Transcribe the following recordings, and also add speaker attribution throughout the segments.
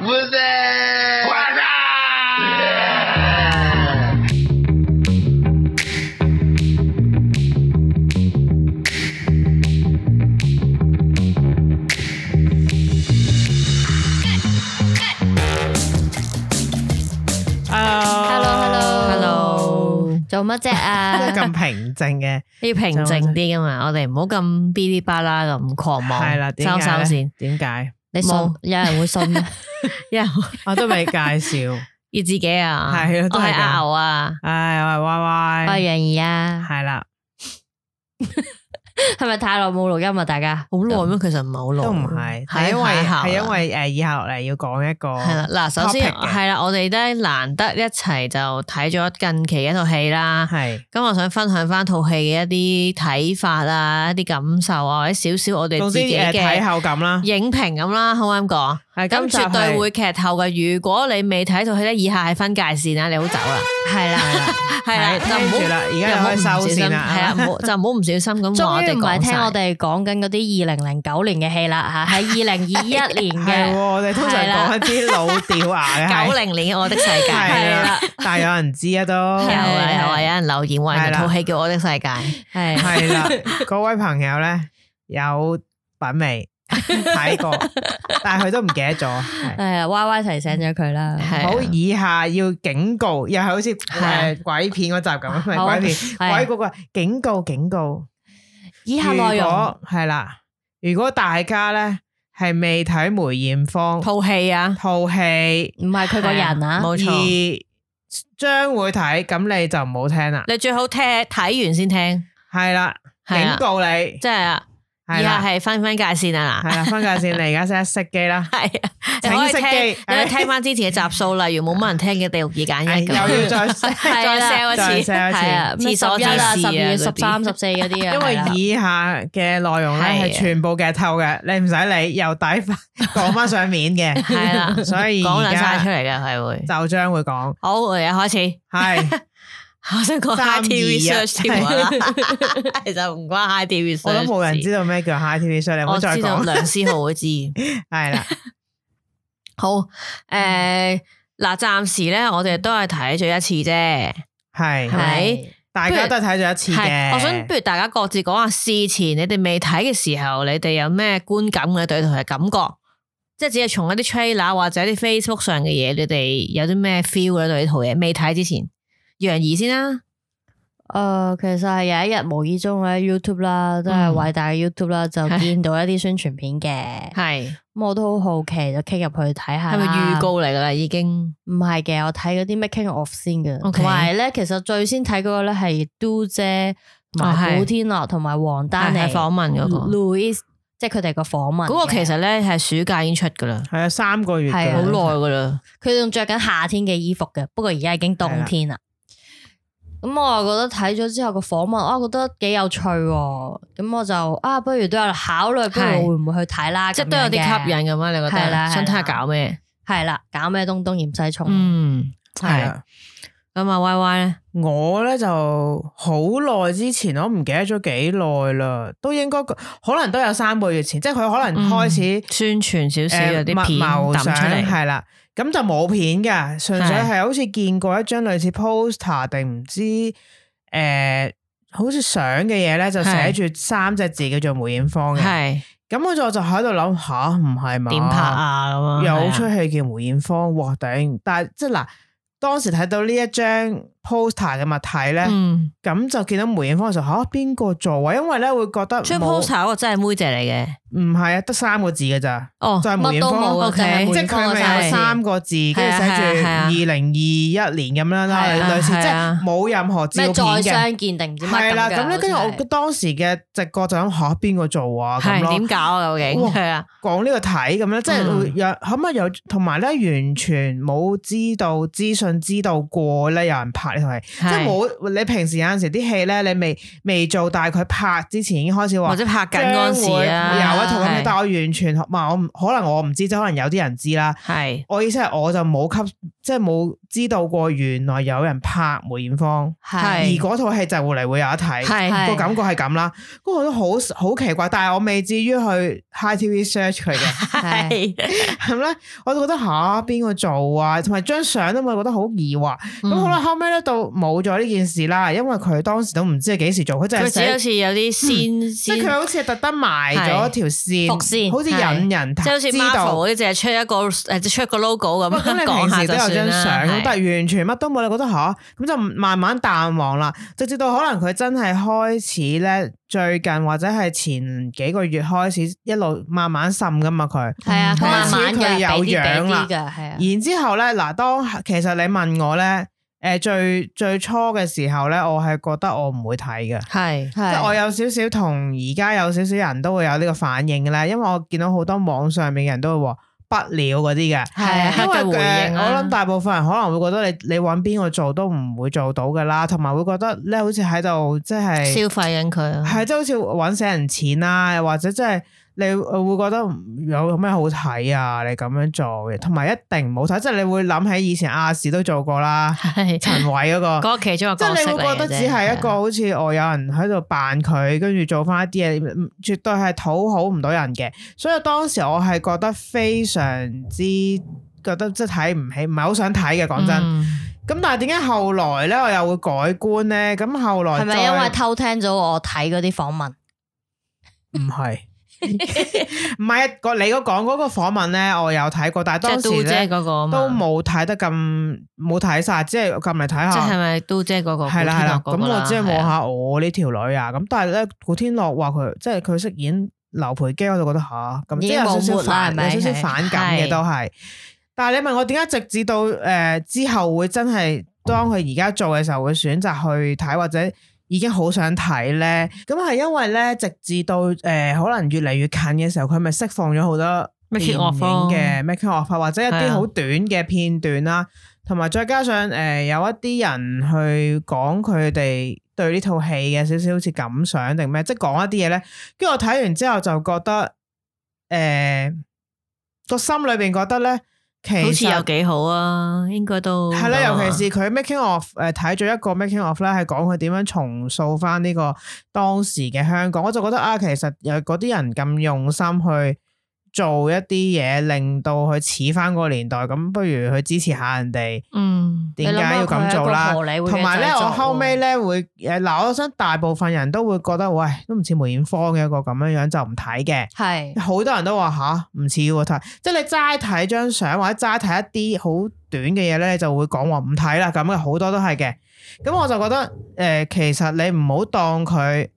Speaker 1: 無罪
Speaker 2: 做乜啫啊？
Speaker 1: 咁平靜嘅，
Speaker 2: 要平靜啲噶嘛，我哋唔好咁噼里啪啦咁狂妄，
Speaker 1: 係啦，點
Speaker 2: 收
Speaker 1: 解
Speaker 2: 收
Speaker 1: 呢
Speaker 2: 線。
Speaker 1: 點解？
Speaker 2: 你信
Speaker 1: 冇
Speaker 2: 有人會 信咩？有人會
Speaker 1: 我都未介紹。
Speaker 2: 要自己啊？
Speaker 1: 係啊都
Speaker 2: 我
Speaker 1: 係
Speaker 2: 係
Speaker 1: 㗎
Speaker 2: 阿牛啊，
Speaker 1: 唉，我係
Speaker 2: 我
Speaker 1: Y
Speaker 2: 係
Speaker 1: Y，
Speaker 2: 楊怡啊，
Speaker 1: 係啦，
Speaker 2: 係咪太耐冇錄音啊？大家好耐咩？其實唔係好耐，
Speaker 1: 都唔係，係
Speaker 2: 係
Speaker 1: 因為
Speaker 2: 太後啦
Speaker 1: 係因為誒，以下落嚟要講一個
Speaker 2: 係啦，嗱，首先
Speaker 1: topic 嘅
Speaker 2: 係啦，我哋咧難得一齊就睇咗近期一套戲啦。
Speaker 1: 係
Speaker 2: 咁我想分享翻套戲嘅一啲睇法啊，一啲感受啊，或者少少我哋
Speaker 1: 總
Speaker 2: 自
Speaker 1: 之
Speaker 2: 己
Speaker 1: 誒睇
Speaker 2: 嘅
Speaker 1: 後感啦。
Speaker 2: 影評咁啦，好唔好咁講？
Speaker 1: 係
Speaker 2: 咁絕對會劇透嘅。如果你未睇套戲咧，以下係分界線啊啦，你好走啦，係啦，係啦，就唔
Speaker 1: 跟住
Speaker 2: 好。
Speaker 1: 啦，而家又可以收線啦，
Speaker 2: 係啊，唔好就唔好唔小心咁話我
Speaker 3: 終於
Speaker 2: 哋
Speaker 3: 唔係
Speaker 2: 講
Speaker 3: 聽我
Speaker 2: 晒。
Speaker 3: 哋講緊嗰啲二零零九年嘅戲啦 嚇，喺二零二一
Speaker 1: 係喎，
Speaker 3: 年嘅。
Speaker 1: 我哋通常
Speaker 3: 係啦
Speaker 1: 講一啲老掉牙嘅，
Speaker 2: 九
Speaker 1: 係
Speaker 2: 零年嘅我的世界
Speaker 1: 係
Speaker 2: 係
Speaker 1: 啦
Speaker 2: 啦，，
Speaker 1: 但係有人知啊都，
Speaker 2: 有啊有啊，有人留言
Speaker 1: 係
Speaker 2: 話
Speaker 1: 啦
Speaker 2: 套戲叫《我的世界》，
Speaker 3: 係
Speaker 1: 係 啦，嗰位朋友咧有品 味睇過，但係佢都唔記得咗。係
Speaker 3: 誒，Y 啊 Y 提醒咗佢啦。
Speaker 2: 係啊
Speaker 1: 好，以下要警告，又係好似
Speaker 2: 係
Speaker 1: 誒鬼片嗰集咁，唔係
Speaker 3: 好
Speaker 1: 鬼片，
Speaker 3: 係
Speaker 1: 鬼嗰個警告警告。
Speaker 3: 以下內
Speaker 1: 如
Speaker 3: 容
Speaker 1: 果係啦，如果大家咧係未睇梅艷芳
Speaker 2: 套戲啊，
Speaker 1: 套戲，
Speaker 3: 唔係佢個人啊，
Speaker 2: 冇錯。
Speaker 1: 而將會睇，咁你就唔好聽啦。
Speaker 2: 你最好聽睇完先聽，
Speaker 1: 係啦，
Speaker 2: 係
Speaker 1: 警
Speaker 2: 啊
Speaker 1: 告你，
Speaker 2: 即係
Speaker 1: 係
Speaker 2: 以下
Speaker 1: 啦，
Speaker 2: 係分分界線啊
Speaker 1: 係
Speaker 2: 嗱，
Speaker 1: 啦，分界線，你而家即刻熄機啦。
Speaker 2: 係啊，
Speaker 1: 請
Speaker 2: 你可以
Speaker 1: 熄
Speaker 2: 聽，
Speaker 1: 機
Speaker 2: 你可以聽翻之前嘅集數，例如冇乜人聽嘅《地獄二
Speaker 1: 哎
Speaker 2: 揀一》
Speaker 1: 又
Speaker 2: 咁
Speaker 1: 要
Speaker 2: 樣。
Speaker 1: 再
Speaker 2: 再
Speaker 1: 再
Speaker 2: sell 一次，
Speaker 1: 再 sell 一次
Speaker 2: 係啊，
Speaker 3: 咩
Speaker 2: 廁
Speaker 3: 十
Speaker 2: 所
Speaker 3: 一
Speaker 2: 之
Speaker 3: 啊、
Speaker 2: 事
Speaker 3: 十二、
Speaker 2: 啊，
Speaker 3: 十三、十四嗰啲啊，
Speaker 1: 因為
Speaker 3: 係啦
Speaker 1: 以下嘅內容咧
Speaker 2: 係啊
Speaker 1: 係全部劇透嘅，你唔使理，由底 翻講翻上面嘅，
Speaker 2: 系啦，
Speaker 1: 所以
Speaker 2: 講
Speaker 1: 而
Speaker 2: 兩晒出
Speaker 1: 家
Speaker 2: 嚟嘅係會。
Speaker 1: 就將會講
Speaker 2: 好，我哋開始。
Speaker 1: 係，
Speaker 2: 我想講
Speaker 1: 三
Speaker 2: High TV
Speaker 1: 二一
Speaker 2: search 添啦， 其實唔關 High TV search。
Speaker 1: 我都冇人知道咩叫 High TV，所以你唔好
Speaker 2: 我
Speaker 1: 再
Speaker 2: 知道
Speaker 1: 講，
Speaker 2: 梁思浩會知。
Speaker 1: 係啦，
Speaker 2: 好，诶，嗱，暫時咧，我哋都係睇咗一次啫，
Speaker 1: 係，
Speaker 2: 係咪？
Speaker 1: 大家都係睇咗一次嘅，
Speaker 2: 係，我想不如大家各自講下事前你哋未睇嘅時候，你哋有咩觀感嘅對同嘅感覺？即係只係從一啲 trailer 或者啲 Facebook 上嘅嘢，你哋有啲咩 feel 咧？對呢套嘢未睇之前，楊怡先啦，
Speaker 3: 誒，哦其實係有一日無意中喺 YouTube 啦，都係
Speaker 2: 嗯
Speaker 3: 偉大嘅 YouTube 啦，就
Speaker 2: 係
Speaker 3: 見到一啲宣傳片嘅。
Speaker 2: 係
Speaker 3: 咁我都好好奇，就 click 入去睇下。
Speaker 2: 係咪預？告嚟㗎啦？已經
Speaker 3: 唔係嘅，我睇嗰啲 making of 先嘅，
Speaker 2: OK
Speaker 3: 同埋咧，其實最先睇嗰個咧係 Do 姐、同
Speaker 2: 哦係
Speaker 3: 埋古天樂同埋黃丹妮
Speaker 2: 係係訪問嗰個
Speaker 3: Louis，即係佢哋個訪問嘅。
Speaker 2: 嗰個其實咧係暑假已經出噶啦，
Speaker 1: 係啊三個月
Speaker 3: 係
Speaker 1: 嘅
Speaker 3: 啊
Speaker 2: 好耐噶啦，
Speaker 3: 佢仲着緊夏天嘅衣服嘅，不過而家已經冬天啦。咁我又覺得睇咗之後個訪問，啊覺得幾有趣喎。咁我就啊，不如都有考慮，不如
Speaker 2: 係
Speaker 3: 我會唔會去睇啦？
Speaker 2: 即係都有啲吸引
Speaker 3: 嘅。
Speaker 2: 咁啊！你覺
Speaker 3: 啊係
Speaker 2: 得
Speaker 3: 啦
Speaker 2: 想睇下
Speaker 3: 係啦
Speaker 2: 搞咩？
Speaker 3: 係啦，搞咩東東芫西蟲？
Speaker 2: 嗯，
Speaker 1: 係啊。
Speaker 2: 咁啊，Y Y 咧，
Speaker 1: 我咧就好耐之前，我唔記得咗幾耐啦，都應該可能都有三個月前，即係佢可
Speaker 2: 嗯
Speaker 1: 能開始
Speaker 2: 宣傳少少有啲
Speaker 1: 誒
Speaker 2: 片
Speaker 1: 密謀
Speaker 2: 抌
Speaker 1: 想
Speaker 2: 出嚟，
Speaker 1: 係啦，咁就冇片㗎，純粹係好似見過一張類似 poster 定唔知誒、好似相嘅嘢咧，就寫住三隻字叫做梅艷芳嘅，
Speaker 2: 係
Speaker 1: 咁我就就喺度諗吓，唔係嘛？
Speaker 2: 點拍啊咁啊，
Speaker 1: 哦有出
Speaker 2: 係啊
Speaker 1: 戲叫梅艷芳，哇頂！但係即係嗱，當時睇到呢一張 poster 嘅物體咧。
Speaker 2: 嗯，
Speaker 1: 咁就見到梅艷芳嘅時候，嚇邊個做啊？因為咧會覺得
Speaker 2: 張
Speaker 1: 冇
Speaker 2: poster 嗰個真係妹姐嚟嘅，
Speaker 1: 唔係啊，得三個字嘅咋，
Speaker 2: 哦
Speaker 1: 就，係梅
Speaker 3: 乜
Speaker 1: 艷
Speaker 3: 都冇
Speaker 1: 芳。
Speaker 3: 啊
Speaker 2: OK
Speaker 3: 淨係
Speaker 1: 即
Speaker 3: 梅
Speaker 1: 係佢
Speaker 3: 艷芳嗰
Speaker 1: 咪有
Speaker 3: 張
Speaker 1: 三個字，跟住寫住
Speaker 2: 係啊
Speaker 1: 二零二一年咁樣啦，
Speaker 2: 係啊
Speaker 1: 類似即
Speaker 2: 係
Speaker 1: 係
Speaker 2: 啊
Speaker 1: 冇任何照
Speaker 3: 咩
Speaker 1: 片
Speaker 3: 再
Speaker 1: 嘅。
Speaker 3: 相見定唔知乜
Speaker 1: 係啦，
Speaker 3: 㗎
Speaker 1: 咁咧跟住
Speaker 3: 好
Speaker 1: 我
Speaker 3: 似係
Speaker 1: 當時嘅直覺就諗嚇邊個做啊咁
Speaker 2: 係
Speaker 1: 咯，
Speaker 2: 點搞啊？究竟
Speaker 1: 哇
Speaker 2: 係啊？
Speaker 1: 講呢個睇咁樣，即係
Speaker 2: 嗯
Speaker 1: 會有可唔可以有同埋咧完全冇知道資訊知道過咧有人拍呢套戲，即係
Speaker 2: 係
Speaker 1: 冇你平時有陣時啲戲咧你未未做，但係佢拍之前已經開始話
Speaker 2: 或者拍緊嗰陣時啊，
Speaker 1: 有一套咁嘅係，但我完全唔係我唔可能我唔知，即係可能有啲人知啦。
Speaker 2: 系
Speaker 1: 我意思係我就冇吸，即係冇知道過原來有人拍梅艷芳，而
Speaker 2: 係
Speaker 1: 嗰套戲就會嚟會有得睇。
Speaker 2: 系
Speaker 1: 個感覺係咁啦，嗰個都好好奇怪，但係我未至於去 High TV search 佢嘅，
Speaker 2: 系
Speaker 1: 咁咧我就覺得吓邊個做啊，同埋張相都我覺得好疑惑。咁好
Speaker 2: 嗯
Speaker 1: 啦，後尾咧到冇咗呢件事啦，因為佢當時都唔知係幾時做，佢就係
Speaker 2: 嗯佢只
Speaker 1: 寫嗯
Speaker 2: 好似有啲先
Speaker 1: 即係
Speaker 2: 先
Speaker 1: 佢，好似係特登埋咗條線，
Speaker 3: 伏線
Speaker 1: 好似引人
Speaker 2: 即係好似
Speaker 1: 知
Speaker 2: Marvel
Speaker 1: 道。
Speaker 2: 嗰啲，淨係出一個诶，出一個 logo 咁
Speaker 1: 喂咁你平
Speaker 2: 樣講下
Speaker 1: 時
Speaker 2: 就
Speaker 1: 都有
Speaker 2: 算
Speaker 1: 張
Speaker 2: 啦。
Speaker 1: 相，
Speaker 2: 係
Speaker 1: 但係完全乜都冇，你覺得吓咁就慢慢淡忘啦。直至到可能佢真係開始咧，最近或者係前幾個月開始一路慢慢滲噶嘛佢。
Speaker 3: 系啊，佢慢慢
Speaker 1: 開始佢
Speaker 3: 嘅，
Speaker 1: 有
Speaker 3: 俾啲
Speaker 1: 樣
Speaker 3: 俾
Speaker 1: 啦
Speaker 3: 啲嘅，系啊，
Speaker 1: 然之後咧，嗱，當其實你問我咧，誒最最初嘅時候咧，我係覺得我唔會睇嘅。
Speaker 2: 係
Speaker 1: 即係我
Speaker 3: 係
Speaker 1: 有少少同而家有少少人都會有呢個反應嘅咧，因為我見到好多網上面嘅人都會話不了嗰啲嘅。
Speaker 3: 係啊
Speaker 2: 係
Speaker 1: 因
Speaker 2: 嘅
Speaker 1: 為
Speaker 2: 回
Speaker 1: 誒，
Speaker 2: 應啦
Speaker 1: 我諗大部分人可能會覺得你你揾邊個做都唔會做到噶啦，同埋會覺得咧好似喺度即
Speaker 2: 消
Speaker 1: 係
Speaker 2: 費緊佢啊。
Speaker 1: 係即係好似揾死人錢啦，又或者即係你會覺得有有咩好睇啊？你咁樣做嘅，同埋一定唔好睇，即係你會諗起以前亞視都做過啦，
Speaker 2: 係
Speaker 1: 陳偉嗰個。
Speaker 2: 嗰個其中
Speaker 1: 即
Speaker 2: 一個
Speaker 1: 係
Speaker 2: 角色
Speaker 1: 你
Speaker 2: 嚟
Speaker 1: 會覺
Speaker 2: 嘅
Speaker 1: 得
Speaker 2: 啫啊
Speaker 1: 只係一個好似我有人喺度扮佢，跟住做翻一啲嘢，嗯絕對係討好唔到人嘅。所以當時我係覺得非常之覺得即係睇唔起，唔係好想睇嘅。講真，咁、
Speaker 2: 嗯
Speaker 1: 但係點解後來咧我又會改觀咧？咁後來
Speaker 3: 係咪
Speaker 1: 再
Speaker 3: 因為偷聽咗我睇嗰啲訪問？
Speaker 1: 嗯唔係唔係啊個你嗰講嗰個訪問咧，我有睇過，但係
Speaker 2: 即
Speaker 1: 當時
Speaker 2: 係都姐
Speaker 1: 咧
Speaker 2: 嗰個啊嘛
Speaker 1: 都冇睇得咁冇睇晒，即係撳嚟睇下。
Speaker 2: 即係咪都姐嗰個
Speaker 1: 系啊啦系啦，
Speaker 2: 古天樂
Speaker 1: 咁
Speaker 2: 嗰個啦
Speaker 1: 我即係
Speaker 2: 係
Speaker 1: 望
Speaker 2: 啊
Speaker 1: 下我呢條女啊，咁但係咧古天樂話佢即係佢飾演劉培基，我就覺得吓咁，
Speaker 3: 已
Speaker 1: 即
Speaker 3: 經
Speaker 1: 係有少
Speaker 3: 冇
Speaker 1: 少
Speaker 3: 抹啦
Speaker 1: 反
Speaker 3: 係咪
Speaker 1: 有少少
Speaker 3: 係
Speaker 1: 反感嘅
Speaker 2: 係
Speaker 1: 都係。但係你問我點解直至到诶之後會真係當佢而家做嘅時候會選擇去睇或者？已經好想睇咧，咁係因為咧，直至到誒、呃可能越嚟越近嘅時候，佢咪釋放咗好多
Speaker 2: Making
Speaker 1: 電
Speaker 2: of 咯
Speaker 1: 影嘅 making of 啊或者一
Speaker 2: 係
Speaker 1: 啲
Speaker 2: 啊
Speaker 1: 好短嘅片段啦，同埋再加上誒、呃有一啲人去講佢哋對呢套戲嘅少少好似感想定咩，即係講一啲嘢咧。跟住我睇完之後就覺得誒個、心裏邊覺得咧，其
Speaker 2: 好似有
Speaker 1: 實
Speaker 2: 幾好啊，應該都
Speaker 1: 係啦，尤其是佢 making of 誒睇咗一個 making of 咧，係講佢點樣重塑翻呢個當時嘅香港，我就覺得啊，其實有嗰啲人咁用心去做一啲嘢，令到佢似翻個年代，咁不如去支持下人哋。
Speaker 2: 嗯
Speaker 1: 點
Speaker 3: 啊
Speaker 1: 解要咁做啦？同埋咧，我後
Speaker 3: 后
Speaker 1: 尾
Speaker 3: 尾
Speaker 1: 咧會誒嗱，我想大部分人都會覺得，喂，都唔似梅艷芳嘅一個咁樣樣就唔睇嘅。
Speaker 3: 系
Speaker 1: 好多人都話吓，唔似喎睇，即係你齋睇張相或者齋睇一啲好短嘅嘢咧，你就會講話唔睇啦。咁嘅好多都係嘅。咁我就覺得誒、呃其實你唔好當佢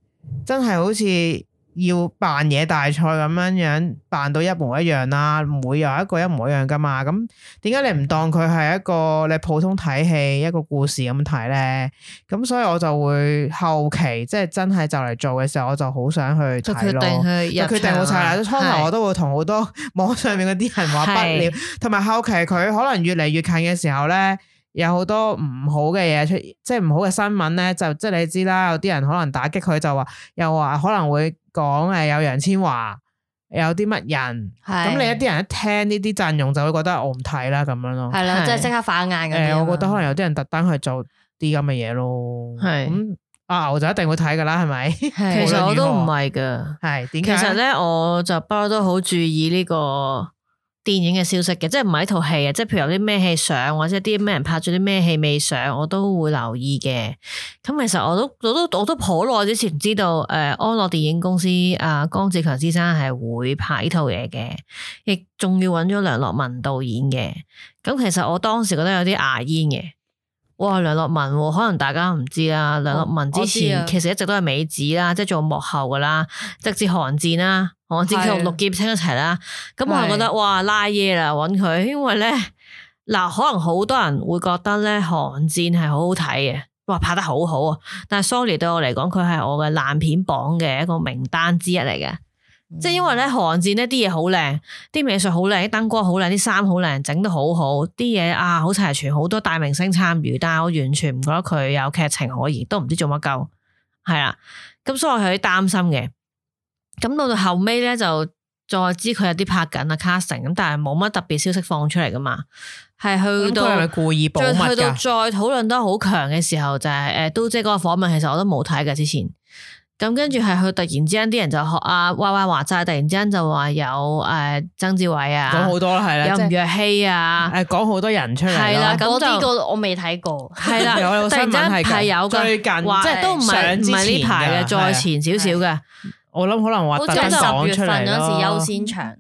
Speaker 1: 真係好似要扮嘢大賽咁樣樣，扮到一模一樣啦，唔會有一個一模一樣噶嘛。咁點解你唔當佢係一個你普通睇戲一個故事咁睇咧？咁所以我就會後期即係真係就嚟做嘅時候，我就好想去
Speaker 2: 就
Speaker 1: 睇
Speaker 2: 決
Speaker 1: 咯。
Speaker 2: 哦定去
Speaker 1: 就
Speaker 2: 入
Speaker 1: 決定冇
Speaker 2: 場
Speaker 1: 晒
Speaker 2: 啊
Speaker 1: 啦。初頭我都會同好多網上面嗰啲人話不了
Speaker 2: 係，
Speaker 1: 同埋後期佢可能越嚟越近嘅時候咧，有好多唔好嘅嘢出，即係唔好嘅新聞咧，就即係你知啦。有啲人可能打擊佢就話，又話可能會講誒有楊千嬅，有啲乜人，
Speaker 3: 系
Speaker 1: 咁你一啲人一聽呢啲陣容就會覺得我哦唔睇啦咁樣咯
Speaker 3: 系。啦，
Speaker 2: 係
Speaker 3: 即系即刻反眼嗰啲
Speaker 1: 誒，
Speaker 3: 啊嘛。
Speaker 1: 我覺得可能有啲人特登去做啲咁嘅嘢咯。
Speaker 2: 係
Speaker 1: 咁，阿牛就一定會睇噶啦，係咪？
Speaker 3: 係
Speaker 2: 其實我都
Speaker 1: 無論
Speaker 2: 唔
Speaker 1: 如何
Speaker 2: 係噶，
Speaker 1: 係點解？
Speaker 2: 其實咧我就不嬲都好注意呢個電影嘅消息嘅，即係唔係一套戲啊，即係譬如有啲咩戲上，或者啲咩人拍咗啲咩戲未上，我都會留意嘅。咁其實我都我都我都好耐之前知道，诶、安樂電影公司啊、江志強先生係會拍呢套嘢嘅，亦仲要揾咗梁樂文導演嘅。咁其實我當時覺得有啲牙煙嘅。哇，梁樂文喎可能大家唔知啦，梁樂文之
Speaker 3: 我
Speaker 2: 前
Speaker 3: 我知啊
Speaker 2: 其實一直都係美子啦，即係做幕後噶啦，直至寒戰啦，寒戰佢同
Speaker 3: 係
Speaker 2: 陸劍青一齊啦。咁我
Speaker 3: 係
Speaker 2: 係覺得哇拉耶啦，揾佢，因為咧嗱，可能好多人會覺得咧《寒戰》係好好睇嘅，哇拍得好好啊！但係 sorry 對我嚟講，佢係我嘅爛片榜嘅一個名單之一嚟嘅。即係因為咧，寒戰呢啲嘢好靚，啲美術好靚，啲燈光好靚，啲衫好靚，整得好好，啲嘢啊好齊全，好多大明星參與，但係我完全唔覺得佢有劇情可言，都唔知做乜鳩，係啦，咁所以我係有啲擔心嘅。咁到到後尾咧就再知佢有啲拍緊啊 casting，咁但係冇乜特別消息放出嚟噶嘛，係去
Speaker 1: 咁佢係咪
Speaker 2: 到。
Speaker 1: 故意保
Speaker 2: 再
Speaker 1: 密
Speaker 2: 去到
Speaker 1: 㗎？
Speaker 2: 再討論得好強嘅時候，就係、誒、都姐嗰個訪問，其實我都冇睇嘅之前。咁跟住係佢突然之間啲人就學啊 Y Y 話齋，突然之間就話有誒、曾志偉
Speaker 1: 講
Speaker 2: 啊，
Speaker 1: 好多啦，係
Speaker 2: 有
Speaker 1: 啦，即
Speaker 2: 吳
Speaker 1: 係
Speaker 2: 若 希啊，
Speaker 1: 誒講好多人出嚟
Speaker 2: 係啦
Speaker 1: 啦。
Speaker 2: 咁
Speaker 3: 嗰
Speaker 2: 就
Speaker 3: 啲個我未睇過，
Speaker 2: 係啦，
Speaker 1: 有有
Speaker 2: 突
Speaker 1: 新聞
Speaker 2: 然之間
Speaker 1: 係
Speaker 2: 係有
Speaker 1: 㗎
Speaker 2: 嘅，
Speaker 1: 最近
Speaker 2: 話
Speaker 1: 即係
Speaker 2: 都唔係
Speaker 1: 上
Speaker 2: 唔
Speaker 1: 之
Speaker 2: 係呢
Speaker 1: 前
Speaker 2: 排
Speaker 1: 㗎
Speaker 2: 嘅，再
Speaker 1: 係啊
Speaker 2: 前少少嘅，
Speaker 1: 我諗可能話
Speaker 3: 好
Speaker 1: 特
Speaker 3: 似
Speaker 1: 登
Speaker 3: 係
Speaker 1: 講
Speaker 3: 十月
Speaker 1: 出
Speaker 3: 份
Speaker 1: 嚟
Speaker 3: 嗰陣時優
Speaker 1: 咯。
Speaker 3: 先場啊，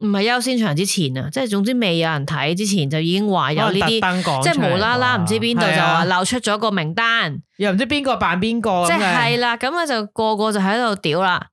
Speaker 2: 唔係優先場之前啊，即係總之未有人睇之前啊就已經話有呢啲，即係
Speaker 1: 係
Speaker 2: 無啦啦唔知邊度就話漏出咗個名單，
Speaker 1: 啊又唔知邊個扮邊個
Speaker 2: 即
Speaker 1: 咁嘅
Speaker 2: 係啦，咁啊就個個就喺度屌啦，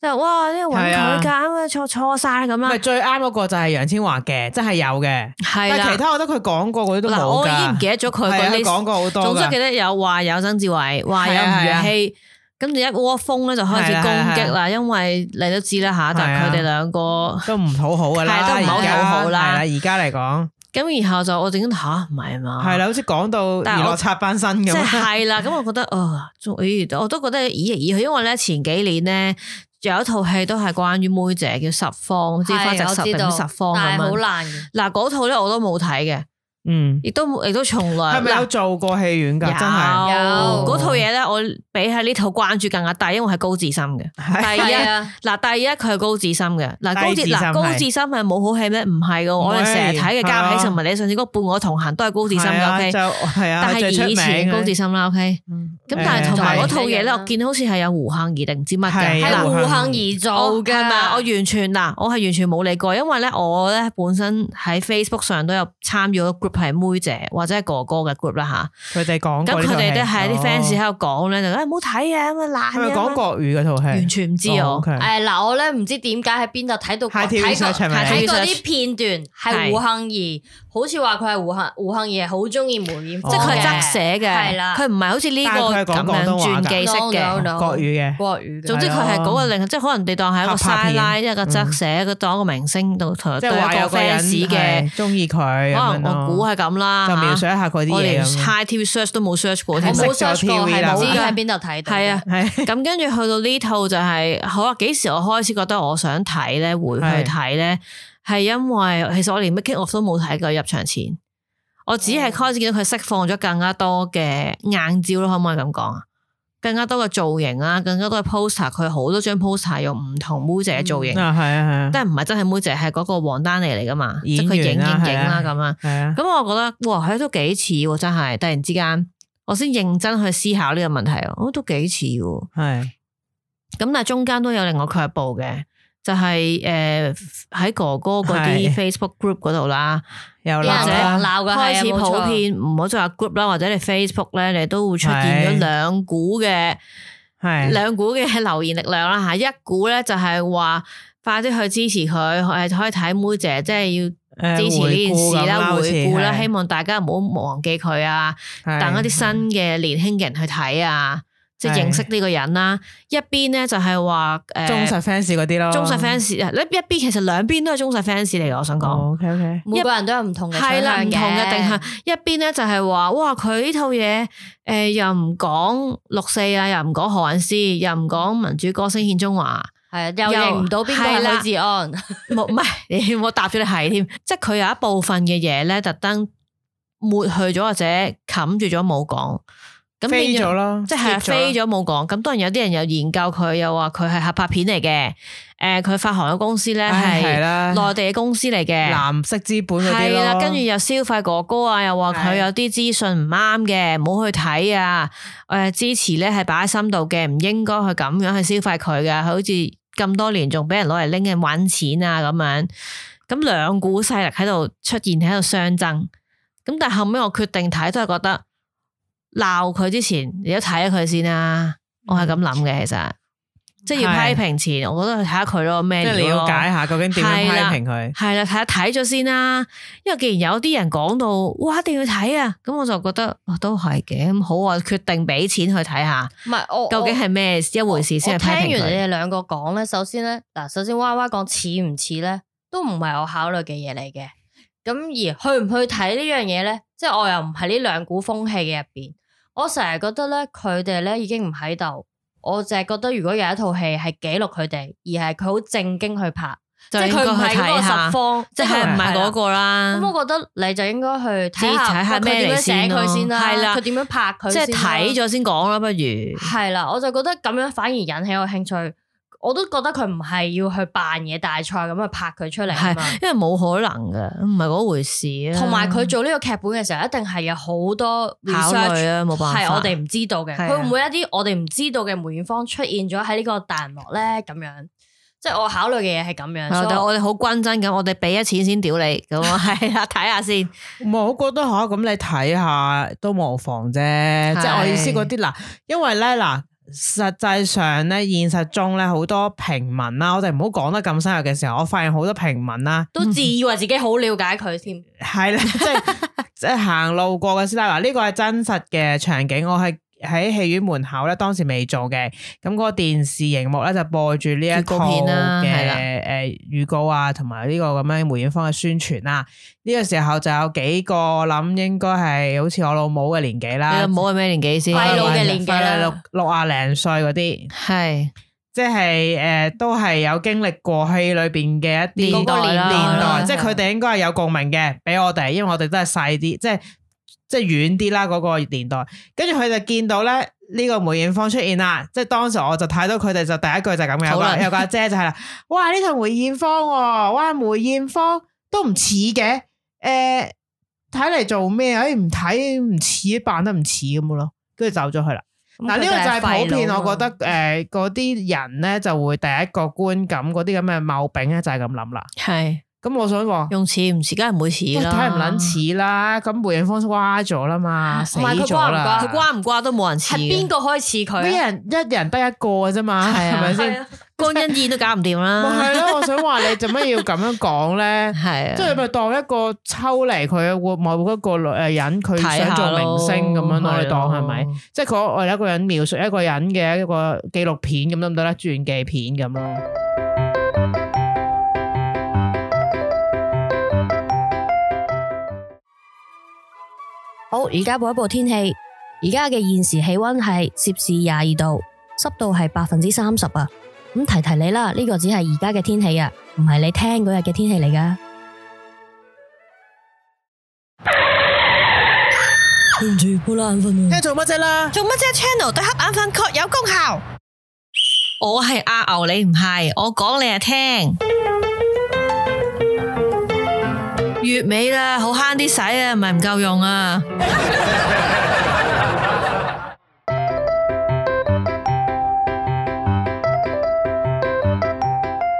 Speaker 2: 即係哇呢個揾
Speaker 1: 係
Speaker 2: 佢㗎，咁啊錯錯晒咁啦
Speaker 1: 咪，最啱嗰個就係楊千嬅嘅，真係有嘅。
Speaker 2: 係
Speaker 1: 但係
Speaker 2: 啦
Speaker 1: 其，他我覺得佢講過嗰啲都
Speaker 2: 嗱
Speaker 1: 冇
Speaker 2: 我已經唔
Speaker 1: 㗎。
Speaker 2: 記得咗佢
Speaker 1: 係啊
Speaker 2: 個
Speaker 1: 佢
Speaker 2: list
Speaker 1: 講過好多
Speaker 2: 總之
Speaker 1: 㗎
Speaker 2: 記。得有話有曾志偉，話有
Speaker 1: 係啊
Speaker 2: 吳
Speaker 1: 係
Speaker 2: 若
Speaker 1: 啊
Speaker 2: 希，咁就一窩蜂咧就開始
Speaker 1: 係啊係
Speaker 2: 攻
Speaker 1: 啊
Speaker 2: 擊啦，因為你都知啦吓，但佢
Speaker 1: 係
Speaker 2: 哋
Speaker 1: 啊
Speaker 2: 兩個
Speaker 1: 都唔討好噶啦，
Speaker 2: 係都唔好
Speaker 1: 而家
Speaker 2: 討好啦
Speaker 1: 係
Speaker 2: 啊
Speaker 1: 啦，而家嚟講
Speaker 2: 咁，然後就我整吓唔係嘛，
Speaker 1: 係啦，好似講到
Speaker 2: 但係
Speaker 1: 娛
Speaker 2: 我
Speaker 1: 樂插班生
Speaker 2: 即
Speaker 1: 咁
Speaker 2: 係
Speaker 1: 樣，
Speaker 2: 係啦，咁我覺得啊，仲咦，我都覺得咦咦，因為咧前幾年咧有一套戲都係關於妹姐叫十方，知花
Speaker 3: 係
Speaker 2: 直
Speaker 3: 我
Speaker 2: 十定
Speaker 3: 知道，
Speaker 2: 十方咁
Speaker 3: 但係好
Speaker 2: 樣。
Speaker 3: 難嘅。
Speaker 2: 嗱嗰套咧我都冇睇嘅，
Speaker 1: 嗯，
Speaker 2: 亦都冇亦都從來
Speaker 1: 係咪有
Speaker 2: 啊嗱
Speaker 1: 做過戲院噶？
Speaker 2: 有
Speaker 1: 真係
Speaker 3: 有
Speaker 2: 嗰套嘢咧，我比喺呢套關注更加大，因為係高志森嘅。
Speaker 1: 係
Speaker 2: 第一
Speaker 3: 係啊，
Speaker 2: 嗱，第一佢係高志森嘅，嗱高
Speaker 1: 低
Speaker 2: 志
Speaker 1: 智深
Speaker 2: 嗱
Speaker 1: 係
Speaker 2: 高志森係冇好戲咩？唔係嘅，我哋成日
Speaker 1: 唔
Speaker 2: 睇嘅《
Speaker 1: 係係
Speaker 2: 家
Speaker 1: 啊
Speaker 2: 喜同埋你上次嗰個伴我同行都係高志森
Speaker 1: 係
Speaker 2: 嘅
Speaker 1: 啊
Speaker 2: ，OK。
Speaker 1: 就係啊，
Speaker 2: 但
Speaker 1: 最出
Speaker 2: 係以前
Speaker 1: 名
Speaker 2: 高志
Speaker 1: 嘅
Speaker 2: 森啦，OK。
Speaker 1: 嗯
Speaker 2: 咁但係
Speaker 1: 誒
Speaker 2: 同埋嗰套嘢
Speaker 3: 係
Speaker 2: 咧，我見好似係有胡杏兒定唔知乜嘅，
Speaker 1: 啊係
Speaker 3: 係
Speaker 2: 嗱
Speaker 1: 啊
Speaker 3: 胡
Speaker 1: 胡杏
Speaker 3: 杏兒
Speaker 2: 我
Speaker 3: 做
Speaker 2: 係
Speaker 3: 㗎
Speaker 2: 咪啊我完全嗱，我係完全冇理過，因為咧我咧本身喺 Facebook 上都有參與嗰個 group 係妹姐或者係哥哥嘅 group 啦
Speaker 1: 佢哋講
Speaker 2: 吓，
Speaker 1: 過呢
Speaker 2: 咁佢
Speaker 1: 套戲
Speaker 2: 哋都係啲 fans
Speaker 1: 哦
Speaker 2: 喺度講咧，就誒唔好睇啊咁啊爛
Speaker 1: 係咪
Speaker 2: 嘅
Speaker 1: 講
Speaker 2: 咁啊，
Speaker 1: 國語嘅套戲？
Speaker 2: 完全唔知啊哎
Speaker 1: 哦
Speaker 2: 我
Speaker 1: ，OK
Speaker 3: 誒嗱，我咧唔知點解喺邊度睇到過
Speaker 1: High TV
Speaker 3: 睇過
Speaker 1: search 係咪
Speaker 3: 睇過
Speaker 2: High TV
Speaker 3: 啲片段，係胡杏兒，好似話佢係胡杏胡杏兒係好中意梅艷
Speaker 2: 哦
Speaker 3: 芳
Speaker 2: 即
Speaker 3: 嘅，
Speaker 2: 係佢係側寫嘅，
Speaker 3: 係啦，
Speaker 2: 佢唔係好似呢
Speaker 1: 哦但係佢係
Speaker 2: 個
Speaker 1: 講
Speaker 2: 咁樣
Speaker 1: 廣東話㗎
Speaker 2: 傳記式
Speaker 3: No,
Speaker 2: 嘅
Speaker 3: no, no。
Speaker 1: 國語嘅，
Speaker 3: 國語嘅。
Speaker 2: 總之佢係嗰個另，即係可能你當係一個
Speaker 1: 合拍
Speaker 2: side
Speaker 1: 片
Speaker 2: line，一個側寫，佢當一個明星度同
Speaker 1: 即
Speaker 2: 對
Speaker 1: 係
Speaker 2: 一個
Speaker 1: 話有個人
Speaker 2: fans 嘅，
Speaker 1: 係中意佢咁
Speaker 2: 可
Speaker 1: 樣
Speaker 2: 能
Speaker 1: 咯，
Speaker 2: 我估係咁啦。
Speaker 1: 就描
Speaker 2: 嚇
Speaker 1: 述一下佢啲
Speaker 2: 我
Speaker 1: 嘢
Speaker 2: 連
Speaker 1: 咁樣。
Speaker 2: High TV search 都冇 search 過
Speaker 3: 我
Speaker 2: 添。
Speaker 1: 係
Speaker 3: 冇
Speaker 1: 冇
Speaker 3: search 過，
Speaker 1: 識咗
Speaker 3: 係
Speaker 1: TV 啦
Speaker 3: 唔知喺邊度睇到。
Speaker 2: 係啊，
Speaker 1: 係
Speaker 2: 咁跟住去到呢套就係好啦。幾時我開始覺得我想睇咧，回去睇咧，係因為其實我連 making of 都冇睇過入場前，我只
Speaker 1: 嗯
Speaker 2: 係開始見到佢釋放咗更加多嘅硬照咯，可唔可以咁講啊？更加多嘅造型啦，更加多嘅 poster，佢好多張 poster 用唔同妹姐嘅造型，
Speaker 1: 啊，係啊，係啊，
Speaker 2: 但係唔係真係妹姐，係嗰個王丹妮嚟噶嘛，即係佢影
Speaker 1: 演
Speaker 2: 影
Speaker 1: 員啦
Speaker 2: 影啦
Speaker 1: 係
Speaker 2: 咁樣。
Speaker 1: 係啊，
Speaker 2: 咁我覺得哇，佢都幾似喎，真係突然之間，我先認真去思考呢個問題喎，我都幾似喎。
Speaker 1: 係啊
Speaker 2: 咁但係中間都有另外卻步嘅，就係誒喺哥哥嗰啲
Speaker 1: 係
Speaker 2: Facebook group 嗰度啦，
Speaker 1: 有
Speaker 3: 啲
Speaker 1: 鬧
Speaker 2: 或者
Speaker 1: 啦
Speaker 3: 人鬧嘅
Speaker 2: 開始
Speaker 3: 係啊冇
Speaker 2: 普
Speaker 3: 錯
Speaker 2: 遍唔好再話 group 啦，或者你 Facebook 咧，你都會出現咗
Speaker 1: 係
Speaker 2: 兩股嘅。
Speaker 1: 係
Speaker 2: 兩股嘅留言力量啦吓，一股咧就係話快啲去支持佢，誒可以睇妹姐，即係要
Speaker 1: 誒
Speaker 2: 支持呢件事
Speaker 1: 回顧
Speaker 2: 啦，
Speaker 1: 咁好
Speaker 2: 回
Speaker 1: 似
Speaker 2: 顧啦，
Speaker 1: 係
Speaker 2: 希望大家唔好忘記佢啊，
Speaker 1: 係
Speaker 2: 等一啲新嘅年輕嘅人去睇啊，即係
Speaker 1: 係
Speaker 2: 認識呢個人啦。一邊咧就係話呃誒
Speaker 1: 忠實 fans 嗰啲咯，
Speaker 2: 忠實 fans 啊，一一邊其實兩邊都係忠實 fans 嚟嘅，我想講。
Speaker 1: 哦。OK OK，
Speaker 3: 每個人都有唔同嘅
Speaker 2: 係
Speaker 3: 取
Speaker 2: 啦，
Speaker 3: 向
Speaker 2: 唔同嘅定向。一邊咧就係話，哇佢呢套嘢，誒、又唔講六四啊，又唔講何韻詩，又唔講民主歌聲獻中華，
Speaker 3: 係啊，又認唔到邊個
Speaker 2: 係啦
Speaker 3: 係許志安，
Speaker 2: 冇唔係， 你我答咗你係添，即係佢有一部分嘅嘢咧，特登抹去咗或者冚住咗冇講，咁變
Speaker 1: 飛咗咯，
Speaker 2: 即係
Speaker 1: skip
Speaker 2: 飛
Speaker 1: 咗
Speaker 2: 咗冇講，咁當然有啲人又研究佢，又話佢係合拍片嚟嘅，誒、佢發行嘅公司咧
Speaker 1: 唉係
Speaker 2: 係
Speaker 1: 啦，
Speaker 2: 內地嘅公司嚟嘅，
Speaker 1: 藍色資本嗰
Speaker 2: 係
Speaker 1: 啲
Speaker 2: 啦，
Speaker 1: 咯，
Speaker 2: 跟住又消費哥哥啊，又話佢
Speaker 1: 係
Speaker 2: 有啲資訊唔啱嘅，唔好去睇啊。誒、支持咧係擺喺心度嘅，唔應該去咁樣去消費佢嘅，好似咁多年仲俾人攞嚟拎嘅揾錢啊咁樣。咁兩股勢力喺度出現喺度相爭。咁但係後尾我決定睇都係覺得鬧佢之前，你都睇下佢先啦。我係咁諗嘅，其實即係要批
Speaker 1: 嗯係
Speaker 2: 評前，我覺得去睇下佢咯，咩
Speaker 1: 即係
Speaker 2: 料
Speaker 1: 了
Speaker 2: 咯
Speaker 1: 解下究竟點樣
Speaker 2: 係啦
Speaker 1: 批評佢，
Speaker 2: 係啦，睇下睇咗先啦。因為既然有啲人講到，哇，一定要睇啊，咁我就覺得、哦、都係嘅。咁好啊，決定俾錢去睇下，
Speaker 3: 唔係我
Speaker 2: 究竟係咩一回事先
Speaker 3: 我
Speaker 2: 去批
Speaker 3: 聽完
Speaker 2: 評
Speaker 3: 你
Speaker 2: 佢。
Speaker 3: 哋兩個講咧，首先咧，嗱，首先 Y Y 講似唔似咧，都唔係我考慮嘅嘢嚟嘅。咁而去唔去睇呢樣嘢咧，即係我又唔係呢兩股風氣嘅入邊。我成日覺得咧，佢哋咧已經唔喺度。我淨係覺得如果有一套戲係記錄佢哋，而係佢好正經去拍，
Speaker 2: 就
Speaker 3: 即係
Speaker 2: 應
Speaker 3: 佢唔
Speaker 2: 該
Speaker 3: 係
Speaker 2: 去
Speaker 3: 嗰個
Speaker 2: 睇
Speaker 3: 十
Speaker 2: 下，
Speaker 3: 方，
Speaker 2: 即係唔係嗰
Speaker 3: 個。
Speaker 2: 個啦。
Speaker 3: 咁我覺得你就應該去睇
Speaker 2: 自己
Speaker 3: 下
Speaker 2: 睇下
Speaker 3: 佢
Speaker 2: 咩
Speaker 3: 點
Speaker 2: 嚟
Speaker 3: 樣寫
Speaker 2: 先咯
Speaker 3: 佢先啦，
Speaker 2: 係啦
Speaker 3: 佢點樣拍佢
Speaker 2: 即
Speaker 3: 先
Speaker 2: 係
Speaker 3: 啦，
Speaker 2: 睇咗先講啦，不如係
Speaker 3: 係啦，我就覺得咁樣反而引起我興趣。我都覺得佢唔係要去扮嘢大賽咁去拍佢出嚟啊嘛，
Speaker 2: 因為冇可能嘅，唔係嗰回事啊。
Speaker 3: 同埋佢做呢個劇本嘅時候，一定係有好多
Speaker 2: 考慮
Speaker 3: research
Speaker 2: 啊冇辦法
Speaker 3: 係我哋唔知道嘅。
Speaker 2: 係啊
Speaker 3: 佢會唔會一啲我哋唔知道嘅梅艷芳出現咗喺呢個大銀幕咧？咁樣，即係我考慮嘅嘢係咁樣。
Speaker 2: 係啊，
Speaker 3: 所以
Speaker 2: 但
Speaker 3: 我
Speaker 2: 我哋好均真咁，我哋俾咗錢先屌你咁啊，係啦，睇下先。
Speaker 1: 唔係，我覺得吓咁你睇下都無妨啫。即係我意思嗰啲嗱，因為咧嗱，實際上咧，現實中咧好多平民啦，我哋唔好講得咁深入嘅時候，我發現好多平民啦，
Speaker 3: 都自以為自己好了解佢添。
Speaker 1: 係啦， 即係即係行路過嘅師奶嗱，呢個係真實嘅場景，我係喺戲院門口咧，當時未做嘅，咁、嗰個電視熒幕咧就播住呢一
Speaker 2: 預
Speaker 1: 套
Speaker 2: 告片啦
Speaker 1: 嘅
Speaker 2: 係啦
Speaker 1: 誒預告啊，同埋呢個咁樣梅艷芳嘅宣傳啦。呢、個時候就有幾個我諗應該係好似我老母嘅年紀
Speaker 2: 你
Speaker 1: 啦
Speaker 2: 老，母係咩年紀先？
Speaker 3: 廢老啊嘅年紀啦
Speaker 1: 快六六啊零歲嗰啲，
Speaker 2: 係
Speaker 1: 即係誒、呃都係有經歷過戲裏邊嘅一啲
Speaker 2: 年代啦
Speaker 1: 年代，
Speaker 2: 係
Speaker 1: 即係佢哋應該係有共鳴嘅，俾我哋，因為我哋都係細啲，即係即係遠啲啦嗰個年代。跟住佢就見到咧呢、個梅艷芳出現啦，即係當時我就睇到佢哋就第一句就係咁樣，有
Speaker 2: 討
Speaker 1: 個
Speaker 2: 論
Speaker 1: 有個阿姐就係啦，哇呢套梅艷芳喎、哇梅艷芳都唔似嘅，誒、睇嚟做咩？誒、哎唔睇唔似，扮得唔似咁咯，跟住走咗去啦。嗱，呢個就係
Speaker 3: 啊
Speaker 1: 普遍，我覺得誒嗰啲人咧就會第一個觀感嗰啲咁嘅謬病咧就係咁諗啦。
Speaker 2: 係
Speaker 1: 咁我想話，
Speaker 2: 用似唔似，梗係唔會似
Speaker 1: 喂
Speaker 2: 啦。
Speaker 1: 睇唔撚似啦，咁梅艷芳瓜咗啦嘛，死
Speaker 3: 唔係佢
Speaker 1: 咗啦，
Speaker 2: 佢瓜唔瓜都冇人似
Speaker 3: 係
Speaker 2: 嘅。
Speaker 3: 邊個開始佢
Speaker 1: 咩
Speaker 3: 啊？
Speaker 1: 人一人得一個嘅啫嘛，
Speaker 2: 係
Speaker 1: 係
Speaker 2: 啊
Speaker 1: 咪
Speaker 3: 係
Speaker 1: 先？
Speaker 3: 啊
Speaker 2: 江欣燕都搞唔 掂
Speaker 1: 咪
Speaker 2: 啦，
Speaker 1: 係咯，我想話你做乜要咁樣講 咧？
Speaker 2: 係啊
Speaker 1: 即係你咪當一個抽離佢會某一個誒人，佢想做明星咁樣咯，你當係咪？？即係佢我有一個人描述一個人嘅一個紀錄片咁得唔得咧？傳記片咁咯。
Speaker 3: 好，而家播一播天氣。而家嘅現時氣温係攝氏廿二度，濕度係百分之三十啊。咁提提你啦，呢、個只係而家嘅天氣啊，唔係你聽嗰日嘅天氣嚟噶。對唔住，好眼瞓啊！
Speaker 1: 做乜啫啦？
Speaker 2: 做乜啫？Channel 對黑眼瞓確有功效。我係阿牛，你唔係，我講你係聽。月尾啦，好慳啲使啊，唔係唔夠用 啊。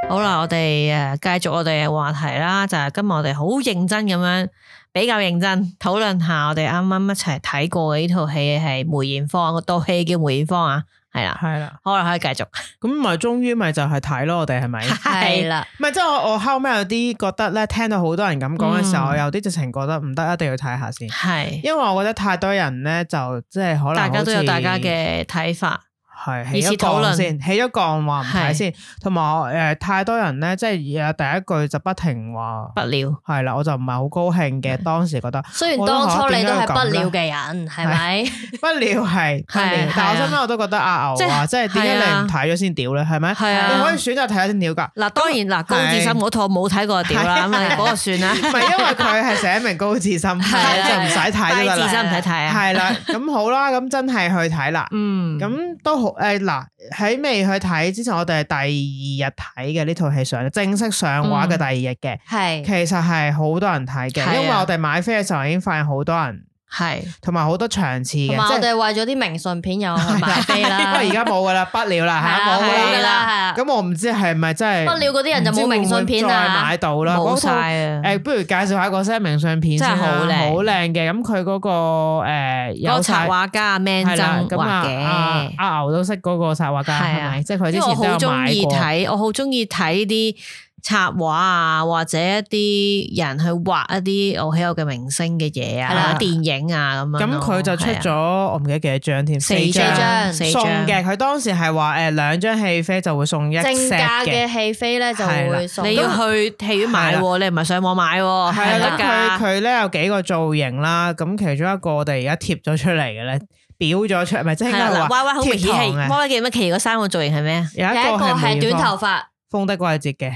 Speaker 2: 好啦，我哋诶继续我哋嘅話題啦，就係今日我哋好認真咁樣，比較認真討論下我哋啱啱一齊睇過嘅呢套戲係梅艷芳，嗰套戲叫梅艷芳啊，係啦，
Speaker 1: 系啦，
Speaker 2: 好啦，可以繼續，
Speaker 1: 咁咪終於咪就係睇咯，我哋係 咪？唔
Speaker 3: 係啦，
Speaker 1: 係即係我我後尾有啲覺得咧，聽到好多人咁講嘅時候，
Speaker 2: 嗯
Speaker 1: 我有啲直情覺得唔得，一定要睇下先，
Speaker 2: 係，
Speaker 1: 因為我覺得太多人咧就即係可能
Speaker 2: 大家都有大家
Speaker 1: 好
Speaker 2: 嘅睇法，
Speaker 1: 似係起咗
Speaker 2: 二次討論
Speaker 1: 槓先，起咗槓話唔睇
Speaker 2: 係
Speaker 1: 先，同埋我誒太多人咧，即係有第一句就不停話
Speaker 2: 不了，嗯
Speaker 1: 係啦，我就唔係好高興嘅，當時覺得。
Speaker 3: 雖
Speaker 1: 我
Speaker 3: 然
Speaker 1: 都
Speaker 3: 當初
Speaker 1: 話
Speaker 3: 你
Speaker 1: 點
Speaker 3: 都
Speaker 1: 解要
Speaker 3: 係
Speaker 1: 咁
Speaker 3: 不
Speaker 1: 呢
Speaker 3: 了嘅人，係咪？
Speaker 1: 不了係不了
Speaker 2: 係，
Speaker 1: 但我
Speaker 2: 係啊
Speaker 1: 心諗我都覺得阿牛啊，即
Speaker 2: 即
Speaker 1: 係
Speaker 2: 係
Speaker 1: 點解
Speaker 2: 係
Speaker 1: 你唔
Speaker 2: 啊
Speaker 1: 睇咗先屌咧？係咪？
Speaker 2: 係啊
Speaker 1: 你可以選擇睇下先屌㗎。
Speaker 2: 嗱，當然嗱，高志森嗰套冇睇過就屌啦，咁 啊嗰個算啦，
Speaker 1: 唔係因為佢係寫明高智 深，就唔使
Speaker 2: 係
Speaker 3: 啊
Speaker 1: 睇
Speaker 2: 低
Speaker 1: 㗎
Speaker 2: 智
Speaker 1: 啦。
Speaker 2: 深唔使睇啊，
Speaker 1: 係啦，咁好啦，咁真係去睇啦。
Speaker 2: 嗯，
Speaker 1: 咁都好誒嗱，喺未去睇之前，我哋係第二日睇嘅呢套戲上，正式上畫
Speaker 3: 嗯
Speaker 1: 嘅第二日嘅，
Speaker 3: 係
Speaker 1: 其實係好多人睇
Speaker 2: 係啊
Speaker 1: 嘅，因為我哋買飛嘅時候已經發現好多人，
Speaker 2: 係
Speaker 1: 同埋好多場次嘅，
Speaker 3: 同埋我
Speaker 1: 即係
Speaker 3: 哋為咗啲明信片又去 買飛
Speaker 1: 因
Speaker 3: 啦，
Speaker 1: 為而家冇㗎啦，不了啦
Speaker 3: 係
Speaker 1: 嚇，
Speaker 3: 啦
Speaker 1: 冇㗎啦
Speaker 3: 係。啊
Speaker 2: 啊
Speaker 3: 啦，係啦
Speaker 1: 咁我唔知係咪真係
Speaker 3: 不了嗰啲人就冇明信片
Speaker 1: 唔知會唔會再
Speaker 3: 啊
Speaker 1: 買。到啦，
Speaker 2: 冇
Speaker 1: 嗰套
Speaker 2: 晒啊，
Speaker 1: 誒，不如介紹下嗰 set 明信片
Speaker 2: 真係
Speaker 1: 先啦
Speaker 2: 好靚
Speaker 1: 好靚嘅。咁佢嗰個誒
Speaker 2: 嗰個
Speaker 1: 有
Speaker 2: 插
Speaker 1: 晒
Speaker 2: 畫家 Man
Speaker 1: 係啦
Speaker 2: 曾
Speaker 1: 咁啊
Speaker 2: 畫
Speaker 1: 啊
Speaker 2: 嘅。
Speaker 1: 阿牛都識嗰個插畫家
Speaker 2: 係
Speaker 1: 係
Speaker 2: 啊
Speaker 1: 咪？即係佢之
Speaker 2: 因為我
Speaker 1: 前都
Speaker 2: 好
Speaker 1: 有
Speaker 2: 中
Speaker 1: 買
Speaker 2: 意
Speaker 1: 過。
Speaker 2: 睇，我好中意睇啲插畫啊，或者一啲人去畫一啲我喜愛嘅明星嘅嘢
Speaker 1: 係
Speaker 2: 啊，
Speaker 1: 啦
Speaker 2: 或者電影啊咁樣
Speaker 1: 咁
Speaker 2: 咯。
Speaker 1: 佢就出
Speaker 2: 係啊
Speaker 1: 咗我唔記得幾多張添，
Speaker 2: 四
Speaker 3: 張
Speaker 2: 四
Speaker 1: 送
Speaker 2: 張
Speaker 1: 嘅。佢當時係話誒兩張戲飛就會送一
Speaker 3: 正
Speaker 1: set
Speaker 3: 價
Speaker 1: 嘅。
Speaker 3: 嘅戲飛咧就
Speaker 1: 係啦
Speaker 3: 會送。
Speaker 2: 你要去戲院買
Speaker 1: 係
Speaker 2: 喎，你唔係上網買喎，
Speaker 1: 係
Speaker 2: 哦
Speaker 1: 啦，
Speaker 2: 係啦
Speaker 1: 咁佢
Speaker 2: 㗎。
Speaker 1: 佢咧有幾個造型啦，咁其中一個我哋而家貼咗出嚟嘅咧，表咗出嚟，咪即係應
Speaker 2: 係
Speaker 1: 該係
Speaker 2: 啦嗱
Speaker 1: 話
Speaker 2: ，Y Y 好明顯
Speaker 1: 啊貼堂哦
Speaker 2: 係
Speaker 1: 嘅
Speaker 2: Y Y 記唔記得其嗰三個造型係咩啊？
Speaker 1: 有一
Speaker 3: 有一
Speaker 1: 個
Speaker 3: 個
Speaker 1: 係
Speaker 3: 係
Speaker 1: 梅艷
Speaker 3: 短
Speaker 1: 芳
Speaker 3: 頭髮，
Speaker 1: 風的季節嘅，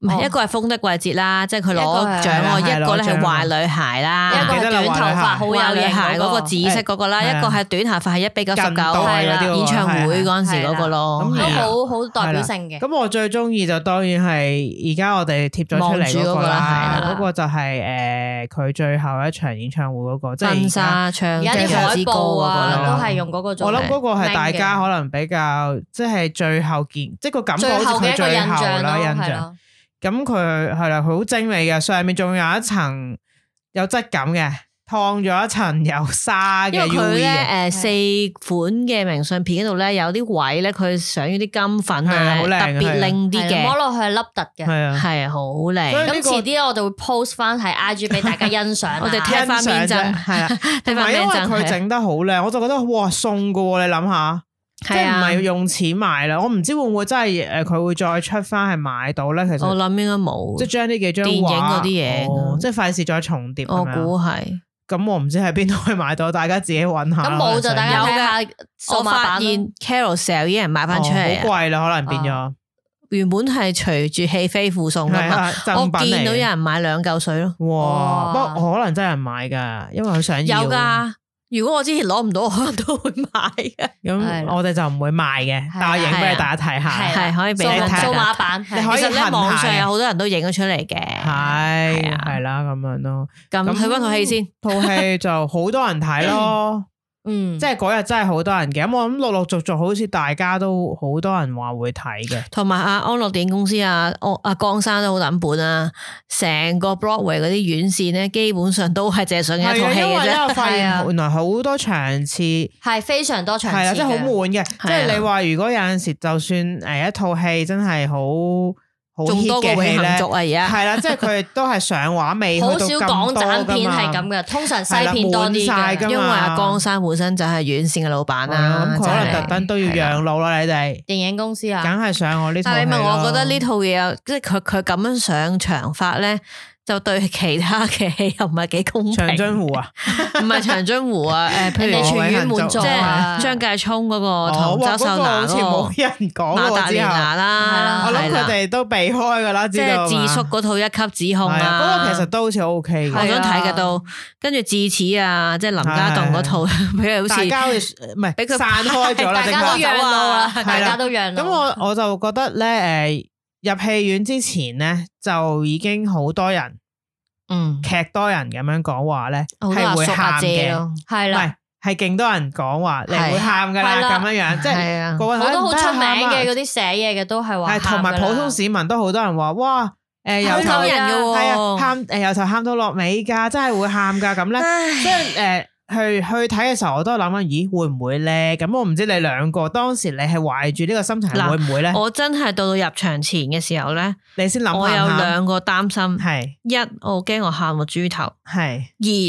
Speaker 2: 唔係
Speaker 3: 哦
Speaker 2: 一個係風的季節啦，即係佢
Speaker 3: 一個
Speaker 2: 攞
Speaker 3: 係
Speaker 2: 獎
Speaker 1: 係啦係
Speaker 2: 喎；一
Speaker 1: 啦
Speaker 2: 個
Speaker 1: 攞
Speaker 2: 咧係
Speaker 1: 獎
Speaker 2: 壞女孩啦，
Speaker 3: 一
Speaker 1: 啊
Speaker 3: 個
Speaker 1: 記
Speaker 3: 係
Speaker 1: 得啦
Speaker 3: 短頭髮，好
Speaker 1: 壞
Speaker 3: 有
Speaker 2: 好有
Speaker 3: 型
Speaker 2: 型
Speaker 3: 嗰
Speaker 2: 嗰個
Speaker 3: 個
Speaker 2: 紫色嗰個啦，
Speaker 1: 係
Speaker 2: 一個係短頭髮係一比九十
Speaker 1: 近代
Speaker 2: 九，
Speaker 1: 嗰啲
Speaker 3: 係
Speaker 1: 喎
Speaker 3: 啦
Speaker 2: 演唱會
Speaker 1: 係啊
Speaker 2: 嗰陣時嗰個咯，
Speaker 1: 係
Speaker 3: 都
Speaker 1: 啦
Speaker 2: 係啊
Speaker 3: 好好代表性嘅。
Speaker 1: 咁我最中意就當然係而家我哋貼咗出嚟嗰個啦
Speaker 2: 望住嗰個啦係，
Speaker 3: 啦
Speaker 1: 嗰個就係誒呃佢最後一場演唱會嗰個，即
Speaker 2: 婚
Speaker 1: 係而家
Speaker 2: 紗唱
Speaker 3: 而家啲
Speaker 1: 即係
Speaker 3: 海
Speaker 2: 之歌
Speaker 3: 報
Speaker 2: 嗰個
Speaker 3: 啊，
Speaker 1: 啦
Speaker 3: 都係用嗰個做
Speaker 1: 我
Speaker 3: 名。
Speaker 1: 諗嗰個係大家
Speaker 3: 明嘅
Speaker 1: 可能比較即係最後見，即係個感覺
Speaker 3: 最
Speaker 1: 好
Speaker 3: 後
Speaker 1: 似佢
Speaker 3: 嘅一個
Speaker 1: 最
Speaker 3: 印
Speaker 1: 後
Speaker 3: 象
Speaker 1: 啦
Speaker 3: 咯，
Speaker 1: 印
Speaker 3: 係
Speaker 1: 象。
Speaker 3: 咯，
Speaker 1: 咁佢係啦，佢好精美嘅，上面仲有一層有質感嘅，燙咗一層有沙
Speaker 2: 因
Speaker 1: 嘅
Speaker 2: 為
Speaker 1: U E 啊
Speaker 2: 佢
Speaker 1: V
Speaker 2: 咧
Speaker 1: 嘅。
Speaker 2: 誒四款嘅明信片嗰度咧有啲位咧，佢上咗啲金粉
Speaker 1: 係啊
Speaker 2: 啊，
Speaker 1: 好靚嘅
Speaker 2: 特別靚啲
Speaker 3: 係啦摸
Speaker 2: 嘅，
Speaker 3: 落去係凹凸嘅。
Speaker 1: 係啊，
Speaker 2: 係啊好
Speaker 1: 所
Speaker 2: 靚
Speaker 1: 以。呢
Speaker 3: 咁
Speaker 1: 個
Speaker 3: 遲啲我就會 post 翻喺 IG 俾大家欣賞 啊啦
Speaker 2: 我哋
Speaker 1: 欣
Speaker 2: 聽翻
Speaker 1: 賞啫，
Speaker 2: 面陣
Speaker 1: 係 啦，同
Speaker 2: 睇翻
Speaker 1: 埋因
Speaker 2: 面
Speaker 1: 為
Speaker 2: 陣
Speaker 1: 佢
Speaker 2: 係
Speaker 1: 整得好靚，我就覺得哇送嘅喎，你諗下，即
Speaker 2: 係
Speaker 1: 係唔
Speaker 2: 啊
Speaker 1: 係，用錢買啦？我唔知會唔會真係誒佢會再出翻係買到咧？其
Speaker 2: 我
Speaker 1: 實
Speaker 2: 諗應該冇
Speaker 1: 即係，將呢幾張
Speaker 2: 電影
Speaker 1: 畫
Speaker 2: 嗰啲嘢嗯
Speaker 1: 哦即係費事再重疊咁樣。
Speaker 2: 我哦估係。
Speaker 1: 咁我唔知喺邊度去買到，大家自己揾下啦。
Speaker 3: 咁冇就大家
Speaker 1: 可能想要
Speaker 3: 睇下
Speaker 2: 我
Speaker 3: 數碼
Speaker 2: 發
Speaker 3: 版咯
Speaker 2: 現 Carousel 已經人買翻出嚟
Speaker 1: 哦
Speaker 2: 啊
Speaker 1: 好，貴啦，可能變咗
Speaker 2: 原本係隨住戲飛附送噶
Speaker 1: 係
Speaker 2: 嘛，
Speaker 1: 啊，
Speaker 2: 哦我
Speaker 1: 贈品
Speaker 2: 見
Speaker 1: 嚟
Speaker 2: 到有
Speaker 1: 嘅。
Speaker 2: 人買兩嚿水咯，
Speaker 1: 哇！
Speaker 3: 哇
Speaker 1: 不過可能真係人買㗎，因為佢想要。
Speaker 2: 有。噶。如果我之前攞唔到，我可能都會買 嘅，
Speaker 1: 咁
Speaker 3: 係啦
Speaker 1: 我哋就唔會賣嘅，
Speaker 3: 係
Speaker 1: 但我影俾
Speaker 2: 係啊
Speaker 1: 大家睇下。
Speaker 3: 係啦
Speaker 2: 係可以俾
Speaker 3: 數
Speaker 1: 你
Speaker 2: 大
Speaker 1: 睇
Speaker 3: 碼
Speaker 2: 家
Speaker 3: 數碼版，
Speaker 1: 你
Speaker 3: 係
Speaker 1: 可以
Speaker 2: 其實
Speaker 1: 行
Speaker 2: 咧
Speaker 1: 下
Speaker 2: 網上
Speaker 1: 嘅
Speaker 2: 有好多人都影咗出嚟嘅，
Speaker 1: 係
Speaker 2: 係啊
Speaker 1: 係啦，咁樣咯。
Speaker 2: 咁
Speaker 1: 咁
Speaker 2: 去翻套戲先，
Speaker 1: 套戲就好多人睇咯，
Speaker 3: 嗯，
Speaker 1: 即係嗰日真係好多人嘅。咁我諗陸陸續續好似大家都好多人話會睇嘅。
Speaker 2: 同埋阿安樂電影公司啊，安阿江生都好等本啊，成個 Broadway 嗰啲院線咧，基本上都係借上
Speaker 1: 係
Speaker 2: 一套
Speaker 1: 啊，
Speaker 2: 戲
Speaker 1: 因為
Speaker 2: 嘅
Speaker 1: 咧
Speaker 2: 啫，
Speaker 1: 我發現
Speaker 3: 係啊
Speaker 1: 原來好多場次係
Speaker 3: 係非常多場次
Speaker 1: 啦，
Speaker 3: 嘅，
Speaker 1: 即係好
Speaker 2: 啊
Speaker 1: 悶嘅。即係你話如果有陣時就算誒一套戲真係好好
Speaker 2: 仲
Speaker 1: hit
Speaker 2: 多過
Speaker 1: 嘅
Speaker 2: 永
Speaker 1: 戲
Speaker 2: 恆
Speaker 1: 咧
Speaker 2: 族，啊，而家
Speaker 1: 係啦，即係佢哋都係上畫未去
Speaker 3: 好
Speaker 1: 到
Speaker 3: 少
Speaker 1: 咁
Speaker 3: 港
Speaker 1: 多
Speaker 3: 產片係
Speaker 1: 㗎
Speaker 3: 咁
Speaker 1: 嘛。
Speaker 3: 嘅，通常西
Speaker 1: 係啦
Speaker 3: 片多啲
Speaker 1: 滿晒㗎
Speaker 2: 因
Speaker 1: 嘛
Speaker 3: 嘅。
Speaker 2: 為阿江生本身就係院線嘅老闆
Speaker 1: 係
Speaker 2: 啦
Speaker 1: 啊，咁佢可能
Speaker 2: 就係
Speaker 1: 特登都要
Speaker 2: 係啦
Speaker 1: 讓路啦，你哋
Speaker 3: 電影公司啊，
Speaker 1: 梗係上我呢套戲
Speaker 2: 但
Speaker 1: 咯。
Speaker 2: 係你問我覺得呢套嘢有，即係佢佢咁樣上長法咧，就對其他嘅戲又唔係幾公平。
Speaker 1: 長津湖啊，
Speaker 2: 唔係長津 湖啊，誒，譬
Speaker 3: 人
Speaker 2: 如
Speaker 3: 哋全院滿
Speaker 2: 即
Speaker 3: 座啊
Speaker 2: 係，張繼聰嗰個
Speaker 1: 哦
Speaker 2: 同
Speaker 1: 哇
Speaker 2: 周秀
Speaker 1: 嗰個
Speaker 2: 娜
Speaker 1: 好似
Speaker 2: 嗰
Speaker 1: 冇人
Speaker 2: 個
Speaker 1: 講
Speaker 2: 馬
Speaker 1: 喎
Speaker 2: 達蓮
Speaker 1: 之後。
Speaker 2: 娜啦，
Speaker 3: 係啦
Speaker 1: 我諗
Speaker 2: 係啦
Speaker 1: 佢哋都避開噶啦，
Speaker 2: 即
Speaker 1: 知道
Speaker 2: 係
Speaker 1: 嘛
Speaker 2: 智叔嗰套一級指控
Speaker 1: 係
Speaker 2: 啊，
Speaker 1: 嗰個其實都好似 O K
Speaker 2: 我
Speaker 1: 嘅，
Speaker 3: 係
Speaker 2: 想睇嘅
Speaker 3: 啊
Speaker 2: 都，跟住智齒啊，即係林家棟嗰套，啊俾佢好
Speaker 1: 大
Speaker 2: 似
Speaker 1: 家好似唔係
Speaker 2: 俾佢
Speaker 1: 散開咗啦，
Speaker 2: 大
Speaker 3: 大
Speaker 1: 即
Speaker 3: 家
Speaker 1: 刻
Speaker 3: 都讓路啦，
Speaker 2: 係啦
Speaker 3: 大家都讓路。
Speaker 1: 咁我我就覺得咧，誒入戲院之前咧就已經好多人
Speaker 2: 嗯，
Speaker 1: 劇多人咁樣講話咧，
Speaker 2: 好多阿
Speaker 1: 係會
Speaker 2: 叔阿
Speaker 1: 喊
Speaker 2: 姐
Speaker 1: 嘅，唔
Speaker 2: 咯，
Speaker 3: 係啦，
Speaker 1: 係係勁多人講話你
Speaker 2: 係
Speaker 1: 會喊噶啦
Speaker 3: 係啦
Speaker 1: 咁樣樣，即係
Speaker 2: 係啊，
Speaker 1: 個個
Speaker 3: 好多好出名嘅
Speaker 1: 嗰
Speaker 3: 嗰啲寫嘢嘅都係話
Speaker 1: 係同埋普通市民都好多人話哇誒由
Speaker 2: 香
Speaker 1: 頭
Speaker 2: 港人嘅
Speaker 1: 係啊
Speaker 2: 喎，
Speaker 1: 喊誒由頭喊到落尾㗎，真係會喊㗎咁咧。 即系诶、去去睇嘅時候，我都諗緊，咦會唔會咧？咁我唔知你兩個當時你係懷住呢個心情
Speaker 2: 嗱
Speaker 1: 會唔會咧？
Speaker 2: 我真係到到入場前嘅時候咧，
Speaker 1: 你先諗
Speaker 2: 我
Speaker 1: 下
Speaker 2: 有
Speaker 1: 下，
Speaker 2: 兩個擔心，
Speaker 1: 係
Speaker 2: 一我驚我喊個豬頭，
Speaker 1: 係
Speaker 2: 二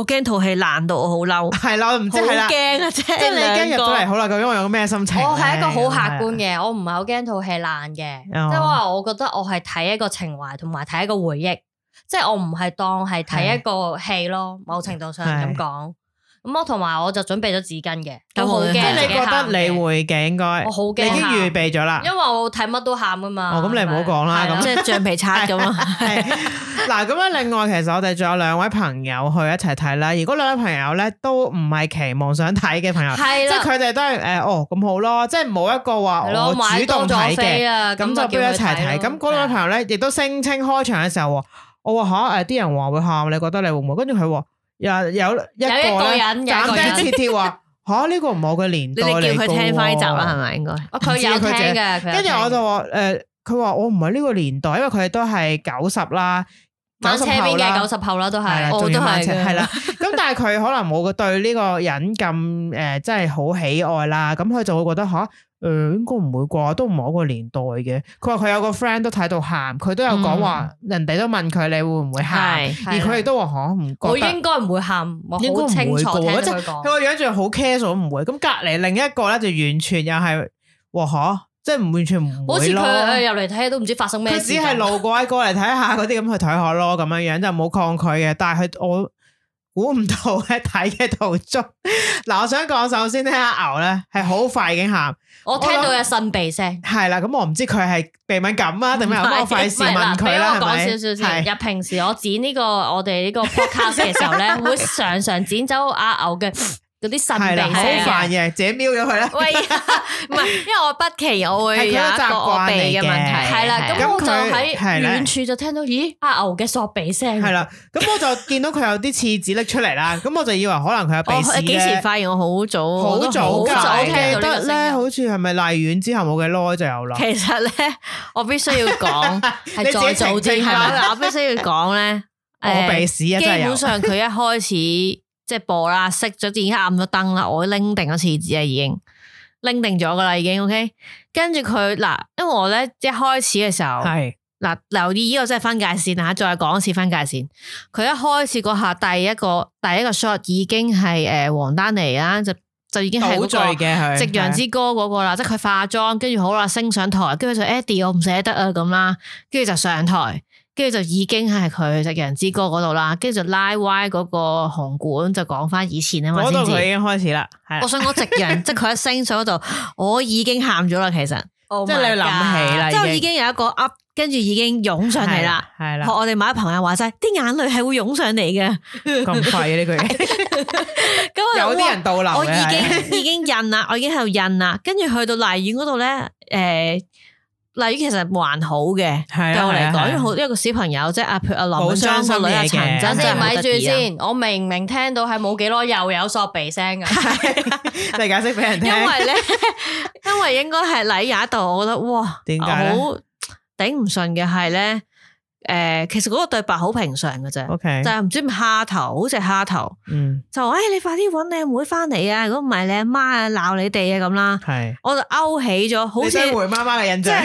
Speaker 2: 我驚套戲爛到我好嬲，好
Speaker 1: 係啦，我唔知係啦， 即
Speaker 2: 驚啊！即係
Speaker 1: 係你
Speaker 2: 兩
Speaker 1: 已經入
Speaker 2: 個
Speaker 1: 咗嚟，好啦，究竟我有個咩心情呢？
Speaker 3: 我係一個好客觀
Speaker 1: 咁樣，
Speaker 3: 嘅，我唔係好驚套戲爛嘅，
Speaker 1: 哦
Speaker 3: 即係話我覺得我係睇一個情懷同埋睇一個回憶，即係我唔係當係睇一個戲咯。某程度上
Speaker 1: 係
Speaker 3: 咁講，咁我同埋我就準備咗紙巾嘅，
Speaker 2: 咁
Speaker 3: 都好
Speaker 2: 好嘅
Speaker 3: 驚
Speaker 1: 即係
Speaker 2: 係
Speaker 1: 你
Speaker 3: 自己
Speaker 1: 覺
Speaker 3: 喊
Speaker 1: 得你
Speaker 3: 嘅，
Speaker 1: 會嘅應該，
Speaker 3: 我好
Speaker 1: 你
Speaker 3: 驚
Speaker 1: 已經
Speaker 3: 喊
Speaker 1: 預備咗啦
Speaker 3: 因。為我睇乜都喊噶嘛。
Speaker 1: 哦咁你唔好講啦
Speaker 3: 係
Speaker 1: 咁
Speaker 2: 即係橡皮擦咁啊！
Speaker 1: 係 嗱，咁樣另外其實我哋仲有兩位朋友去一齊睇啦。如果兩位朋友咧都唔係期望想睇嘅朋友，
Speaker 3: 係
Speaker 1: 啊即係
Speaker 3: 啦，
Speaker 1: 佢哋都係誒哦咁好咯，即係冇一個話
Speaker 3: 係咯，
Speaker 1: 我
Speaker 3: 買
Speaker 1: 主動
Speaker 3: 多
Speaker 1: 睇
Speaker 3: 咗
Speaker 1: 嘅
Speaker 3: 飛。啊，
Speaker 1: 咁就
Speaker 3: 就
Speaker 1: 不如一齊睇。咁嗰位朋
Speaker 3: 友
Speaker 1: 友咧，亦都聲稱開場嘅時候喎，我話吓誒，呃啲人話會喊，你覺得你會唔會？跟住佢話有有一
Speaker 3: 有一
Speaker 1: 個
Speaker 3: 個
Speaker 1: 咧
Speaker 3: 人，有一
Speaker 1: 斬釘
Speaker 3: 個人
Speaker 1: 截，鐵話吓呢個唔係我嘅年
Speaker 2: 你
Speaker 1: 代
Speaker 2: 哋
Speaker 1: 嚟
Speaker 2: 叫佢聽翻 集啦，
Speaker 1: 咪？
Speaker 2: 係咪應該？
Speaker 3: 哦佢有聽嘅，佢有
Speaker 1: 跟住
Speaker 3: 聽
Speaker 1: 我
Speaker 3: 嘅
Speaker 1: 就話誒，佢話我唔係呢個年代，因為佢哋都係九十啦，九
Speaker 3: 晚
Speaker 1: 十
Speaker 3: 車邊
Speaker 1: 後
Speaker 3: 嘅
Speaker 1: 啦
Speaker 3: 九。十後啦，都
Speaker 1: 係啦，
Speaker 3: 係。
Speaker 2: 我
Speaker 1: 仲要
Speaker 2: 都係
Speaker 1: 晚車
Speaker 2: 嘅
Speaker 1: 係 啦。咁但係佢可能冇個對呢個人咁誒，真係好喜愛啦。咁佢就會覺得吓，誒、呃應該唔會啩，都唔係我個年代嘅。佢話佢有個 friend 都睇到喊，佢都有講話，
Speaker 3: 嗯
Speaker 1: 人哋都問佢你會唔會喊，
Speaker 2: 係
Speaker 1: 而佢亦都話吓唔
Speaker 3: 我
Speaker 1: 覺得。
Speaker 3: 應該唔會喊，我
Speaker 1: 應該
Speaker 3: 好
Speaker 1: 唔會
Speaker 3: 清楚
Speaker 1: 過
Speaker 3: 聽到
Speaker 1: 即係
Speaker 3: 佢
Speaker 1: 佢
Speaker 3: 講。
Speaker 1: 個樣仲好 casual 唔會。咁隔離另一個咧就完全又係哇吓，即係唔完全唔
Speaker 3: 好似
Speaker 1: 會
Speaker 3: 佢
Speaker 1: 咯。
Speaker 3: 誒入嚟睇都唔知發生咩
Speaker 1: 佢
Speaker 3: 事
Speaker 1: 只
Speaker 3: 咁。
Speaker 1: 係路過喺過嚟睇下嗰啲咁去睇下咯，咁樣樣就冇抗拒嘅。但係佢我估唔到喺睇嘅途中，嗱，我想講首先咧，阿牛咧係好快已經喊，
Speaker 3: 我聽到有擤鼻聲。
Speaker 1: 係啦，咁我唔知佢係鼻敏感啊，定咩？我
Speaker 3: 唔係
Speaker 1: 費事
Speaker 3: 唔係
Speaker 1: 問
Speaker 3: 嗱
Speaker 1: 佢啦，係
Speaker 3: 俾我講
Speaker 1: 咪？
Speaker 3: 少少先。
Speaker 1: 係
Speaker 3: 入平時我剪呢個我哋呢個 podcast 嘅時候咧，會常常剪走阿牛嘅嗰啲擤
Speaker 1: 係啦，
Speaker 3: 鼻
Speaker 1: 好
Speaker 3: 聲
Speaker 1: 煩
Speaker 3: 嘅。
Speaker 1: 嘅，自己瞄咗佢啦。
Speaker 2: 喂，唔係，因為我不期我會有一
Speaker 1: 係佢
Speaker 2: 個
Speaker 1: 嘅習慣
Speaker 2: 我鼻嘅問題，
Speaker 1: 嚟嘅
Speaker 3: 係啦，
Speaker 1: 咁
Speaker 3: 咁我就
Speaker 1: 佢
Speaker 3: 喺
Speaker 1: 係啦
Speaker 3: 遠處就聽到，咦，阿牛嘅索鼻聲。
Speaker 1: 係啦，咁我就見到佢有啲廁紙拎出嚟 啦，咁我就以為可能佢有鼻
Speaker 2: 我
Speaker 1: 屎
Speaker 2: 幾時
Speaker 1: 咧。
Speaker 2: 發現我好早，
Speaker 1: 好
Speaker 2: 我都
Speaker 1: 早㗎，
Speaker 3: 好早
Speaker 1: 我記
Speaker 3: 聽到呢個
Speaker 1: 得
Speaker 3: 聲
Speaker 1: 咧，
Speaker 3: 音
Speaker 1: 好似係咪麗院之後冇幾耐就有啦。
Speaker 2: 其實咧，我必須要 講
Speaker 1: 你自
Speaker 2: 係
Speaker 1: 己
Speaker 2: 再早
Speaker 1: 澄
Speaker 2: 啲，
Speaker 1: 清
Speaker 2: 係
Speaker 1: 返
Speaker 2: 咪？我必須要講咧，
Speaker 1: 我
Speaker 2: 誒
Speaker 1: 鼻屎啊，
Speaker 2: 基
Speaker 1: 真係有
Speaker 2: 本。上佢一開始即係播啦，熄咗已經暗咗燈啦，我拎定咗廁紙啊，已經拎定咗噶啦，已經 OK。跟住佢嗱，因為我咧一開始嘅時候
Speaker 1: 係
Speaker 2: 嗱，留意呢個真係分界線啊！再講一次分界線，佢一開始嗰下第一個第一個 shot 已經係誒黃丹妮啦，就就已經
Speaker 1: 倒
Speaker 2: 係嗰
Speaker 1: 醉
Speaker 2: 個
Speaker 1: 嘅佢，
Speaker 2: 《夕陽之歌》嗰個啦，即係佢化妝，跟住好啦，升上台，跟住就 Eddie 我唔捨得啊咁啦，跟住就上台，跟住就已經係佢《夕陽之歌》嗰度啦，跟住就拉歪嗰個紅館，就講翻以前啊嘛
Speaker 1: 嗰
Speaker 2: 先
Speaker 1: 度佢已
Speaker 2: 至。
Speaker 1: 經開始啦，係
Speaker 2: 我
Speaker 1: 啦
Speaker 2: 想講《夕 陽》，即係佢一升上嗰度，我已經喊咗啦，其實，
Speaker 3: Oh
Speaker 1: 即係你
Speaker 3: my
Speaker 1: 諗起
Speaker 3: god
Speaker 1: 啦，
Speaker 2: 即係我已經有一個 up，跟住已經湧上嚟啦。，
Speaker 1: 係啦
Speaker 2: 學，我哋某啲朋友話齋，啲眼淚係會湧上嚟嘅。
Speaker 1: 咁快 嘅呢句，
Speaker 2: 咁我
Speaker 1: 有
Speaker 2: 就
Speaker 1: 啲人倒流
Speaker 2: 哇我
Speaker 1: 嘅係
Speaker 2: 已經已 經印啦，我已經喺度印啦。跟住去到麗苑嗰度咧，诶、麗苑其實還好嘅，
Speaker 1: 係啊
Speaker 2: 對我嚟
Speaker 1: 係啊係啊
Speaker 2: 講，因為好因為個小朋友即係阿譬如阿
Speaker 1: 好
Speaker 2: 林文章個女阿
Speaker 1: 傷心嘢嘅
Speaker 2: 陳
Speaker 1: 等
Speaker 2: 真
Speaker 1: 陣
Speaker 2: 真係
Speaker 3: 先，
Speaker 2: 好
Speaker 3: 咪
Speaker 2: 得
Speaker 3: 住
Speaker 2: 意啊。
Speaker 3: 先，我明明聽到係冇幾耐又有索鼻聲噶，
Speaker 1: 你解釋俾人聽
Speaker 2: 啊 因，為咧，因為應該係禮雅度，我覺得哇，
Speaker 1: 點解咧
Speaker 2: 好頂唔順嘅係咧，诶、其實嗰個對白好平常嘅啫
Speaker 1: OK
Speaker 2: 就係唔知點蝦頭，好似係蝦頭。
Speaker 1: 嗯，
Speaker 2: 就诶、哎你快啲搵你阿妹翻嚟啊！如果唔係你阿媽啊鬧你哋啊咁啦，
Speaker 1: 係，
Speaker 2: 我就勾起咗，好
Speaker 1: 你
Speaker 2: 似
Speaker 1: 對回媽媽嘅印象，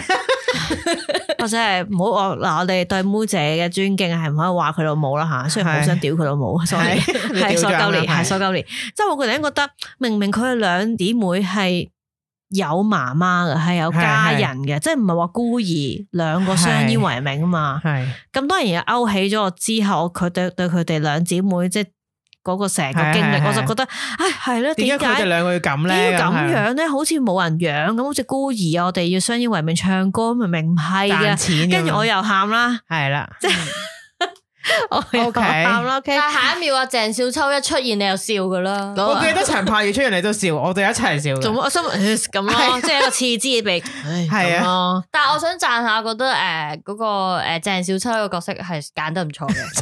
Speaker 2: 或者係唔好我嗱，我哋對妹姐嘅尊敬係唔可以話佢老母啦吓，雖然好想屌佢老母，sorry，
Speaker 1: 係 你
Speaker 2: 係
Speaker 1: 掉
Speaker 2: 索
Speaker 1: 咗
Speaker 2: 鳩
Speaker 1: 啦
Speaker 2: 年，
Speaker 1: 係
Speaker 2: 係索鳩 年，即係我個人覺得明明佢哋兩姊妹係有媽媽嘅，係有家人嘅，即係唔係話孤兒兩個相依為命啊嘛。
Speaker 1: 係
Speaker 2: 咁當然又勾起咗我之後，佢對對佢哋兩姊妹即係嗰個成個
Speaker 1: 係
Speaker 2: 經歷，
Speaker 1: 係
Speaker 2: 我就
Speaker 1: 係
Speaker 2: 覺得，唉，係咯，
Speaker 1: 點
Speaker 2: 點
Speaker 1: 解佢哋
Speaker 2: 解？
Speaker 1: 兩個要咁
Speaker 2: 點
Speaker 1: 咧？
Speaker 2: 要咁
Speaker 1: 係
Speaker 2: 樣咧？好似冇人養咁，好似孤兒啊！我哋要相依為命唱歌，明明唔係
Speaker 1: 啊賺
Speaker 2: 嘅。
Speaker 1: 錢咁樣，
Speaker 2: 跟住我又喊啦，
Speaker 1: 係啦，
Speaker 2: 我又
Speaker 1: OK
Speaker 2: 喊啦，OK。
Speaker 3: 但下一秒阿啊鄭少秋一出現，你又笑噶啦。
Speaker 2: 我
Speaker 1: 我記得陳柏宇出現嚟都笑，我哋一齊 笑嘅，
Speaker 2: 做乜？我心諗咁咯，即係一個刺之嘅鼻，唉
Speaker 1: 係啊
Speaker 2: 咁咯。
Speaker 3: 但係我想讚下，覺得誒嗰個誒鄭少秋個角色係揀得唔 錯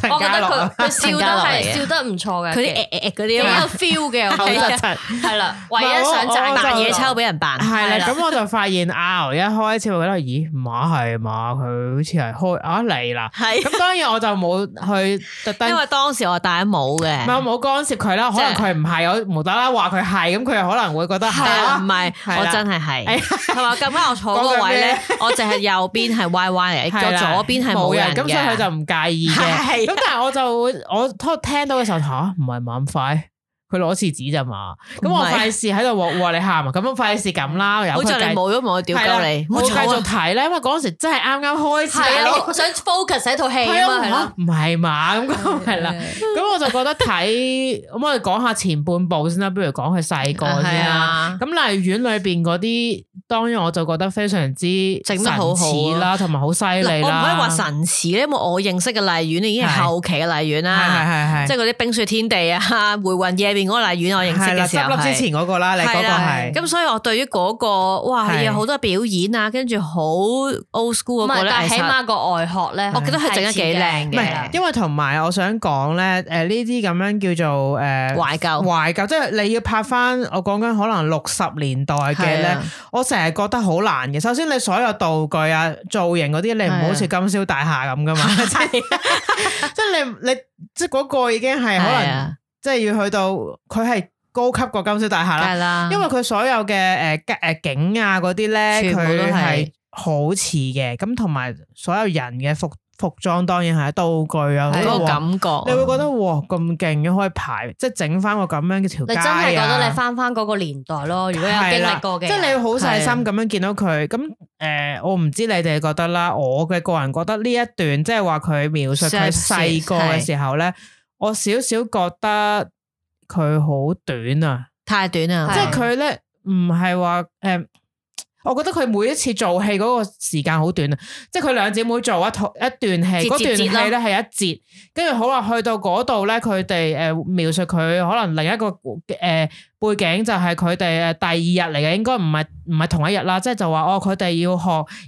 Speaker 1: 陳
Speaker 3: 嘅，
Speaker 1: 家
Speaker 3: 我覺得
Speaker 1: 樂
Speaker 3: 佢
Speaker 1: 啊
Speaker 3: 佢笑
Speaker 2: 陳家樂
Speaker 3: 得
Speaker 2: 嚟
Speaker 3: 係
Speaker 2: 嘅
Speaker 3: 笑得唔錯嘅，
Speaker 2: 佢啲誒誒誒嗰
Speaker 3: 幾
Speaker 2: 啲啊嘛，
Speaker 3: 有 feel 嘅，我
Speaker 1: 好
Speaker 3: 覺
Speaker 1: 實
Speaker 3: 得
Speaker 1: 質。
Speaker 3: 係啦，唯一
Speaker 1: 我
Speaker 3: 想讚
Speaker 1: 我
Speaker 2: 扮
Speaker 1: 就
Speaker 2: 嘢
Speaker 3: 秋
Speaker 2: 抽俾人扮。
Speaker 1: 係
Speaker 3: 係
Speaker 1: 啦，
Speaker 3: 啦
Speaker 1: 咁我就發現阿牛一開始會覺得，咦，唔係嘛，佢好似係開啊嚟啦。
Speaker 2: 係，
Speaker 1: 咁當然我就冇去特登，
Speaker 2: 因
Speaker 1: 唔
Speaker 2: 為當時我戴緊帽嘅，
Speaker 1: 係我冇干涉佢啦。可能
Speaker 2: 即
Speaker 1: 佢唔係，我無啦啦話佢係，咁佢又可能會覺得係
Speaker 2: 但係
Speaker 1: 啊
Speaker 2: 唔。係，
Speaker 1: 係
Speaker 2: 我
Speaker 1: 啦
Speaker 2: 真係係，
Speaker 1: 係
Speaker 2: 同埋我咁啱我坐嗰個位咧，我淨係右邊係 Y Y 嚟，
Speaker 1: 係
Speaker 2: 個
Speaker 1: 啦
Speaker 2: 左邊係冇人
Speaker 1: 咁所以佢就
Speaker 2: 嘅。
Speaker 1: 唔介意嘅。
Speaker 2: 係
Speaker 1: 咁但係我就 會我聽聽到嘅時候，吓唔係嘛咁快，佢攞廁紙咋嘛？咁我
Speaker 2: 唔係
Speaker 1: 費事喺度話話你喊啊，咁樣費事咁啦，由
Speaker 2: 好
Speaker 1: 佢
Speaker 2: 在
Speaker 1: 繼
Speaker 2: 你冇咗我屌鳩你，
Speaker 1: 我
Speaker 2: 冇
Speaker 1: 繼
Speaker 2: 錯
Speaker 1: 續
Speaker 2: 啊。
Speaker 1: 睇咧，因為嗰陣時真係啱啱開始
Speaker 3: 係
Speaker 1: 大佬
Speaker 3: 啊，我想 focus 喺套戲
Speaker 1: 係
Speaker 3: 啊嘛，係
Speaker 1: 啊
Speaker 3: 啦，
Speaker 1: 唔係嘛咁
Speaker 2: 嗯
Speaker 1: 咁係啦，咁我就覺得睇 咁我哋講下前半部先啦，不如講佢細個
Speaker 2: 係
Speaker 1: 先啦。
Speaker 2: 啊，
Speaker 1: 咁麗苑裏邊嗰啲，當然我就覺得非常之
Speaker 2: 整得好好啊
Speaker 1: 神似啦，同埋好犀利
Speaker 2: 嗱我唔可
Speaker 1: 啦。
Speaker 2: 以話神似咧，因為我認識嘅麗苑已經係
Speaker 1: 係
Speaker 2: 後期嘅麗苑
Speaker 1: 係係
Speaker 2: 啦，
Speaker 1: 係係，
Speaker 2: 啊即係嗰啲冰雪天地啊、回魂夜入邊嗰個麗苑，我認識
Speaker 1: 係啦
Speaker 2: 嘅時候
Speaker 1: 執笠
Speaker 2: 係
Speaker 1: 之前嗰個啦，你嗰
Speaker 2: 係
Speaker 1: 個
Speaker 2: 啦
Speaker 1: 係，
Speaker 2: 咁所以我對於嗰個哇
Speaker 1: 係
Speaker 2: 有好多表演啊，跟住好 old
Speaker 3: 唔
Speaker 2: school 嗰個
Speaker 3: 係，
Speaker 2: 咧，
Speaker 3: 但係
Speaker 2: 其
Speaker 3: 起
Speaker 2: 實
Speaker 3: 碼個外殼咧，
Speaker 2: 我覺得係整得幾靚
Speaker 1: 唔
Speaker 2: 嘅
Speaker 1: 係
Speaker 2: 係
Speaker 1: 因為同埋我想講咧，誒呢啲咁樣叫做誒
Speaker 2: 懷舊
Speaker 1: 懷舊，即係你要拍翻我講緊可能六十年代嘅咧
Speaker 2: 係啊，
Speaker 1: 我成日覺得好難嘅。首先你所有道具啊、造型嗰啲，你唔好
Speaker 2: 係啊
Speaker 1: 好似金宵大廈咁噶 嘛，
Speaker 2: 啊
Speaker 1: 即係即係你你即係嗰個已經係可
Speaker 2: 係
Speaker 1: 能
Speaker 2: 啊，
Speaker 1: 即係要去到佢係高級過金宵大廈
Speaker 2: 梗
Speaker 1: 啦，
Speaker 2: 係啦，
Speaker 1: 因為佢所有嘅誒誒景啊嗰啲咧，
Speaker 2: 全部都
Speaker 1: 佢
Speaker 2: 係
Speaker 1: 係好似嘅，咁同埋所有人嘅服服裝當然係道具啊，
Speaker 2: 嗰
Speaker 1: 嗰
Speaker 2: 個
Speaker 1: 個
Speaker 2: 感
Speaker 1: 你
Speaker 2: 覺
Speaker 1: 會覺得哇咁勁嘅可以排，即係整翻個咁樣嘅條街
Speaker 3: 你真
Speaker 1: 啊！
Speaker 3: 係覺得你翻翻嗰個年代咯，如果有經歷過嘅人，
Speaker 1: 即係你會好細心咁樣見到佢。咁誒、呃我唔知你哋覺得啦，我嘅個人覺得呢一段即係話佢描述佢細個嘅時候咧，我少少覺得佢好短啊，
Speaker 2: 太短啦，
Speaker 3: 係
Speaker 1: 即係佢咧唔係話诶。誒我覺得佢每一次做戲嗰個時間好短啊，即係佢兩姊妹做一套一段戲，
Speaker 2: 節節
Speaker 1: 嗰段
Speaker 2: 節咯
Speaker 1: 戲咧係一節，跟住好啦，去到嗰度咧，佢哋诶描述佢可能另一個诶、背景就係佢哋诶第二日嚟嘅，應該唔係唔係同一日啦，即係就話哦，佢哋要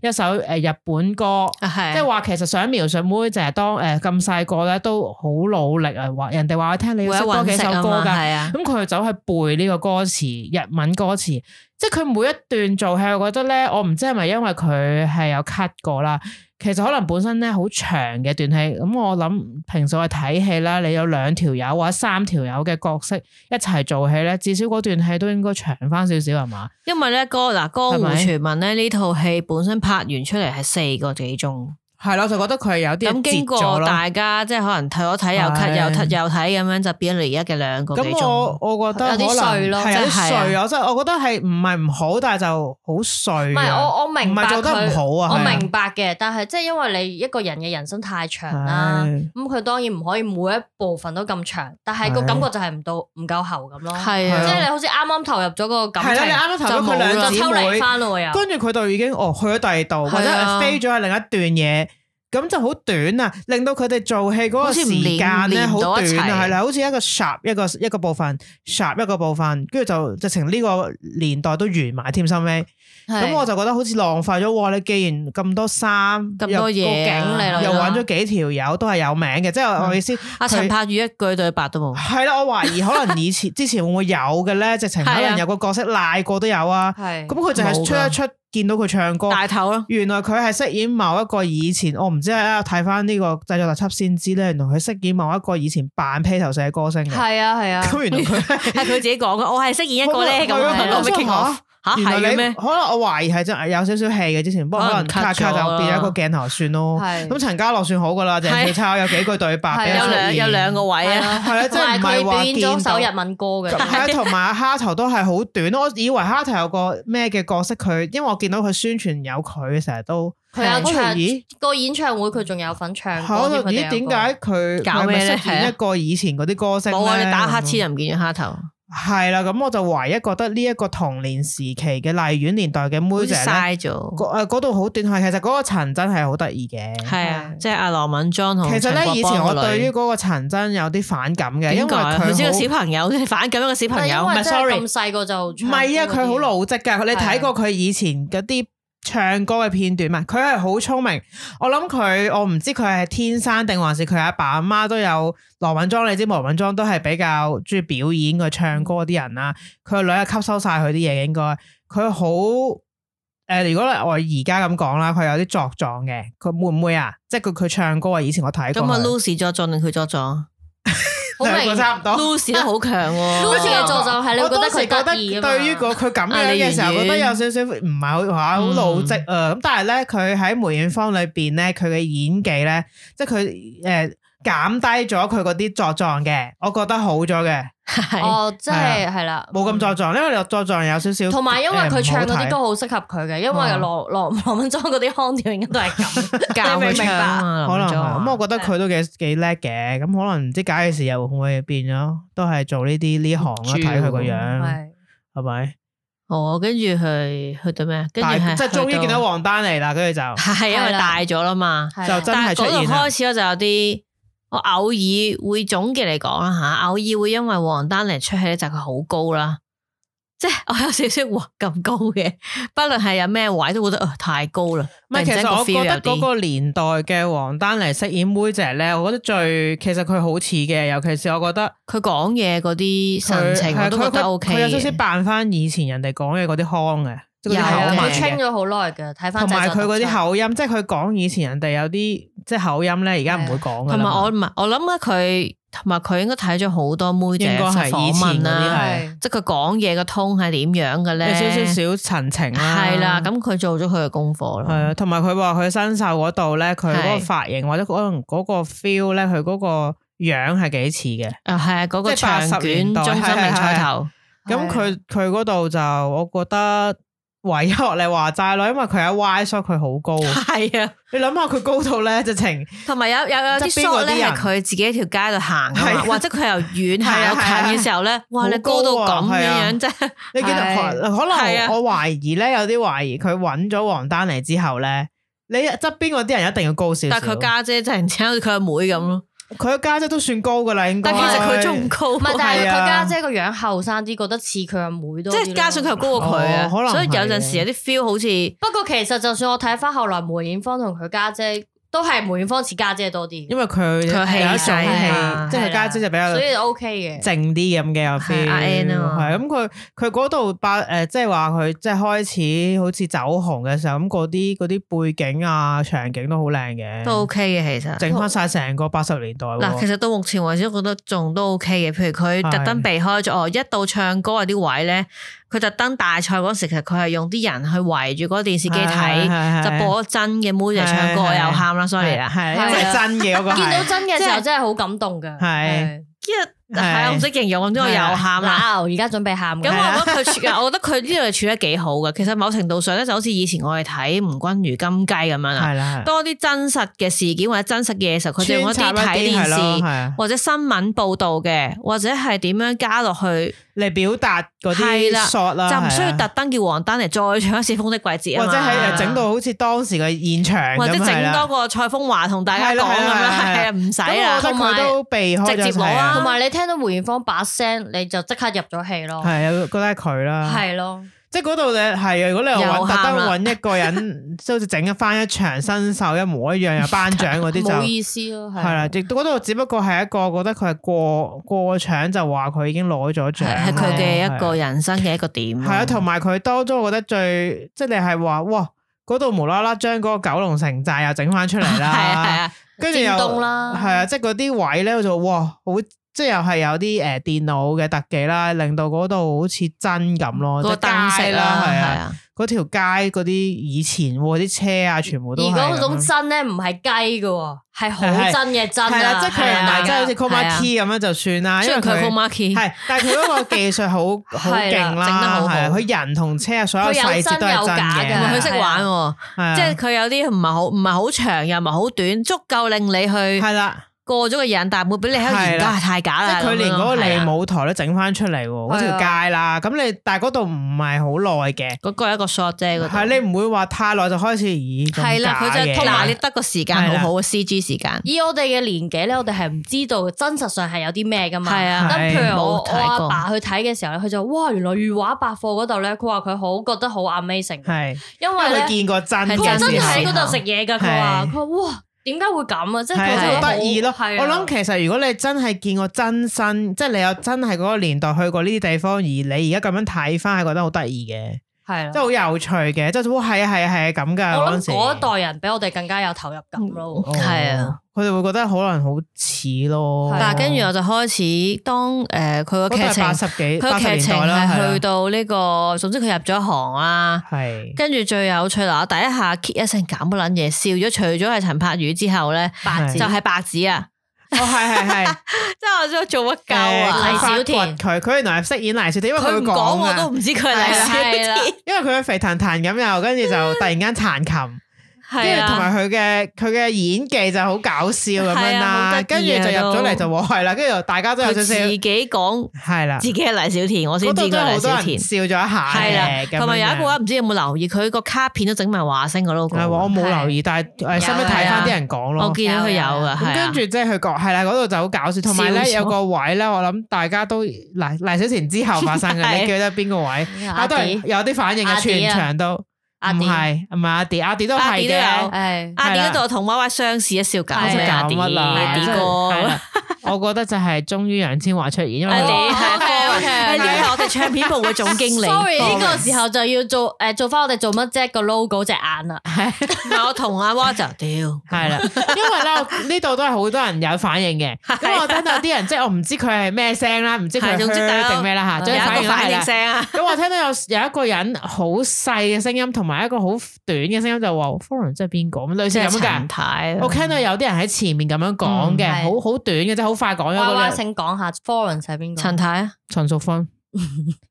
Speaker 1: 學一首诶日本歌。
Speaker 2: 啊係
Speaker 1: 即係話其實想描述妹就係當誒咁細個咧都好努力啊，話人哋話我聽你
Speaker 2: 會
Speaker 1: 要
Speaker 2: 有
Speaker 1: 識多
Speaker 2: 揾
Speaker 1: 幾
Speaker 2: 食
Speaker 1: 首
Speaker 2: 啊
Speaker 1: 歌
Speaker 2: 嘛，
Speaker 1: 㗎，
Speaker 2: 係啊，
Speaker 1: 咁佢就走去背呢個歌詞日文歌詞，即係佢每一段做戲，我覺得咧，我唔知係咪因為佢係有 cut 過啦。其實可能本身咧好長嘅段戲，咁我諗平時我哋睇戲啦，你有兩條友或者三條友嘅角色一齊做戲咧，至少嗰段戲都應該長翻少少係嘛？
Speaker 2: 因為咧歌嗱江湖
Speaker 1: 係咪
Speaker 2: 傳聞咧呢套戲本身拍完出嚟係四個幾鐘，
Speaker 1: 係咯，就覺得佢有
Speaker 2: 咁經過大家即係可能睇我睇又
Speaker 1: 係
Speaker 2: cut 又 cut 又睇咁樣，就變咗而家嘅兩個幾
Speaker 1: 咁我
Speaker 2: 鐘。
Speaker 1: 我覺得
Speaker 3: 有啲
Speaker 1: 可能
Speaker 3: 碎咯
Speaker 1: 係有
Speaker 2: 真係
Speaker 1: 啲
Speaker 2: 啊
Speaker 1: 碎啊！即係我覺得係唔係唔好，但係就好碎啊。
Speaker 3: 唔係我我明白
Speaker 1: 唔係做得唔好啊
Speaker 3: 佢我
Speaker 1: 係啊
Speaker 3: 明白嘅，但係即係因為你一個人嘅人生太長啦，
Speaker 1: 係
Speaker 3: 咁佢當然唔可以每一部分都咁長，但係個
Speaker 1: 係
Speaker 3: 感覺就係唔到唔夠喉咁咯。
Speaker 2: 係
Speaker 3: 即係
Speaker 2: 啊，
Speaker 3: 你好似啱啱投入咗個感
Speaker 1: 係啦，你
Speaker 3: 情，
Speaker 1: 啱啱頭咗佢
Speaker 2: 就
Speaker 1: 兩
Speaker 3: 就
Speaker 1: 姊
Speaker 3: 抽離
Speaker 1: 妹，
Speaker 3: 翻咯又。
Speaker 1: 跟住佢就已經哦去咗第二度，或者
Speaker 2: 啊
Speaker 1: 呃
Speaker 2: 係啊
Speaker 1: 飛咗去另一段嘢。咁就好短啊，令到佢哋做戲嗰個
Speaker 2: 好似唔連
Speaker 1: 時間咧
Speaker 2: 連
Speaker 1: 好
Speaker 2: 到
Speaker 1: 短
Speaker 2: 一齊
Speaker 1: 啊，係啦，好似一個 sharp 一個一個部分，sharp 一個部分，跟住就直情呢個年代都完埋添，收尾。咁
Speaker 2: 啊
Speaker 1: 我就覺得好似浪費咗。哇！你既然咁多衫，
Speaker 2: 咁多
Speaker 1: 又
Speaker 2: 嘢啊
Speaker 3: 個景嚟咯
Speaker 1: 又揾咗幾條友都係有名嘅，即係我意思。
Speaker 2: 阿
Speaker 1: 佢
Speaker 2: 陳柏宇一句對白都冇，
Speaker 1: 係啦，我懷疑可能以前 之前會唔會有嘅咧？直情可
Speaker 2: 係啊
Speaker 1: 能有個角色賴過都有啊。
Speaker 3: 係
Speaker 1: 咁佢就係出
Speaker 2: 冇㗎
Speaker 1: 一出見到佢唱歌，
Speaker 2: 大頭 咯，
Speaker 1: 原來佢係飾演某一個以前我唔知啊，睇翻呢個製作特輯先知咧，原來佢飾演某一個以前扮披頭士嘅歌星嘅。
Speaker 3: 係啊係 啊，
Speaker 1: 咁原來佢係
Speaker 2: 係佢自己講嘅，我係飾演一個咧咁
Speaker 1: 係啊
Speaker 2: 樣，我咪
Speaker 1: 我
Speaker 2: 傾
Speaker 1: 想
Speaker 2: 我
Speaker 1: 話
Speaker 2: 吓
Speaker 1: 原來
Speaker 2: 係嘅
Speaker 1: 你
Speaker 2: 咩？
Speaker 1: 可能我懷疑係真係有少少戲嘅之前，不過可能
Speaker 2: 可能
Speaker 1: 卡
Speaker 2: cut 咗
Speaker 1: 卡
Speaker 2: 啦
Speaker 1: 就變咗一個鏡頭算咯。
Speaker 3: 係
Speaker 1: 咁陳家樂算好噶啦，鄭少秋有幾句對白
Speaker 3: 係
Speaker 1: 俾
Speaker 2: 有
Speaker 1: 佢出
Speaker 2: 兩
Speaker 1: 現
Speaker 2: 有兩個位啊，
Speaker 1: 係啦，即係唔
Speaker 3: 同埋
Speaker 1: 係
Speaker 3: 佢
Speaker 1: 話
Speaker 3: 表演
Speaker 1: 見
Speaker 3: 咗首
Speaker 1: 到
Speaker 3: 日文歌嘅
Speaker 1: 咁。係同埋蝦頭都係好短咯。我以為蝦頭有個咩嘅角色，佢因為我見到佢宣傳有佢，成日都
Speaker 3: 佢有
Speaker 1: 我
Speaker 3: 唱
Speaker 1: 哦咦
Speaker 3: 個演唱會，佢仲有份唱歌
Speaker 1: 考
Speaker 3: 添
Speaker 1: 到
Speaker 3: 佢哋
Speaker 1: 咦
Speaker 3: 有
Speaker 1: 點
Speaker 3: 個
Speaker 1: 解佢
Speaker 2: 搞咩咧
Speaker 1: 佢係咪飾演一個以前嗰啲歌星
Speaker 2: 冇啊！
Speaker 1: 咧
Speaker 2: 你打乞嗤就唔見咗蝦頭，
Speaker 1: 係啦，咁我就唯一覺得呢一個童年時期嘅麗苑年代嘅
Speaker 2: 好
Speaker 1: 妹
Speaker 2: 似
Speaker 1: 仔咧。
Speaker 2: 嘥咗。
Speaker 1: 嗰誒嗰度好短，係其實嗰個陳真係好得意嘅。
Speaker 2: 係啊，即係阿羅敏莊同
Speaker 1: 其實咧，
Speaker 2: 陳
Speaker 1: 以
Speaker 2: 國
Speaker 1: 前
Speaker 2: 邦
Speaker 1: 我
Speaker 2: 個
Speaker 1: 對
Speaker 2: 女
Speaker 1: 於嗰個陳真有啲反感嘅，因為
Speaker 2: 點解啊？
Speaker 1: 佢
Speaker 2: 佢只係個
Speaker 1: 好
Speaker 2: 小朋友，你反感一個小朋
Speaker 3: 但係
Speaker 2: 友
Speaker 3: 因，為
Speaker 1: 唔係
Speaker 3: 真係
Speaker 1: ，sorry
Speaker 3: 咁細個就
Speaker 1: 唔係啊，佢好
Speaker 3: 老。
Speaker 1: 老積㗎。你睇過佢以前嗰啲唱歌嘅片段嘛？佢係好聰明。我諗佢，我唔知佢係天生定還是佢阿爸阿媽都有羅敏莊。你知羅敏莊都係比較中意表演佢唱歌嗰啲人啦。佢個女係吸收晒佢啲嘢，應該佢好誒。如果我而家咁講啦，佢有啲作狀嘅。佢會唔會啊？即係佢佢唱歌啊！哦以前我睇過
Speaker 2: 咁啊
Speaker 1: 佢，
Speaker 2: Lucy 作狀定佢作狀
Speaker 3: 好明
Speaker 1: 兩個差唔多。
Speaker 2: ？Lucy 都好 強喎啊
Speaker 3: Lucy 嘅作狀係你會
Speaker 1: 啊我
Speaker 3: 覺得
Speaker 1: 當時
Speaker 3: 佢
Speaker 1: 覺
Speaker 3: 得
Speaker 1: 得
Speaker 3: 意啊嘛
Speaker 1: 對於個佢咁樣嘅時
Speaker 2: 啊
Speaker 1: 候，
Speaker 2: 李圓圓
Speaker 1: 覺得有少少唔係好嚇好老積
Speaker 3: 嗯
Speaker 1: 啊。咁但係咧，佢喺梅艷芳裏邊咧，佢嘅演技咧，即係佢誒減低咗佢嗰啲作狀嘅，我覺得好咗嘅，
Speaker 2: 係
Speaker 3: 哦，即係係啦，
Speaker 1: 啊冇咁作狀，因為作狀有少少
Speaker 3: 嗯同埋因為佢唱嗰啲
Speaker 1: 歌，
Speaker 3: 歌好適合佢嘅，因為
Speaker 1: 嗯
Speaker 3: 羅羅羅敏莊嗰啲腔調應該都係咁。
Speaker 2: 教佢唱啊，
Speaker 1: 可能係
Speaker 2: 咁
Speaker 1: 咁，我覺得佢都幾幾叻嘅。咁可能唔知假嘅時候會唔會變咗，都係做呢啲呢行啦，
Speaker 2: 唔知
Speaker 1: 睇佢個
Speaker 2: 喎
Speaker 1: 樣
Speaker 3: 係
Speaker 1: 係咪？
Speaker 2: 哦，跟住去去到咩？跟住
Speaker 1: 但
Speaker 2: 係
Speaker 1: 係即係終於見到
Speaker 2: 我，
Speaker 1: 王丹嚟啦，跟住就
Speaker 2: 係因為大咗啦嘛。
Speaker 3: 係啊
Speaker 1: 就
Speaker 3: 啦
Speaker 1: 真
Speaker 2: 但
Speaker 1: 係
Speaker 2: 係
Speaker 1: 出
Speaker 2: 嗰
Speaker 1: 現啊
Speaker 2: 度
Speaker 1: 啦
Speaker 2: 開。始我就有啲，我偶爾會總結嚟講啦吓，偶爾會因為王丹妮出戲咧就係佢好高啦，即係 我有少少哇咁高嘅，不論係有咩位都覺得、呃、太高啦。
Speaker 1: 唔係，其
Speaker 2: 實
Speaker 1: 實我覺
Speaker 2: 覺
Speaker 1: 得嗰個年代嘅王丹妮飾演妹姐咧，我覺得最其實佢好似嘅，尤其是我覺得
Speaker 2: 佢講嘢嗰
Speaker 1: 佢
Speaker 2: 啲神情我都
Speaker 1: 係
Speaker 2: 覺
Speaker 1: 佢
Speaker 2: 得
Speaker 1: 佢
Speaker 2: O K
Speaker 1: 佢有少少
Speaker 2: 嘅。
Speaker 1: 扮翻以前人哋講嘅嗰啲腔嘅，即係嗰
Speaker 2: 有
Speaker 1: 啲
Speaker 3: 係啊
Speaker 1: 口
Speaker 2: 嘅
Speaker 1: 吻
Speaker 3: 佢
Speaker 1: 嘅
Speaker 3: train 咗好耐嘅，睇翻
Speaker 1: 同埋
Speaker 3: 製作
Speaker 1: 佢嗰
Speaker 3: 特輯
Speaker 1: 啲口音，即係佢講以前人哋有啲即係口音咧，而家唔會講噶
Speaker 2: 同埋
Speaker 1: 啦。
Speaker 2: 我唔係，我啊諗咧佢同埋佢應該睇咗好多妹姐
Speaker 1: 應該
Speaker 2: 嘅
Speaker 1: 係
Speaker 2: 訪
Speaker 1: 以前
Speaker 2: 問
Speaker 1: 嗰啲
Speaker 2: 啦，
Speaker 1: 係
Speaker 3: 係
Speaker 2: 即係佢講嘢嘅通係點樣嘅咧？
Speaker 1: 有少少少啊陳情啦，
Speaker 2: 係啦，咁佢做咗佢嘅功課
Speaker 1: 係
Speaker 2: 啦。
Speaker 1: 啊，同埋佢話佢新秀嗰度咧，佢嗰
Speaker 2: 係
Speaker 1: 個髮型或者可能嗰個 feel 咧，佢嗰個樣係幾似嘅。
Speaker 2: 啊，係啊，嗰個
Speaker 1: 即係80
Speaker 2: 長卷
Speaker 1: 年代
Speaker 2: 中心名菜頭，
Speaker 1: 咁佢佢嗰度就我覺得唯一學你話齋咯，因為佢喺 Y，所以佢好高。
Speaker 2: 系啊，
Speaker 1: 你諗下佢高到咧，直情
Speaker 2: 同埋有有有啲
Speaker 1: 側邊嗰啲
Speaker 2: shot 咧係
Speaker 1: 人
Speaker 2: 佢自己喺條街度行噶
Speaker 1: 係
Speaker 2: 嘛，
Speaker 1: 啊
Speaker 2: 或者佢由遠
Speaker 1: 係啊係
Speaker 2: 行
Speaker 1: 啊
Speaker 2: 到近嘅時候咧，哇！
Speaker 1: 好
Speaker 2: 你高到
Speaker 1: 高啊
Speaker 2: 咁
Speaker 1: 係
Speaker 2: 樣
Speaker 1: 啊
Speaker 2: 樣啫，
Speaker 1: 你記得
Speaker 2: 係
Speaker 1: 可能可
Speaker 2: 係啊
Speaker 1: 能我懷疑咧，有啲懷疑佢揾咗黃丹妮之後咧，你側邊嗰啲人一定要高少少。
Speaker 2: 但係佢家姐真係唔似好似佢阿妹咁咯，
Speaker 1: 佢家姐都算高噶啦，應該。
Speaker 2: 但其實佢仲高
Speaker 3: 唔係，
Speaker 2: 喎，
Speaker 3: 但係
Speaker 1: 係
Speaker 3: 佢
Speaker 1: 啊
Speaker 3: 家姐個樣後生啲，覺得似佢阿妹多
Speaker 2: 即
Speaker 3: 啲咯。
Speaker 2: 係加上佢又高過佢
Speaker 1: 哦
Speaker 2: 啊，
Speaker 1: 可能
Speaker 2: 所以有
Speaker 1: 係
Speaker 2: 陣時有啲 feel 好似
Speaker 3: 不過其實就算我睇翻後來梅艷芳同佢家姐，都係梅艷芳似家姐多啲。
Speaker 1: 因為佢
Speaker 2: 佢氣
Speaker 1: 有一種
Speaker 2: 勢啊
Speaker 1: 氣，即係佢家姐就比較
Speaker 3: 所以 OK 嘅。
Speaker 1: 靜啲咁嘅有 feel，
Speaker 2: RN 啊嘛
Speaker 1: 係咁佢佢嗰度八誒，即係話佢即係開始好似走紅嘅時候，咁嗰啲嗰啲背景啊場景都好靚嘅，
Speaker 2: 都 OK 嘅，其實。
Speaker 1: 整翻晒成個八十年代
Speaker 2: 嗱，其
Speaker 1: 喎。
Speaker 2: 實到目前為止，我覺得仲都 OK 嘅。譬如佢特登避開咗，哦，一到唱歌嗰啲位咧，佢特登大賽嗰時，其實佢係用啲人去圍住嗰個電視機
Speaker 1: 係
Speaker 2: 睇，
Speaker 1: 係係
Speaker 2: 就播咗真嘅妹嚟唱歌，
Speaker 1: 係係
Speaker 2: 又喊啦，sorry 啦，
Speaker 1: 係
Speaker 3: 係啊
Speaker 1: 係真係真嘅嗰個
Speaker 3: 見到
Speaker 1: 係，
Speaker 3: 真嘅時
Speaker 2: 即係
Speaker 3: 候真係好感動㗎。
Speaker 1: 係啊
Speaker 2: 一係啊我唔識形容，咁之我又喊啦。
Speaker 3: 嗱，我哦而家準備喊㗎。
Speaker 2: 咁我覺得佢處，我覺得佢呢度處得幾好嘅。其實某程度上咧，就好似以前我哋睇吳君如金雞咁樣啦，
Speaker 1: 係啦，
Speaker 2: 多啲真實嘅事件或者真實嘅嘢時候，啊佢哋用一啲
Speaker 1: 穿插
Speaker 2: 睇
Speaker 1: 一係
Speaker 2: 電
Speaker 1: 咯
Speaker 2: 視
Speaker 1: 係啊
Speaker 2: 或者新聞報導嘅，或者係點樣加落去。
Speaker 1: 嚟表達嗰
Speaker 2: 係
Speaker 1: 啲
Speaker 2: 啦
Speaker 1: shot 啦，
Speaker 2: 就唔需要
Speaker 1: 係啊
Speaker 2: 特登叫黃丹嚟再唱一次《風的季節》
Speaker 1: 或
Speaker 2: 啊嘛
Speaker 1: 者係誒呃整到好似當時嘅現場咁
Speaker 2: 或者
Speaker 1: 係
Speaker 2: 整
Speaker 1: 啦
Speaker 2: 多個蔡風華同大家
Speaker 1: 係啦
Speaker 2: 講
Speaker 1: 係
Speaker 2: 咁
Speaker 1: 啦
Speaker 2: 樣，
Speaker 1: 係啦
Speaker 2: 係啊，唔使
Speaker 1: 咁我覺得
Speaker 2: 啦。
Speaker 1: 佢都避開
Speaker 2: 直接
Speaker 1: 咗
Speaker 2: 攞啊
Speaker 3: 同埋你聽到梅艷芳把聲，你就即刻入咗戲咯。
Speaker 1: 係啊，覺得係佢啦，
Speaker 3: 係咯，
Speaker 1: 即係嗰度你係啊，如果你又揾
Speaker 2: 又
Speaker 1: 特
Speaker 2: 喊
Speaker 1: 登
Speaker 2: 啦
Speaker 1: 揾一個 人，即係好似整翻一場新秀一模一樣又頒獎嗰啲就
Speaker 3: 冇
Speaker 1: 係
Speaker 3: 意思咯。係
Speaker 2: 啊
Speaker 1: 啦，亦都嗰度只不過係一個覺得佢係過過場就話佢已經攞咗獎，
Speaker 2: 係佢嘅一個。嗯人生嘅一個點。
Speaker 1: 啊係啊，同埋佢當中，我覺得最即係你係話哇，嗰度無啦啦將嗰個九龍城寨又整翻出嚟
Speaker 2: 係啊係
Speaker 1: 啦，
Speaker 2: 啊，
Speaker 1: 跟住又
Speaker 3: 尖東啦
Speaker 1: 係啊，即係嗰啲位咧，我就哇好，即係又係有啲誒電腦嘅特技啦，令到嗰度好似真咁咯，
Speaker 2: 嗰個
Speaker 1: 即係
Speaker 2: 燈
Speaker 1: 街
Speaker 2: 飾
Speaker 1: 啦，
Speaker 2: 啦，
Speaker 1: 係
Speaker 2: 係
Speaker 1: 啊。
Speaker 2: 啊，
Speaker 1: 嗰條街嗰啲以前喎啲車啊，全部
Speaker 3: 而
Speaker 1: 都係
Speaker 3: 嗰
Speaker 1: 咁
Speaker 3: 種
Speaker 1: 樣
Speaker 3: 真咧唔係雞嘅喎，係好
Speaker 1: 係係
Speaker 3: 真嘅真
Speaker 1: 係
Speaker 3: 啊！
Speaker 1: 啦，即係佢
Speaker 2: 係
Speaker 1: 唔
Speaker 2: 啊
Speaker 1: 係真係好似 c o m
Speaker 2: 係啊
Speaker 1: a Key 咁樣就算啦，因
Speaker 2: 雖
Speaker 1: 為
Speaker 2: 然佢 full
Speaker 1: 佢
Speaker 2: marky，
Speaker 1: 係，啊但係佢嗰個技術好 好
Speaker 3: 係啦
Speaker 1: 勁
Speaker 2: 整得
Speaker 1: 啦，
Speaker 2: 好好
Speaker 1: 係啊佢人同車啊所有
Speaker 3: 佢有
Speaker 1: 細節都
Speaker 3: 真有
Speaker 1: 係真
Speaker 3: 假
Speaker 2: 同埋
Speaker 1: 嘅
Speaker 3: 㗎
Speaker 2: 佢，識玩喎，即係
Speaker 1: 係啊
Speaker 2: 佢有啲唔係好唔係好長又唔係好短，足夠令你去
Speaker 1: 係啦，
Speaker 2: 過咗個癮，但係唔會俾你喺度研
Speaker 1: 係
Speaker 2: 究
Speaker 1: 啦
Speaker 2: 係太假
Speaker 1: 即
Speaker 2: 啦。
Speaker 1: 係佢連嗰個
Speaker 2: 咁樣係啊
Speaker 1: 利舞台都整翻出嚟喎，
Speaker 3: 係啊
Speaker 1: 嗰條街啦，咁你但係嗰度唔係好耐嘅，
Speaker 2: 嗰個係一個 shot 啫，嗰度
Speaker 1: 係你唔會話太耐就開始咦咁
Speaker 2: 係啦，佢
Speaker 1: 假
Speaker 2: 就
Speaker 1: 嘅
Speaker 2: 係嗱，你得個時間好
Speaker 1: 係啦
Speaker 2: 好嘅 CG 時間。
Speaker 3: 以我哋嘅年紀咧，我哋係唔知道真實上係有啲咩噶嘛。
Speaker 2: 係啊
Speaker 3: 咁譬
Speaker 2: 冇
Speaker 3: 如我我
Speaker 2: 睇過
Speaker 3: 阿爸去睇嘅時候咧，佢就哇，原來裕華百貨嗰度咧，佢話佢好覺得好 amazing，
Speaker 1: 係，
Speaker 3: 因
Speaker 1: 因
Speaker 3: 為
Speaker 1: 為
Speaker 3: 咧
Speaker 1: 佢見過真
Speaker 2: 係
Speaker 3: 佢
Speaker 1: 嘅
Speaker 3: 真
Speaker 1: 時
Speaker 3: 係
Speaker 1: 候
Speaker 3: 喺嗰度食嘢噶。佢話
Speaker 1: 係
Speaker 3: 佢話哇，點解會咁啊？即係
Speaker 1: 係
Speaker 3: 佢
Speaker 1: 真係
Speaker 3: 真係
Speaker 1: 好得意咯。
Speaker 3: 係啊
Speaker 1: 我諗其實如果你真係見過真身，即係你有真係嗰個年代去過呢啲地方，而你而家咁樣睇翻，係覺得好得意嘅，
Speaker 3: 係
Speaker 1: 即係
Speaker 3: 啦。
Speaker 1: 好有趣嘅，即係哇係啊係啊係啊咁噶。
Speaker 3: 我諗
Speaker 1: 陣時
Speaker 3: 嗰一
Speaker 2: 啊
Speaker 3: 代人比我哋更加有投入感咯。
Speaker 1: 哦
Speaker 2: 係啊，
Speaker 1: 佢哋會覺得可能好似咯
Speaker 3: 係啊。
Speaker 2: 但係跟住我就開始當誒佢
Speaker 1: 嗰
Speaker 2: 個
Speaker 1: 度
Speaker 2: 劇
Speaker 1: 係
Speaker 2: 情，
Speaker 1: 八
Speaker 2: 佢
Speaker 1: 十幾
Speaker 2: 個
Speaker 1: 八十
Speaker 2: 劇
Speaker 1: 年
Speaker 2: 情
Speaker 1: 代啦，
Speaker 2: 係
Speaker 1: 到
Speaker 2: 去到呢個，總之佢入咗行啦。
Speaker 1: 係
Speaker 2: 跟住最有趣嗱，我第一下 k 一聲咁嘅撚嘢，笑咗。除咗係陳柏宇之後咧，
Speaker 3: 白字
Speaker 2: 就 係白紙啊！
Speaker 1: 哦係係 係
Speaker 2: 即係我真係做乜鳩
Speaker 1: 誒
Speaker 2: 啊
Speaker 1: 佢！發
Speaker 3: 黎小田
Speaker 1: 掘佢佢原來係飾演黎小田，因為
Speaker 2: 佢唔講
Speaker 1: 講
Speaker 2: 我都
Speaker 1: 啊，
Speaker 2: 唔知佢係黎小
Speaker 3: 係啦
Speaker 2: 田，
Speaker 1: 因為佢肥彈彈咁又跟住就突然間彈琴。跟
Speaker 2: 係
Speaker 1: 住同
Speaker 2: 啊，
Speaker 1: 埋佢嘅佢嘅演技就好搞笑咁樣
Speaker 2: 係啊好得意啊
Speaker 1: 啦，跟住就入咗嚟就話係啦，跟住大家都有
Speaker 2: 佢
Speaker 1: 少
Speaker 2: 自
Speaker 1: 少
Speaker 2: 己講
Speaker 1: 係啦，
Speaker 2: 自己係黎小田，我先
Speaker 1: 嗰
Speaker 2: 知
Speaker 1: 度
Speaker 2: 佢
Speaker 1: 都有
Speaker 2: 係
Speaker 1: 好
Speaker 2: 黎
Speaker 1: 多
Speaker 2: 小
Speaker 1: 人
Speaker 2: 田。
Speaker 1: 笑咗一下
Speaker 2: 係啦
Speaker 1: 嘅，，咁
Speaker 2: 同埋有一
Speaker 1: 樣
Speaker 2: 個話唔知有冇留意，佢個卡片都整埋華星個 logo。啊
Speaker 1: 係話我冇留意，但係誒收尾睇翻啲人講
Speaker 2: 我
Speaker 1: 咯。
Speaker 2: 見到佢有噶，
Speaker 1: 咁
Speaker 2: 係啊
Speaker 1: 跟住即係佢講係啦，嗰度就好搞笑，同埋
Speaker 2: 笑
Speaker 1: 咧
Speaker 2: 咗
Speaker 1: 有個位咧，我諗大家都嗱黎小田之後發生
Speaker 2: 係
Speaker 1: 嘅，你記得邊個位？
Speaker 3: 阿
Speaker 1: 但都係
Speaker 3: 迪，
Speaker 1: 有啲反應
Speaker 3: 阿
Speaker 1: 嘅，
Speaker 3: 迪
Speaker 1: 全
Speaker 3: 啊
Speaker 1: 場都唔
Speaker 3: 阿迪，
Speaker 1: 係唔係阿迪，阿迪都
Speaker 2: 阿
Speaker 1: 係
Speaker 2: 迪都有
Speaker 1: 嘅。
Speaker 3: 係
Speaker 2: 阿迪
Speaker 1: 係啦
Speaker 2: 嗰度啊同 Y Y 相視一笑搞
Speaker 3: 係
Speaker 2: 咩？阿
Speaker 1: 搞
Speaker 2: 迪，
Speaker 1: 乜啊啦？
Speaker 2: 阿迪
Speaker 1: 真係係
Speaker 2: 哥
Speaker 1: 啦。 我覺得就係終於楊千嬅出現，因為
Speaker 2: 阿迪
Speaker 1: 我
Speaker 2: 啊係
Speaker 3: 哦
Speaker 2: 係係
Speaker 3: OK，OK
Speaker 2: 呢個係我哋唱片部嘅總經理。哦
Speaker 3: Sorry，呢個時
Speaker 2: 候
Speaker 3: 候就要做誒做翻我哋做乜啫個 logo 隻眼啊 啦。
Speaker 2: 唔係我同阿 Y 就屌，
Speaker 1: 係 啦，因為咧我呢度都係好多人有反應嘅，因為我聽到有啲人即係我唔知佢係咩聲啦，唔知佢
Speaker 2: 係總之大家
Speaker 1: 係定咩啦嚇，
Speaker 2: 有
Speaker 1: 總之
Speaker 2: 一個
Speaker 1: 反
Speaker 2: 反
Speaker 1: 應啦係
Speaker 2: 應
Speaker 1: 啦。
Speaker 2: 聲啊！
Speaker 1: 咁我聽到有有一個人好細嘅聲音，同埋一個好短嘅聲音就話 f o r e i g n 即係啊邊個咁類似咁㗎。
Speaker 2: 睇
Speaker 1: 我聽到有啲人喺前面咁樣講嘅，
Speaker 3: 嗯係
Speaker 1: 好好短嘅啫，好快講咗
Speaker 3: 娃
Speaker 2: 嗯
Speaker 3: 娃
Speaker 1: 嗰兩
Speaker 3: 請講下 Florence 係邊個？
Speaker 2: 陳太啊，
Speaker 1: 陳淑芬。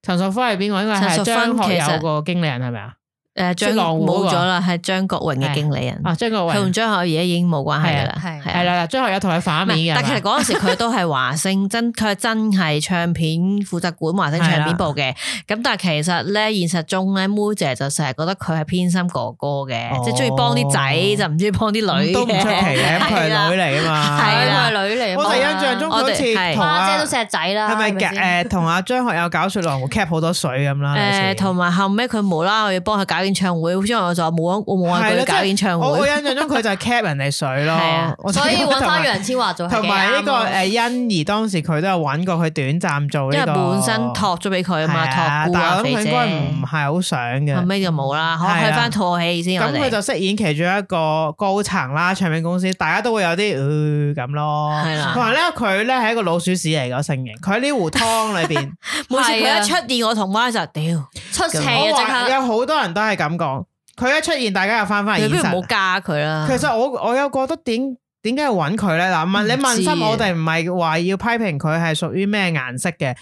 Speaker 1: 陳淑芬係邊個？應該
Speaker 2: 陳淑
Speaker 1: 係
Speaker 2: 芬
Speaker 1: 張學
Speaker 2: 其實
Speaker 1: 友個經理人係咪啊？
Speaker 2: 诶，张
Speaker 1: 色狼湖嗰
Speaker 2: 冇
Speaker 1: 個
Speaker 2: 咗啦，係張國榮嘅經理人，
Speaker 1: 啊，張國
Speaker 2: 佢同
Speaker 1: 榮
Speaker 2: 張學友已經冇關係噶啦，
Speaker 3: 係啊
Speaker 2: 係
Speaker 3: 係
Speaker 2: 啊
Speaker 1: 係啦，張學友同佢反
Speaker 2: 唔
Speaker 1: 面
Speaker 2: 係
Speaker 1: 嘅，
Speaker 2: 但
Speaker 1: 係
Speaker 2: 其實
Speaker 1: 嘛
Speaker 2: 嗰陣時佢都係華星真， 佢係真係唱片負責管華星唱片部
Speaker 1: 啊
Speaker 2: 嘅。咁但係其實咧，現實中咧，妹姐就成日覺得佢係偏心哥哥嘅，
Speaker 1: 哦
Speaker 2: 即係中意幫啲仔，就唔中意幫啲女
Speaker 1: 都唔出奇嘅，
Speaker 2: 係
Speaker 1: 佢
Speaker 2: 啦
Speaker 1: 係女嚟啊嘛，
Speaker 2: 係啦
Speaker 3: 佢係女嚟啊嘛，
Speaker 1: 我就印象中佢好
Speaker 2: 我哋係
Speaker 1: 似同
Speaker 3: 花姐
Speaker 1: 阿
Speaker 3: 都錫仔啦，
Speaker 1: 係咪
Speaker 3: 先
Speaker 1: 誒同阿張學友搞雪狼湖 cap 好多水咁啦？有時
Speaker 2: 誒，同埋後尾佢無啦啦要幫佢搞演唱會，因為我就話冇啊我冇
Speaker 1: 係
Speaker 2: 嗌
Speaker 1: 咯
Speaker 2: 佢搞演唱
Speaker 1: 我我
Speaker 2: 會，
Speaker 1: 印象中佢就係 cap 人哋水
Speaker 2: 係啊
Speaker 1: 咯，我
Speaker 3: 所以
Speaker 1: 覺得
Speaker 3: 揾
Speaker 1: 同
Speaker 3: 翻
Speaker 1: 埋
Speaker 3: 楊千嬅做係
Speaker 1: 同埋呢
Speaker 3: 幾啱啊
Speaker 1: 個
Speaker 3: 咯
Speaker 1: 誒欣兒當時佢都有揾過佢短暫做
Speaker 2: 因
Speaker 1: 呢
Speaker 2: 為
Speaker 1: 個，
Speaker 2: 本身托咗俾佢啊嘛，
Speaker 1: 係啊
Speaker 2: 托姑
Speaker 1: 但
Speaker 2: 啊
Speaker 1: 係我諗
Speaker 2: 肥
Speaker 1: 佢
Speaker 2: 姐
Speaker 1: 應，該唔係好想
Speaker 2: 後
Speaker 1: 嘅。
Speaker 2: 尾就冇啦，可
Speaker 1: 係啊
Speaker 2: 去翻套戲先我
Speaker 1: 咁
Speaker 2: 哋。
Speaker 1: 佢就飾演其中一個高層啦，唱片公司，大家都會有啲呃咁咯。
Speaker 2: 係啦
Speaker 1: 同埋咧，佢咧係一個老鼠屎嚟嘅成形，佢喺呢壺湯裏 邊，
Speaker 2: 每次
Speaker 1: 啊
Speaker 2: 佢一
Speaker 3: 係
Speaker 2: 出現，我同 Y 就屌。
Speaker 3: 出戲
Speaker 1: 我
Speaker 3: 啊
Speaker 1: 話
Speaker 3: 即刻，
Speaker 1: 有好多人都哦係咁講，佢一出現，大家又翻翻
Speaker 2: 你
Speaker 1: 現
Speaker 2: 不如
Speaker 1: 實
Speaker 2: 冇。啊加佢啦。
Speaker 1: 其實我我有覺得點點解要揾佢咧？嗱，問你問
Speaker 2: 唔知
Speaker 1: 心，
Speaker 2: 啊
Speaker 1: 我哋唔係話要批評佢係屬於咩顏色嘅，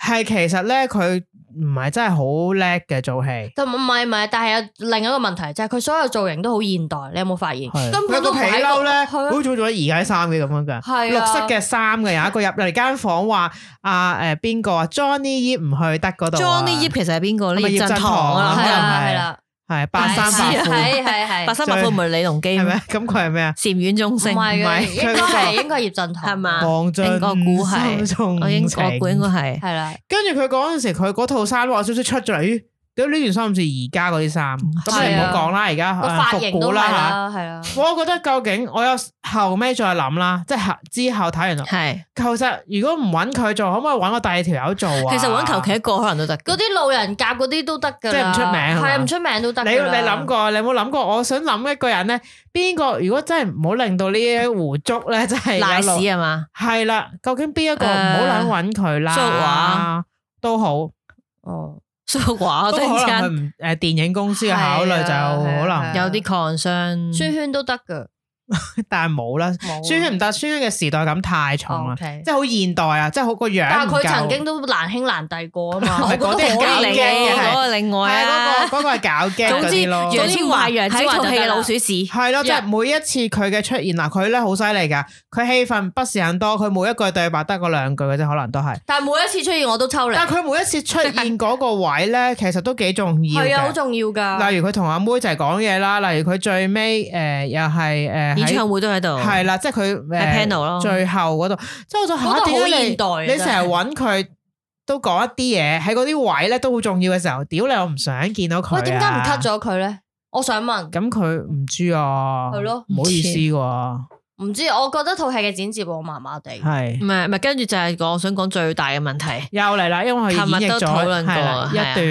Speaker 1: 係其實咧佢唔係真係好叻嘅做戲。
Speaker 3: 同唔係唔係，但係有另一個問題就係佢所有造型都好現代，你有冇發現？
Speaker 1: 係
Speaker 3: 根
Speaker 1: 佢個
Speaker 3: 本都
Speaker 1: 皮
Speaker 3: 唔係一
Speaker 1: 褸咧，
Speaker 3: 係啊
Speaker 1: 好似做咗而家衫嘅咁樣㗎。
Speaker 3: 係
Speaker 1: 綠
Speaker 3: 啊
Speaker 1: 色嘅衫嘅有一個入嚟間房話啊誒邊個啊 Johnny Yip 唔去得嗰度啊
Speaker 2: Johnny Yip 其實係邊個
Speaker 1: 係咪
Speaker 2: 咧？葉
Speaker 1: 葉振
Speaker 2: 振棠
Speaker 3: 係
Speaker 1: 棠
Speaker 2: 啊，
Speaker 3: 啦
Speaker 1: 係
Speaker 3: 係啦，
Speaker 1: 係白衫啊白褲
Speaker 3: 係啊係係
Speaker 2: 白衫白褲唔係李龍基
Speaker 1: 係
Speaker 2: 咩
Speaker 1: 咪？？ 咁佢係咩啊？
Speaker 2: 禪院中
Speaker 3: 唔
Speaker 2: 性
Speaker 3: 係
Speaker 1: 唔係
Speaker 3: 嘅，應該
Speaker 1: 佢
Speaker 3: 係
Speaker 1: 個
Speaker 3: 應該係葉振棠
Speaker 2: 係嘛
Speaker 1: 望盡
Speaker 2: 應該估係
Speaker 1: 心中
Speaker 2: 我應
Speaker 1: 情
Speaker 2: 我估應該係。
Speaker 3: 係啦，
Speaker 1: 跟住佢嗰陣時，佢嗰套衫我少少出咗嚟，咦？屌呢件衫唔似而家嗰啲衫，咁你唔好講啦，而家
Speaker 3: 啊個
Speaker 1: 誒
Speaker 3: 髮型
Speaker 1: 啊復
Speaker 3: 都
Speaker 1: 古
Speaker 3: 係啊
Speaker 1: 啦
Speaker 3: 啦，係啦，
Speaker 1: 嚇我覺得究竟我有後尾再諗啦，即係之後睇完，
Speaker 2: 係，
Speaker 1: 其實如果唔揾佢做，可唔可以揾個第二條友做啊？
Speaker 2: 其實揾求其一個可能都得㗎。
Speaker 3: 嗰啲路人甲嗰啲都得㗎啦，
Speaker 1: 即係唔出名係嘛
Speaker 3: 係啊唔出名都得㗎
Speaker 1: 你
Speaker 3: 啦。
Speaker 1: 你諗過？你有冇諗過？我想諗一個人咧，邊個如果真係唔好令到呢一壺粥咧，真係
Speaker 2: 賴
Speaker 3: 啊
Speaker 1: 一路
Speaker 2: 屎係嘛？
Speaker 1: 係啦。究竟邊一個唔好撚揾佢
Speaker 2: 誒蘇玉華
Speaker 3: 啊
Speaker 1: 啦？都好。
Speaker 3: 哦，
Speaker 2: 蘇 華我
Speaker 1: 都可能
Speaker 2: 突然
Speaker 1: 佢
Speaker 2: 間
Speaker 1: 唔誒電影公司嘅考慮就
Speaker 3: 啊係啊係啊
Speaker 1: 可
Speaker 3: 係
Speaker 1: 能
Speaker 3: 啊，
Speaker 2: 有啲
Speaker 1: 嗯
Speaker 2: concern。
Speaker 3: 宣萱都得㗎，
Speaker 1: 但係冇啦。
Speaker 3: 冇啊
Speaker 1: 宣萱唔得，宣萱嘅時代感太重啦，
Speaker 3: 哦 OK
Speaker 1: 即係好現代啊，即係好個樣
Speaker 3: 但
Speaker 1: 唔
Speaker 3: 係
Speaker 1: 夠。
Speaker 3: 佢曾經都難兄難弟過啊 嘛，
Speaker 1: 唔
Speaker 3: 我
Speaker 1: 係
Speaker 3: 覺
Speaker 1: 嗰
Speaker 3: 得
Speaker 1: 啲係
Speaker 3: 好
Speaker 1: 搞
Speaker 2: 係
Speaker 3: 難
Speaker 1: 驚
Speaker 2: 另
Speaker 1: 嘅
Speaker 2: 外嗰
Speaker 3: 嘅。
Speaker 2: 個另外
Speaker 1: 係
Speaker 2: 啊
Speaker 1: 嗰。個嗰個係搞 g
Speaker 2: 總
Speaker 1: 嗰
Speaker 2: 之，
Speaker 1: 啲咯。
Speaker 2: 楊千嬅
Speaker 3: 楊千
Speaker 2: 喺套
Speaker 3: 嬅
Speaker 2: 戲
Speaker 3: 就得
Speaker 2: 嘅
Speaker 3: 啦
Speaker 2: 老鼠屎。
Speaker 1: 係咯，即係
Speaker 3: Yeah
Speaker 1: 每一次佢嘅出現嗱，佢咧好犀利㗎，佢戲份不是很多，佢每一句對白得嗰兩句嘅啫，可能都係。
Speaker 3: 但係每一次出現我都抽
Speaker 1: 但
Speaker 3: 離，
Speaker 1: 係佢每一次出現嗰個位咧， 其實都幾重要
Speaker 3: 係啊，好
Speaker 1: 嘅。
Speaker 3: 重要㗎。
Speaker 1: 例如佢同阿妹就係講嘢啦，例如佢最尾誒又係誒
Speaker 2: 演
Speaker 1: 喺
Speaker 2: 唱會都喺度。
Speaker 1: 係啦，即係佢
Speaker 2: 喺 panel 咯
Speaker 1: 最後嗰度，即係我想
Speaker 3: 嗰
Speaker 1: 嚇點
Speaker 3: 度
Speaker 1: 解
Speaker 3: 好
Speaker 1: 你
Speaker 3: 現代啊
Speaker 1: 你
Speaker 3: 真係
Speaker 1: 成日揾佢都講一啲嘢喺嗰啲位咧都好重要嘅時候，屌你我唔想見到佢、啊。
Speaker 3: 喂，點解唔 cut？咗佢咧？我想問，
Speaker 1: 咁佢唔知啊，
Speaker 3: 係咯
Speaker 1: 唔好意思喎，
Speaker 3: 唔知我覺得套戲嘅剪接我麻麻地，
Speaker 2: 唔
Speaker 1: 係
Speaker 2: 係唔係，跟住就係我想講最大嘅問題。
Speaker 1: 又嚟啦，因為
Speaker 2: 琴
Speaker 1: 佢
Speaker 2: 日
Speaker 1: 演
Speaker 2: 都
Speaker 1: 繹
Speaker 2: 討
Speaker 1: 咗
Speaker 2: 論過
Speaker 1: 係啦一
Speaker 2: 係啊
Speaker 1: 段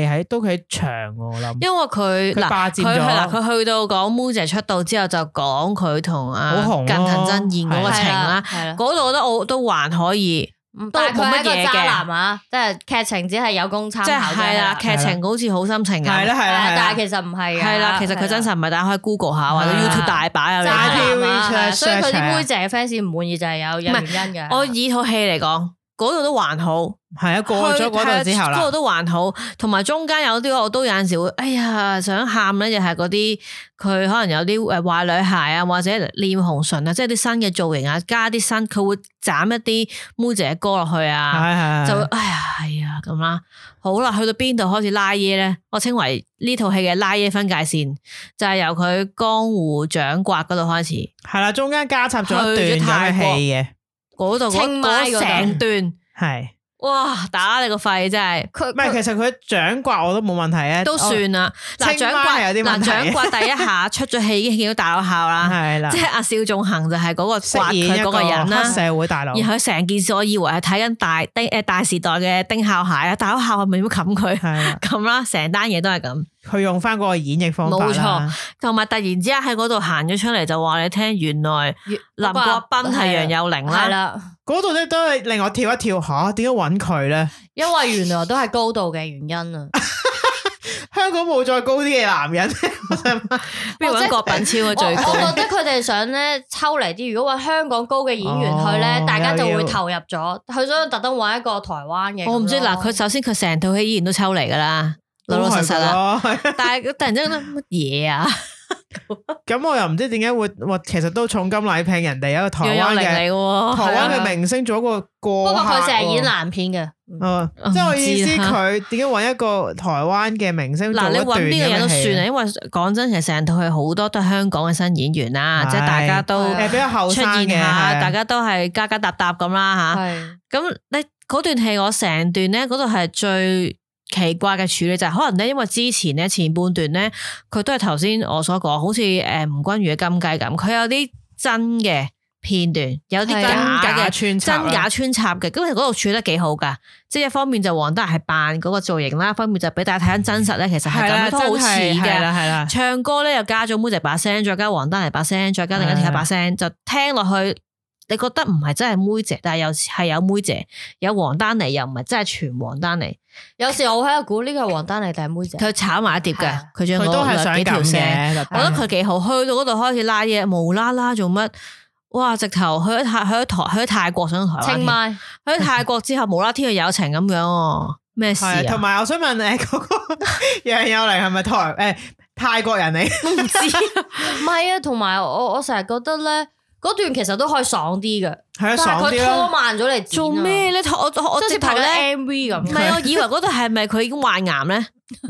Speaker 1: 係喺都幾長喎我諗，
Speaker 2: 因為佢
Speaker 1: 佢
Speaker 2: 嗱，
Speaker 1: 霸佔
Speaker 2: 佢係啦，
Speaker 1: 咗
Speaker 2: 佢去到講 m 姐出道之後就講佢同啊
Speaker 1: 好紅咯
Speaker 2: 近藤真彦嗰個情啦，
Speaker 3: 係啦，
Speaker 2: 嗰度我覺得我都還可以，
Speaker 3: 嗯
Speaker 2: 都
Speaker 3: 但係佢
Speaker 2: 冇乜
Speaker 3: 係一個
Speaker 2: 嘢嘅
Speaker 3: 渣男啊，即係劇情只係有供參
Speaker 2: 即係
Speaker 3: 考啫
Speaker 2: 係啦，劇情好似好心
Speaker 1: 係
Speaker 2: 情
Speaker 1: 啦係
Speaker 2: 咁。
Speaker 3: 係
Speaker 1: 啦
Speaker 3: 啊
Speaker 1: 係
Speaker 3: 但
Speaker 1: 啦
Speaker 3: 係。其實唔係㗎
Speaker 2: 係啦，其實佢真實唔係，大家可以 Google 下或者
Speaker 1: 係啊
Speaker 2: YouTube 大把有
Speaker 3: 渣
Speaker 2: 你
Speaker 1: 大
Speaker 2: 睇。
Speaker 1: 條
Speaker 3: 男啊，
Speaker 1: research
Speaker 3: 所以佢
Speaker 1: 啊
Speaker 3: 啲妹仔 fans 唔滿意就係有
Speaker 2: 唔
Speaker 3: 有原
Speaker 2: 係
Speaker 3: 因嘅。
Speaker 2: 我以套戲嚟講，嗰度都還好，
Speaker 1: 係啊，過咗嗰度之後
Speaker 2: 嗰
Speaker 1: 啦
Speaker 2: 度，都還好，同埋中間有啲我都有陣時會，哎呀想喊咧，又係嗰啲佢可能有啲誒壞女孩啊，或者臉紅唇啊，即係啲新嘅造型啊，加啲新佢會斬一啲妹姐嘅歌落去
Speaker 1: 係
Speaker 2: 啊，
Speaker 1: 係
Speaker 2: 就會
Speaker 1: 係
Speaker 2: 哎呀係啊咁啦，好啦，去到邊度開始拉耶咧？我稱為呢套戲嘅拉耶分界線，就係、由佢江湖掌摑嗰度開始，
Speaker 1: 係啦，中間加插咗一
Speaker 2: 去咗泰
Speaker 1: 段咁嘅
Speaker 2: 國
Speaker 1: 戲嘅，
Speaker 2: 嗰度嗰
Speaker 3: 清邁
Speaker 2: 嗰
Speaker 3: 嗰度
Speaker 2: 成段，
Speaker 1: 係。
Speaker 2: 哇打你個肺 真係！
Speaker 3: 佢
Speaker 1: 唔係，
Speaker 3: 佢
Speaker 1: 其實佢掌摑我都冇問題啊，
Speaker 2: 都算啦。嗱，
Speaker 1: 清
Speaker 2: 掌
Speaker 1: 邁係
Speaker 2: 摑
Speaker 1: 有啲問
Speaker 2: 嗱，
Speaker 1: 題
Speaker 2: 掌摑第一下出咗氣已經見到大佬效
Speaker 1: 我
Speaker 2: 啦，
Speaker 1: 係啦，
Speaker 2: 即係阿邵仲恒就係嗰個
Speaker 1: 飾
Speaker 2: 摑
Speaker 1: 演
Speaker 2: 佢
Speaker 1: 一
Speaker 2: 嗰
Speaker 1: 個
Speaker 2: 個人啦
Speaker 1: 黑。社會大佬，
Speaker 2: 然後成件事，我以為係睇緊大丁誒大時代嘅丁孝蟹啊，大佬孝係咪點冚佢
Speaker 1: 係啦，
Speaker 2: 咁啦？成單嘢都係咁，
Speaker 1: 佢用翻嗰個演繹方法
Speaker 2: 冇
Speaker 1: 啦
Speaker 2: 錯。同埋突然之間喺嗰度行咗出嚟，就話你聽，原來林國斌啊係楊佑寧
Speaker 3: 係
Speaker 2: 啦，
Speaker 3: 啦，
Speaker 1: 嗰度咧都係令我跳一跳吓，點解揾佢咧？
Speaker 3: 因為原來都係高度嘅原因啊。
Speaker 1: 香港冇再高啲嘅男人，我想問
Speaker 2: 不如
Speaker 3: 哦
Speaker 2: 揾
Speaker 3: 即係
Speaker 2: 郭品超嘅
Speaker 3: 我
Speaker 2: 最高
Speaker 3: 我。覺得佢哋想咧抽離啲，如果揾香港高嘅演員去咧
Speaker 1: 哦，
Speaker 3: 大家就
Speaker 1: 又
Speaker 3: 會
Speaker 1: 要
Speaker 3: 投入咗。佢想特登揾一個台灣嘅咁咯。
Speaker 2: 我唔知嗱，佢首先佢成套戲依然都抽離噶啦，老老實實啦。
Speaker 1: 啦。
Speaker 2: 但係突然之間覺得乜嘢 啊？
Speaker 1: 咁我又唔知點解會，哇其實都重金禮聘人哋一個台
Speaker 2: 又有
Speaker 1: 灣
Speaker 2: 嚟
Speaker 1: 嘅
Speaker 2: 嚟喎，
Speaker 1: 台灣
Speaker 2: 係
Speaker 1: 嘅
Speaker 2: 啊
Speaker 1: 明星做一個
Speaker 3: 不
Speaker 1: 過
Speaker 3: 過
Speaker 1: 客
Speaker 3: 佢成日
Speaker 1: 喎
Speaker 3: 演爛片嘅，嗯
Speaker 1: 啊，即係我意思，佢點解揾一個台灣嘅明星做
Speaker 2: 嗱，
Speaker 1: 一
Speaker 2: 你
Speaker 1: 段
Speaker 2: 揾
Speaker 1: 咁
Speaker 2: 邊個
Speaker 1: 嘅
Speaker 2: 人都算啊，
Speaker 1: 戲
Speaker 2: 因為講真，其實成套戲好多都係香港嘅新演員啦，即係大家都
Speaker 1: 啊？誒，比較後
Speaker 2: 出
Speaker 1: 生嘅，
Speaker 2: 現
Speaker 1: 係
Speaker 2: 下，
Speaker 1: 啊
Speaker 2: 大家都係加加搭搭咁啦
Speaker 3: 係
Speaker 2: 吓。咁你嗰段戲我成段咧，嗰度係最奇怪嘅處理就係、可能咧，因為之前咧前半段咧，佢都係頭先我所講，好似誒吳君如嘅金雞咁，佢有啲真嘅片段，有啲
Speaker 3: 係
Speaker 1: 真
Speaker 2: 假嘅
Speaker 1: 假。穿插啊啦
Speaker 2: 真假穿插嘅，咁其實嗰度處理得幾好噶，即係一方面就黃德係扮嗰個造型啦，一方面就俾大家睇緊真實咧，其實係
Speaker 1: 係
Speaker 2: 咁
Speaker 1: 啦，
Speaker 2: 樣都好似
Speaker 1: 真係係
Speaker 2: 嘅。
Speaker 1: 啦，係啦，
Speaker 2: 唱歌咧又加咗妹仔把聲，再加黃丹妮把聲，再加另一條友把聲，就聽落去，你覺得唔係真係妹姐，但係又係有妹姐，有黃丹妮又唔係真係全黃丹妮，
Speaker 3: 有時我喺度估呢個係王丹妮定係妹仔，
Speaker 2: 嗯佢炒埋一碟
Speaker 3: 係
Speaker 2: 嘅
Speaker 3: 啊，
Speaker 2: 佢將
Speaker 1: 佢都係
Speaker 2: 嗰
Speaker 1: 想
Speaker 2: 幾條
Speaker 1: 咁
Speaker 2: 聲。
Speaker 1: 嘅，特
Speaker 2: 我
Speaker 1: 登
Speaker 2: 覺得佢幾好，去到嗰度開始拉嘢，無啦啦做乜？哇！直頭去咗泰，去咗台，去咗泰國，上咗台灣
Speaker 3: 清
Speaker 2: 添。
Speaker 3: 邁
Speaker 2: 去咗泰國之後，無啦天去友情咁樣喎，咩事
Speaker 1: 係，同
Speaker 2: 啊？
Speaker 1: 埋我想問你 嗰個楊佑寧係咪台誒泰國人嚟？
Speaker 2: 唔知
Speaker 3: 唔係啊，同埋我我成日覺得咧，嗰段其實都可以爽啲嘅，
Speaker 1: 係啊，
Speaker 3: 但係
Speaker 1: 爽
Speaker 3: 佢
Speaker 1: 啲
Speaker 3: 拖
Speaker 1: 咯。
Speaker 3: 慢咗嚟剪啊
Speaker 2: 做咩？咧？我我我
Speaker 3: 即係好
Speaker 2: 直
Speaker 3: 似
Speaker 2: 頭
Speaker 3: 拍
Speaker 2: 咧。
Speaker 3: 緊 MV
Speaker 2: 唔
Speaker 3: 咁。
Speaker 2: 係，我啊以為嗰度係咪佢已經患癌咧？
Speaker 1: 即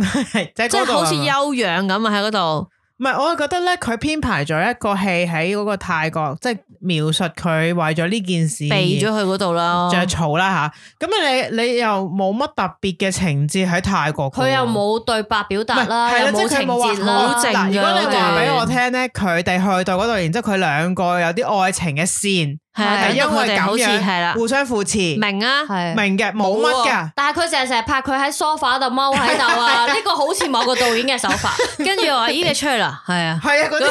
Speaker 1: 係
Speaker 2: 即係
Speaker 1: 嗰度
Speaker 2: 好似
Speaker 1: 係咪
Speaker 2: 休養咁啊！喺嗰度
Speaker 1: 唔係，我覺得咧，佢編排咗一個戲喺嗰個泰國，即係描述佢為咗呢件事
Speaker 2: 避咗哦去嗰度啦。
Speaker 1: 着草啦吓。咁啊你你又冇乜特別嘅情節喺泰國㗎喎，
Speaker 3: 佢又冇對白表達啦，
Speaker 1: 唔係係
Speaker 3: 又
Speaker 1: 啦
Speaker 3: 冇
Speaker 1: 即係
Speaker 3: 情
Speaker 1: 佢冇話
Speaker 3: 節啦，
Speaker 2: 好正
Speaker 1: 嗱如果
Speaker 2: 㗎
Speaker 1: 你話
Speaker 2: 嗰
Speaker 1: 俾
Speaker 2: 段
Speaker 1: 我聽咧，佢哋去到嗰度，然之後佢兩個有啲愛情嘅線，
Speaker 2: 係啊，
Speaker 1: 係
Speaker 2: 等
Speaker 1: 因
Speaker 2: 到佢
Speaker 1: 為
Speaker 2: 哋好
Speaker 1: 咁
Speaker 2: 似
Speaker 1: 樣
Speaker 2: 係啦，
Speaker 1: 互相扶持，明
Speaker 2: 明啊，
Speaker 3: 係
Speaker 1: 嘅冇乜㗎。
Speaker 3: 啊但係佢成日成日拍佢喺 sofa 度踎喺 度啊，呢個好似某個導演嘅手法。
Speaker 2: 跟住我話 咦你出去啦，係啊。
Speaker 1: 係啊， 嗰啲，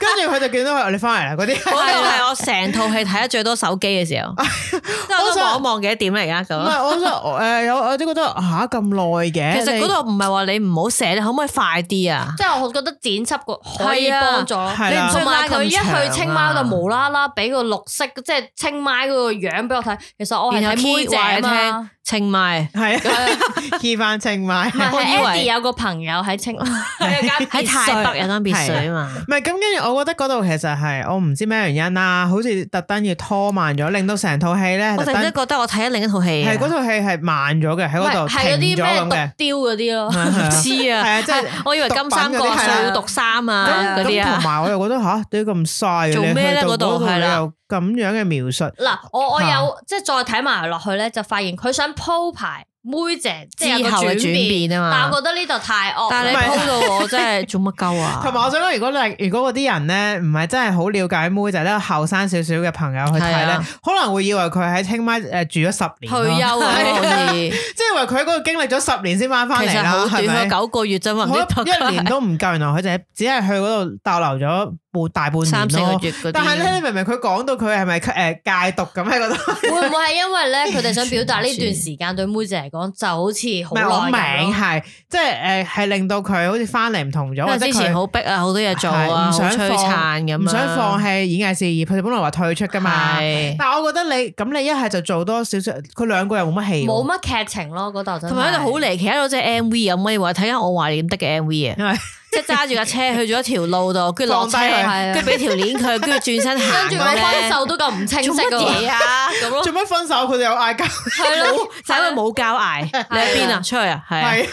Speaker 1: 跟住佢就見到佢你翻嚟啦，嗰
Speaker 2: 嗰
Speaker 1: 啲。
Speaker 2: 度係我成套戲睇得最多手機嘅時候， 即係我都望一望幾多點嚟
Speaker 1: 唔
Speaker 2: 噶咁。
Speaker 1: 係，我想誒有我都覺得吓咁耐嘅。
Speaker 2: 其實
Speaker 1: 你
Speaker 2: 嗰度唔係話你唔好寫，你可唔可以快啲啊？
Speaker 3: 即係我覺得剪輯個可以
Speaker 2: 係啊
Speaker 3: 幫助咯，
Speaker 1: 係啦
Speaker 3: 你同埋佢一
Speaker 2: 唔需要拉咁長啊
Speaker 3: 去清邁嗰度無啦啦俾個綠色，即係清邁嗰個樣俾我睇。其實我係
Speaker 2: 然後
Speaker 3: 睇
Speaker 2: key
Speaker 3: 妹姐
Speaker 2: 話
Speaker 3: 啊
Speaker 2: 你聽
Speaker 3: 嘛，
Speaker 2: 清邁
Speaker 1: 係啊 key 翻清埋。
Speaker 3: 唔係
Speaker 2: 我以為
Speaker 3: 係 Andy 有個朋友 喺清喺間
Speaker 2: 喺泰北有間別墅啊嘛。
Speaker 1: 唔係咁，跟住我覺得嗰度其實係我唔知咩原因啦，好似特登要拖慢咗，令到成套戲咧
Speaker 2: 我
Speaker 1: 特
Speaker 2: 突
Speaker 1: 登
Speaker 2: 然間覺得我睇咗另一套戲啊，
Speaker 1: 係嗰套戲係慢咗嘅，喺嗰度
Speaker 3: 係
Speaker 1: 停
Speaker 3: 嗰啲
Speaker 1: 咗
Speaker 3: 咩
Speaker 1: 咁
Speaker 3: 毒
Speaker 1: 嘅。
Speaker 3: 雕嗰啲咯。
Speaker 1: 係啊
Speaker 2: 知啊，
Speaker 1: 係啊即係
Speaker 2: 我以為金三角數毒三啊
Speaker 1: 咁
Speaker 2: 嗰啲
Speaker 1: 咁同
Speaker 2: 啊，
Speaker 1: 埋我又覺得吓，你咁嘥嘅，
Speaker 2: 做咩
Speaker 1: 你
Speaker 2: 咧
Speaker 1: 去到
Speaker 2: 嗰度係
Speaker 1: 你
Speaker 2: 啦
Speaker 1: 又咁樣嘅描述，
Speaker 3: 嗱，我我
Speaker 1: 嚇
Speaker 3: 有即係再睇埋落去咧，就發現佢想鋪排妹姐即係有個
Speaker 2: 之後嘅轉
Speaker 3: 變
Speaker 2: 變啊嘛
Speaker 3: 但我覺得呢度太惡啦，
Speaker 2: 但係你
Speaker 1: 唔係
Speaker 2: 鋪到我真係做乜鳩啊？
Speaker 1: 同埋我想講，如果你如果嗰啲人咧，唔係真係好了解妹仔咧，後生少少嘅朋友去睇咧
Speaker 2: 係啊，
Speaker 1: 可能會以為佢喺清邁誒住咗十年咯，
Speaker 2: 退休 啊，好似
Speaker 1: 即係以為佢喺嗰度經歷咗十年先翻翻
Speaker 2: 其
Speaker 1: 嚟
Speaker 2: 實
Speaker 1: 啦，
Speaker 2: 好
Speaker 1: 係
Speaker 2: 短啊，
Speaker 1: 咪？
Speaker 2: 九個月啫嘛，唔知
Speaker 1: 我覺得一年都唔夠，原來佢就係只係去嗰度逗留咗半大半
Speaker 2: 三四
Speaker 1: 年
Speaker 2: 個
Speaker 1: 咯。
Speaker 2: 月嗰啲。
Speaker 1: 但係咧，你明明佢講到佢係咪誒戒毒咁喺嗰度？
Speaker 3: 會唔會係因為咧佢哋想表達呢段時間對妹姐嚟講就好似
Speaker 1: 唔係啊我
Speaker 3: 好耐咁
Speaker 1: 明
Speaker 3: 咯
Speaker 1: 係，即係誒係令到佢好似翻嚟唔同咗，
Speaker 2: 因
Speaker 1: 或
Speaker 2: 為
Speaker 1: 者
Speaker 2: 之
Speaker 1: 佢
Speaker 2: 前好逼啊，好多嘢做啊，
Speaker 1: 係唔
Speaker 2: 好
Speaker 1: 想
Speaker 2: 璀璨咁啊，
Speaker 1: 唔想放棄演藝事業，佢哋本來話退出噶嘛。
Speaker 2: 係
Speaker 1: 但係我覺得你咁你一係就做多少少，佢兩個又冇乜戲喎，
Speaker 3: 冇乜劇情咯，嗰度真係
Speaker 2: 同埋喺度好離奇，喺度即係 M V 咁，可以話睇緊我話你點得嘅 M V 啊，
Speaker 1: 係
Speaker 2: 即係揸住架車去咗一條路度，跟住落車，
Speaker 1: 放低佢
Speaker 3: 係啊
Speaker 2: 跟住俾條鏈 佢，跟住轉身行
Speaker 3: 跟住佢分
Speaker 2: 咁
Speaker 3: 手都咁唔清晰
Speaker 2: 咧，做乜
Speaker 3: 嘅
Speaker 2: 嘢
Speaker 3: 喎，
Speaker 2: 啊？咁 咯。
Speaker 1: 做乜分手佢哋有嗌交，
Speaker 3: 係咯，
Speaker 2: 就因為冇交嗌，你喺邊啊？出去啊？係啊
Speaker 1: 係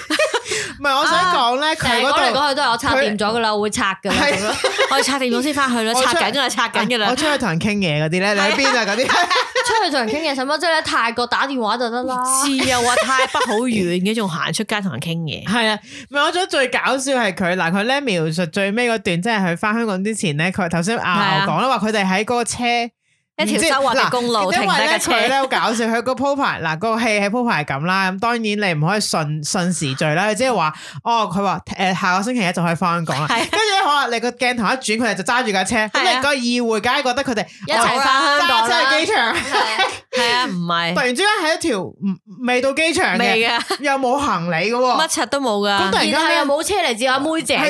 Speaker 1: 唔係我想講咧，
Speaker 3: 成
Speaker 1: 佢
Speaker 3: 日講嚟
Speaker 1: 嗰度
Speaker 3: 講去都係我拆掂咗噶啦，我會拆噶啦，
Speaker 1: 係
Speaker 3: 咁
Speaker 2: 啊
Speaker 3: 咯
Speaker 2: 我哋拆掂咗先翻去啦，
Speaker 1: 我出
Speaker 2: 拆緊噶啦，拆緊 噶
Speaker 1: 我
Speaker 2: 啦。
Speaker 1: 出去同人傾嘢嗰啲咧，你喺邊啊 嗰啲？
Speaker 3: 出去同人傾嘢使乜啫？你喺泰國打電話就得啦。
Speaker 2: 是啊，話太北好遠嘅，仲行出街同人傾嘢。
Speaker 1: 係啊，唔係我覺得最搞笑係佢嗱，佢咧描述最尾嗰段，即係佢翻香港之前咧，佢頭先阿
Speaker 2: 啊
Speaker 1: 牛講啦，話佢哋喺嗰個車。
Speaker 2: 一條
Speaker 1: 唔知
Speaker 2: 收穫嘅
Speaker 1: 嗱
Speaker 2: 公路
Speaker 1: 因
Speaker 2: 停低
Speaker 1: 為咧
Speaker 2: 架車
Speaker 1: 佢咧好搞笑，佢個鋪排嗱個戲係鋪排咁啦，咁當然你唔可以順順時序啦，佢即係話哦，佢話誒下個星期一就可以翻香港啦，
Speaker 2: 係
Speaker 1: 跟
Speaker 2: 啊
Speaker 1: 住咧可能你個鏡頭一轉，佢哋就揸住架車，咁
Speaker 2: 係
Speaker 1: 你
Speaker 2: 啊
Speaker 1: 個議會梗係覺得佢哋
Speaker 3: 一齊
Speaker 1: 哦
Speaker 2: 返香
Speaker 1: 揸
Speaker 2: 港啦
Speaker 1: 車去機場，
Speaker 3: 係啊
Speaker 2: 係啊，唔
Speaker 1: 突
Speaker 2: 係
Speaker 1: 然之間喺一條唔未到機場
Speaker 2: 未
Speaker 1: 嘅，哦
Speaker 2: 噶，
Speaker 1: 又冇行李嘅
Speaker 2: 乜
Speaker 1: 喎，
Speaker 2: 柒都冇
Speaker 1: 咁突
Speaker 2: 噶。
Speaker 1: 然
Speaker 3: 然後
Speaker 1: 間咧，
Speaker 3: 又冇車嚟接阿妹姐嘅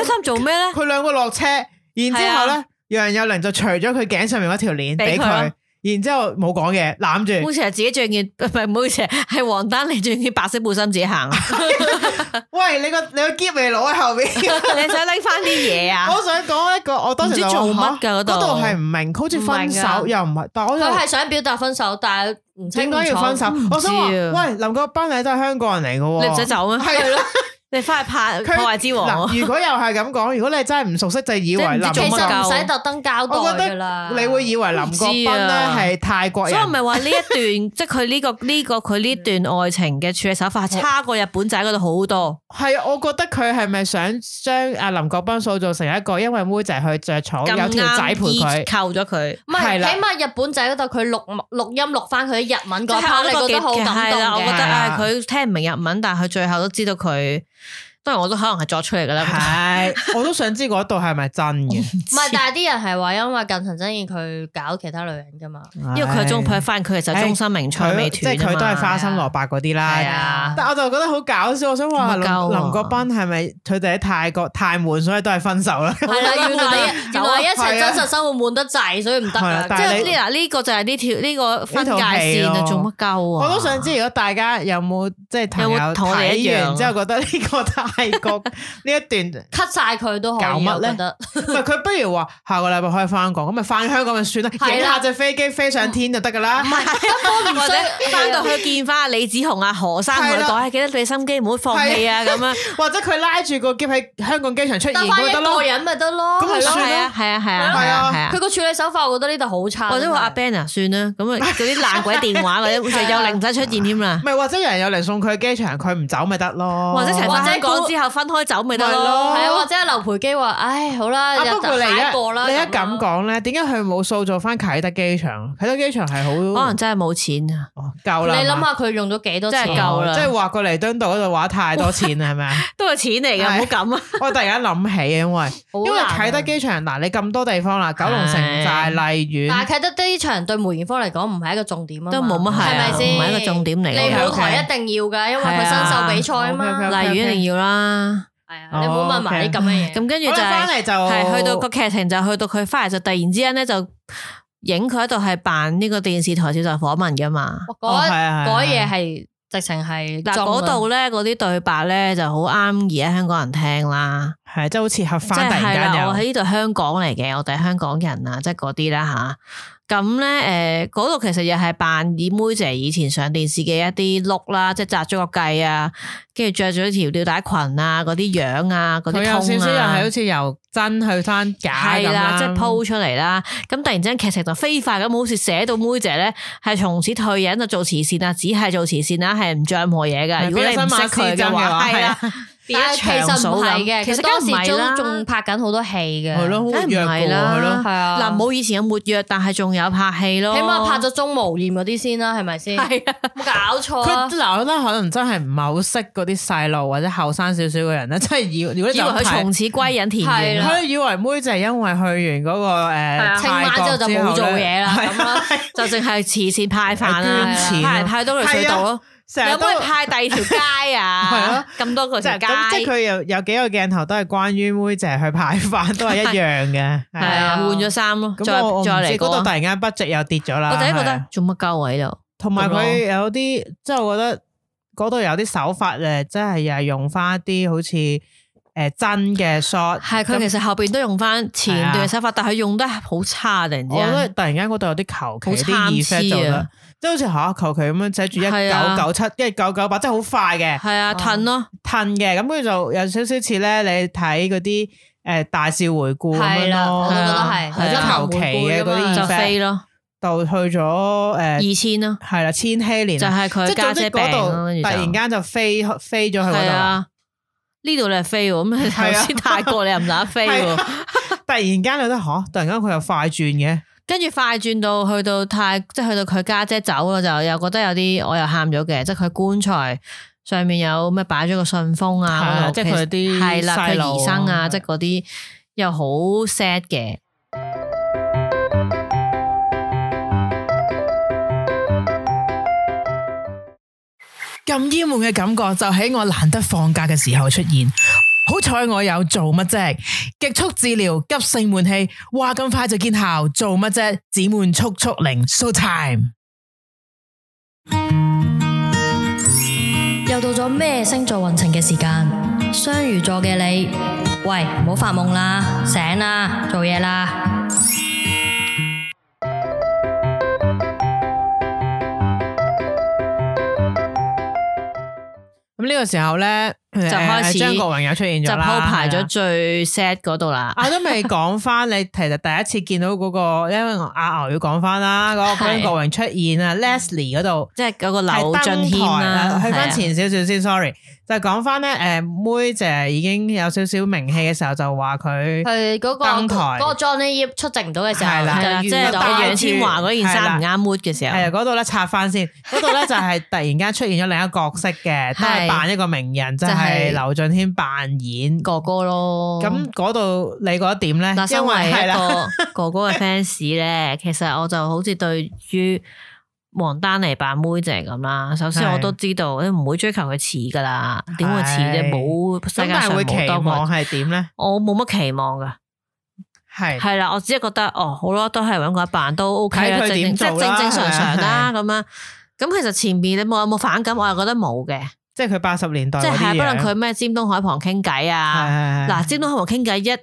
Speaker 2: 開心做咩咧？
Speaker 1: 佢兩個落車，然之後咧，楊佑寧就除咗佢頸上面嗰條鏈俾
Speaker 2: 啊俾佢
Speaker 1: 佢
Speaker 2: 咯。
Speaker 1: 然之後冇講嘢，攬住
Speaker 2: 好。似係自己着件，唔係唔好意思，係黃丹妮着件白色背心自 己行。
Speaker 1: 喂，你個你個夾未攞喺後邊。
Speaker 2: 你想拎翻啲嘢 啊？
Speaker 1: 我想講一個，我當時
Speaker 2: 唔知
Speaker 1: 就話
Speaker 2: 做乜
Speaker 1: 嚇
Speaker 2: 㗎嗰度啊
Speaker 1: 嗰度係唔明，好似分手
Speaker 3: 唔明㗎
Speaker 1: 又唔係，但我又
Speaker 3: 佢係想表達分手，但係唔
Speaker 1: 點
Speaker 3: 清唔
Speaker 1: 解要分手
Speaker 3: 楚？
Speaker 2: 唔？知
Speaker 1: 我想話，
Speaker 2: 啊
Speaker 1: 喂，林國斌你都係香港人嚟嘅喎，
Speaker 2: 你唔使走咩？
Speaker 1: 係咯，
Speaker 2: 你翻去拍《
Speaker 1: 佢
Speaker 2: 破壞之王》啊
Speaker 1: 嗱，如果又係咁講，如果你真係唔熟悉，就以為
Speaker 2: 即係
Speaker 1: 林
Speaker 2: 唔知
Speaker 1: 國
Speaker 3: 其
Speaker 1: 斌
Speaker 2: 做乜㗎
Speaker 3: 實唔使特登交代
Speaker 1: 我覺
Speaker 3: 㗎
Speaker 1: 得
Speaker 3: 啦。
Speaker 1: 你會以為林國斌
Speaker 2: 唔知
Speaker 1: 咧
Speaker 2: 啊
Speaker 1: 係泰國
Speaker 2: 所以
Speaker 1: 人
Speaker 2: 我。咪話呢一段， 即係佢呢個呢個佢呢段愛情嘅處理手法，差過日本仔嗰度好多。
Speaker 1: 係，啊我覺得佢係咪想將阿林國斌塑造成一個因為妹仔去着草，有
Speaker 2: 咁
Speaker 1: 條仔陪
Speaker 2: 啱
Speaker 1: 佢，
Speaker 2: 扣咗佢。
Speaker 3: 唔
Speaker 1: 係
Speaker 3: 係，
Speaker 1: 啦
Speaker 3: 起碼日本仔嗰度佢錄錄音錄翻佢啲日文嗰
Speaker 2: 即係
Speaker 3: part，
Speaker 2: 我
Speaker 3: 你覺得好感
Speaker 2: 係
Speaker 3: 動
Speaker 2: 啦，我覺得
Speaker 1: 係啊
Speaker 3: 嘅。
Speaker 2: 啊，佢聽唔明日文，但係佢最後都知道佢。當然我都可能係作出嚟㗎啦。
Speaker 1: 係，我都想知嗰度係咪真嘅，
Speaker 3: 唔係，但係啲人係話因為近藤真彥佢搞其他女人㗎嘛。
Speaker 2: 因為佢中佢發現佢其實中心名菜
Speaker 1: 佢
Speaker 2: 未
Speaker 1: 即
Speaker 2: 斷啊
Speaker 1: 係佢都係花心蘿蔔嗰啲
Speaker 2: 係
Speaker 1: 啦。
Speaker 2: 啊，
Speaker 1: 但我就覺得好搞笑，我想話
Speaker 2: 冇
Speaker 1: 林
Speaker 2: 夠啊
Speaker 1: 林國斌係咪佢哋喺泰國太悶，所以都係分手啦？
Speaker 3: 係啦，原來
Speaker 2: 走
Speaker 3: 原
Speaker 2: 啊
Speaker 3: 來一齊真實生活悶得滯，所以唔得
Speaker 1: 係啊
Speaker 3: 啊。
Speaker 1: 但
Speaker 2: 即
Speaker 1: 係
Speaker 2: 係
Speaker 1: 你
Speaker 2: 呢嗱呢個就係呢條呢個分界線
Speaker 1: 呢
Speaker 2: 啊，
Speaker 1: 套戲咯
Speaker 2: 做乜鳩啊？
Speaker 1: 我都想知，如果大家有冇即係朋友
Speaker 2: 有冇同我哋一樣
Speaker 1: 睇完之後覺得呢個泰國 呢一段，
Speaker 3: cut 晒佢都可
Speaker 1: 搞
Speaker 3: 以，啊
Speaker 1: 乜
Speaker 3: 我
Speaker 1: 呢
Speaker 3: 覺得
Speaker 1: 唔係佢不如話下個禮拜可以翻港，咁咪翻香港咪算啦，
Speaker 3: 係啦
Speaker 1: 影下隻飛機飛上天就得㗎啦。
Speaker 3: 根本唔
Speaker 2: 或者
Speaker 3: 需
Speaker 2: 翻到去見翻李子雄啊、何生同佢
Speaker 1: 係啦
Speaker 2: 講，唉記得對心機，唔好放棄啊咁樣。
Speaker 1: 或者佢拉住個箧喺香港機場出現
Speaker 3: 得翻
Speaker 1: 咁咪得
Speaker 3: 一
Speaker 1: 咯
Speaker 3: 個。人咪得咯，
Speaker 1: 咁咪
Speaker 3: 係咯
Speaker 1: 算
Speaker 2: 係
Speaker 1: 啦
Speaker 2: 啊，係啊，係啊，
Speaker 1: 係
Speaker 2: 係
Speaker 1: 啊
Speaker 2: 啊，係啊
Speaker 3: 佢。個處理手法，我覺得呢度好差。
Speaker 2: 或者話阿
Speaker 3: 真係
Speaker 2: Ben 啊，算啦，咁啊嗰啲爛鬼電話或者就有零唔使出現添啦
Speaker 1: 唔，係，或者有人有嚟送佢去機場，佢唔走咪得咯。啊
Speaker 2: 或者成班
Speaker 3: 或者
Speaker 2: 香港
Speaker 3: 都
Speaker 2: 之後分開走咪得
Speaker 1: 咪
Speaker 2: 咯
Speaker 1: 咯。
Speaker 3: 係啊，或者劉培基話：，唉，好啦，
Speaker 1: 啊，
Speaker 3: 又
Speaker 1: 不過你
Speaker 3: 下一個啦。
Speaker 1: 而家你一
Speaker 3: 咁啊
Speaker 1: 咁
Speaker 3: 啦
Speaker 1: 講咧，點解佢冇塑造翻啟德機場？啟德機場係好
Speaker 2: 可能真係冇錢啊，
Speaker 1: 哦夠啦，
Speaker 3: 你諗
Speaker 1: 係嘛
Speaker 3: 下佢用咗幾多
Speaker 2: 真
Speaker 3: 錢？
Speaker 2: 係夠啦
Speaker 1: 即係劃過彌敦道嗰度劃太多錢啦，係 咪啊？
Speaker 2: 都係錢嚟
Speaker 1: 係
Speaker 2: 㗎，唔好咁啊。
Speaker 1: 我突然間諗起，啊因為因為
Speaker 3: 好難啊
Speaker 1: 啟德機場嗱，你咁多地方啦，九龍城寨、荔園，
Speaker 3: 但係啟德呢場對梅艷芳嚟講唔係一個重點啊嘛，
Speaker 2: 都冇乜係
Speaker 3: 係
Speaker 2: 啊
Speaker 3: 咪先？
Speaker 2: 唔係一個重點嚟嘅
Speaker 3: 你舞
Speaker 1: OK，OK
Speaker 3: 台一定要㗎，因為佢新秀比賽啊嘛。
Speaker 1: 係啊
Speaker 3: 係
Speaker 1: ，OK，OK
Speaker 2: 例如一定要啦，
Speaker 3: 啊，你唔
Speaker 1: 哦
Speaker 3: 好問埋啲咁嘅嘢。
Speaker 2: 咁跟住
Speaker 1: 好
Speaker 2: 就
Speaker 1: 啦翻
Speaker 2: 係
Speaker 1: 嚟就
Speaker 2: 係去到個劇情就去到佢翻嚟就突然之間咧就影佢喺度係扮呢個電視台接受訪問㗎嘛。
Speaker 1: 哦係啊
Speaker 3: 嗰
Speaker 1: 係啊
Speaker 3: 嗰嘢係直情係
Speaker 2: 嗱，
Speaker 3: 中啊
Speaker 2: 嗰度咧嗰啲對白咧就好啱而家香港人聽啦。
Speaker 1: 係即係好似合
Speaker 2: 即
Speaker 1: 翻，突
Speaker 2: 係
Speaker 1: 然間
Speaker 2: 啦，我
Speaker 1: 又
Speaker 2: 喺呢度香港嚟嘅，我哋係香港人啊，即係嗰啲啦吓。咁咧誒，嗰、度其實又係扮以妹姐以前上電視嘅一啲 look 啦，即係紮咗個髻啊，跟住着咗條吊帶裙啊，嗰啲樣啊，嗰啲
Speaker 1: 佢有少少
Speaker 2: 通
Speaker 1: 又係好
Speaker 2: 啊。
Speaker 1: 似由真去翻假
Speaker 2: 係
Speaker 1: 咁
Speaker 2: 啦，
Speaker 1: 啦，
Speaker 2: 即係 po 出嚟啦。咁突然之間劇情就飛快咁，好似寫到妹姐咧係從此退隱就做慈善啊，只係做慈善啦，係唔做任何嘢噶。
Speaker 1: 係
Speaker 2: 如果你唔識佢嘅
Speaker 1: 變咗新馬師曾嘅
Speaker 2: 話，
Speaker 1: 話
Speaker 2: 係啦
Speaker 1: 係，
Speaker 2: 變
Speaker 3: 但係
Speaker 2: 咗
Speaker 3: 其實
Speaker 2: 長
Speaker 3: 唔
Speaker 2: 嫂
Speaker 3: 係
Speaker 2: 咁
Speaker 3: 嘅，
Speaker 2: 其實
Speaker 3: 佢當
Speaker 2: 梗
Speaker 3: 時
Speaker 2: 唔係啦
Speaker 3: 都仲拍緊好多戲嘅，
Speaker 1: 係咯，好
Speaker 2: 梗
Speaker 1: 活
Speaker 2: 係唔
Speaker 1: 躍
Speaker 2: 係
Speaker 1: 嘅喎
Speaker 2: 啦
Speaker 1: 係咯。
Speaker 3: 係啊，
Speaker 2: 嗱，冇以前咁活躍，但係仲有拍戲咯。
Speaker 3: 起碼 拍咗《鍾無艷》嗰啲先啦，係咪先？
Speaker 2: 係啊，
Speaker 3: 冇搞錯啊
Speaker 1: 佢！嗱，我覺得可能真係唔係好識嗰啲細路或者後生少少嘅人咧，真係以如果
Speaker 2: 以為佢從此歸隱田園啊
Speaker 3: 係
Speaker 2: 啦，
Speaker 1: 佢以為妹就係因為去完嗰個誒
Speaker 3: 清晚
Speaker 1: 泰
Speaker 3: 之後
Speaker 1: 國
Speaker 3: 就冇做嘢啦，
Speaker 1: 之後呢
Speaker 3: 咁
Speaker 1: 係啊
Speaker 3: 啦。
Speaker 2: 就淨係慈善派飯啦，
Speaker 1: 捐錢咯啊
Speaker 2: 派嚟派到嚟隧道咯。
Speaker 1: 成
Speaker 2: 你
Speaker 1: 日
Speaker 2: 有
Speaker 1: 都
Speaker 2: 冇去派第二條街
Speaker 1: 係
Speaker 2: 啊
Speaker 1: 啊？
Speaker 2: 咁多個
Speaker 1: 即
Speaker 2: 條
Speaker 1: 係
Speaker 2: 街，
Speaker 1: 咁，即係佢有有幾個鏡頭都係關於妹姐去派飯，都係一樣嘅。係
Speaker 2: 係
Speaker 1: 啊，
Speaker 2: 啊，換咗衫咯，再
Speaker 1: 咁我我唔知
Speaker 2: 再嚟
Speaker 1: 嗰
Speaker 2: 過
Speaker 1: 度突。然間 budget 又跌咗啦。
Speaker 2: 我第一覺
Speaker 1: 係
Speaker 2: 得
Speaker 1: 啊
Speaker 2: 做乜鳩位度？
Speaker 1: 同埋
Speaker 2: 咁
Speaker 1: 佢有啲，即係我覺得嗰度有啲手法誒，即係又係用翻一啲好似誒真嘅 shot。
Speaker 2: 係啊佢其實後邊都用翻前段嘅手法，但係佢用得好差，突然之
Speaker 1: 我覺得
Speaker 2: 間。
Speaker 1: 突然間嗰度有啲求其
Speaker 2: 好
Speaker 1: 啲
Speaker 2: 參
Speaker 1: effect 做
Speaker 2: 差
Speaker 1: 得
Speaker 2: 啊，
Speaker 1: 即係好似吓求其咁樣寫住一
Speaker 2: 係啊
Speaker 1: 九九七，跟住九九八，即係好快嘅
Speaker 2: 係啊，褪咯，
Speaker 1: 褪嘅，咁佢就有少少似咧你睇嗰啲誒大笑回顧咁
Speaker 3: 係
Speaker 1: 樣
Speaker 3: 啦，
Speaker 1: 咯
Speaker 3: 我都覺得係，
Speaker 2: 係啊啊
Speaker 3: 真係
Speaker 1: 求其嘅嗰啲
Speaker 3: 冇背㗎嘛
Speaker 2: 就
Speaker 1: 二 effect
Speaker 2: 飛咯，
Speaker 1: 就去咗誒
Speaker 2: 二千咯，
Speaker 1: 係啦千禧年
Speaker 2: 就
Speaker 1: 啦，
Speaker 2: 係
Speaker 1: 即
Speaker 2: 佢
Speaker 1: 係
Speaker 2: 家
Speaker 1: 總
Speaker 2: 姐
Speaker 1: 之
Speaker 2: 病
Speaker 1: 嗰
Speaker 2: 咯，
Speaker 1: 度
Speaker 2: 跟住
Speaker 1: 突
Speaker 2: 就
Speaker 1: 然間就飛飛咗去嗰
Speaker 2: 係
Speaker 1: 度，
Speaker 2: 啊，呢度你係飛喎，咁
Speaker 1: 係啊
Speaker 2: 頭先泰國你又唔打飛
Speaker 1: 係
Speaker 2: 喎，
Speaker 1: 啊突然間有得吓，突然間佢又快轉嘅，
Speaker 2: 跟住快轉到去到泰，即係去到佢家姐走啦，就又覺得有啲我又喊咗嘅，即係佢棺材上面有咩擺咗個信封
Speaker 1: 係啊
Speaker 2: 啊，
Speaker 1: 即係佢啲
Speaker 2: 係啦，佢
Speaker 1: 細路
Speaker 2: 兒生
Speaker 1: 啊
Speaker 2: 啊，即係嗰啲又好 sad 嘅。
Speaker 1: 咁厭悶嘅感覺就喺我難得放假嘅時候出現。
Speaker 4: 好彩我有做乜啫？極速治療急性悶氣，哇咁快就見效，做乜啫？止悶速速靈，show time。
Speaker 3: 又到咗咩星座運程嘅時間，雙魚座嘅你，喂，唔好發夢啦，醒啦，做嘢啦。
Speaker 1: 咁呢個時候咧，就
Speaker 2: 開始
Speaker 1: 張國榮又出現
Speaker 2: 就
Speaker 1: 咗
Speaker 2: 鋪
Speaker 1: 啦
Speaker 2: 排
Speaker 1: 係
Speaker 2: 咗
Speaker 1: 啦
Speaker 2: 最 sad 嗰度啦。
Speaker 1: 我都未講翻，你其實第一次見到嗰、個，因為我阿牛要講翻 啦，嗰、個
Speaker 2: 係
Speaker 1: 張國榮出現啊，Leslie 嗰度
Speaker 2: 即係嗰
Speaker 1: 係
Speaker 2: 個劉
Speaker 1: 登
Speaker 2: 俊軒
Speaker 1: 台
Speaker 2: 啦，
Speaker 1: 去翻
Speaker 2: 係啊
Speaker 1: 前少少先，sorry，就講翻咧，誒妹姐已經有少少名氣嘅時候，就話佢
Speaker 2: 啊
Speaker 3: 佢嗰個
Speaker 1: 登台
Speaker 3: 嗰個 Johnny Yip 出席唔到嘅時
Speaker 1: 係啊啦
Speaker 2: 係
Speaker 3: 候，
Speaker 2: 啦，即
Speaker 3: 就遇
Speaker 2: 係
Speaker 1: 就
Speaker 3: 到
Speaker 1: 戴
Speaker 2: 楊
Speaker 1: 住
Speaker 2: 千嬅嗰件衫唔啱 mood 嘅時候，
Speaker 1: 係啊嗰度咧拆翻先，嗰度咧就係突然間出現咗另一個角色嘅，都係
Speaker 2: 係
Speaker 1: 扮一個名人，就
Speaker 2: 就
Speaker 1: 係
Speaker 2: 係
Speaker 1: 劉俊軒扮演。
Speaker 2: 哥哥咯。
Speaker 1: 咁嗰度你覺得點咧？
Speaker 2: 嗱，
Speaker 1: 因
Speaker 2: 身
Speaker 1: 為
Speaker 2: 為
Speaker 1: 係
Speaker 2: 一
Speaker 1: 啦，
Speaker 2: 個哥哥嘅 fans 咧，其實我就好似對於王丹妮扮妹姐咁啦。首先
Speaker 1: 係
Speaker 2: 我都知道，你唔會追求佢似噶啦，點會似
Speaker 1: 係
Speaker 2: 啫？冇世
Speaker 1: 咁
Speaker 2: 界
Speaker 1: 但
Speaker 2: 上
Speaker 1: 係會
Speaker 2: 冇
Speaker 1: 期
Speaker 2: 多
Speaker 1: 望
Speaker 2: 個，
Speaker 1: 係點咧？
Speaker 2: 我冇乜期望噶。
Speaker 1: 係
Speaker 2: 係啦，我只係覺得哦，好咯，都係揾個扮都 OK
Speaker 1: 睇
Speaker 2: 啦，
Speaker 1: 佢
Speaker 2: 正
Speaker 1: 點
Speaker 2: 正即
Speaker 1: 做啦
Speaker 2: 係正正常常啦
Speaker 1: 係
Speaker 2: 咁樣。咁其實前面你冇有冇反感？我又覺得冇嘅，
Speaker 1: 即係佢八十年代
Speaker 2: 即
Speaker 1: 啊嗰啲
Speaker 2: 係不論
Speaker 1: 樣
Speaker 2: 佢咩尖東海旁傾偈啊。
Speaker 1: 係係係
Speaker 2: 嗱，尖東海旁傾偈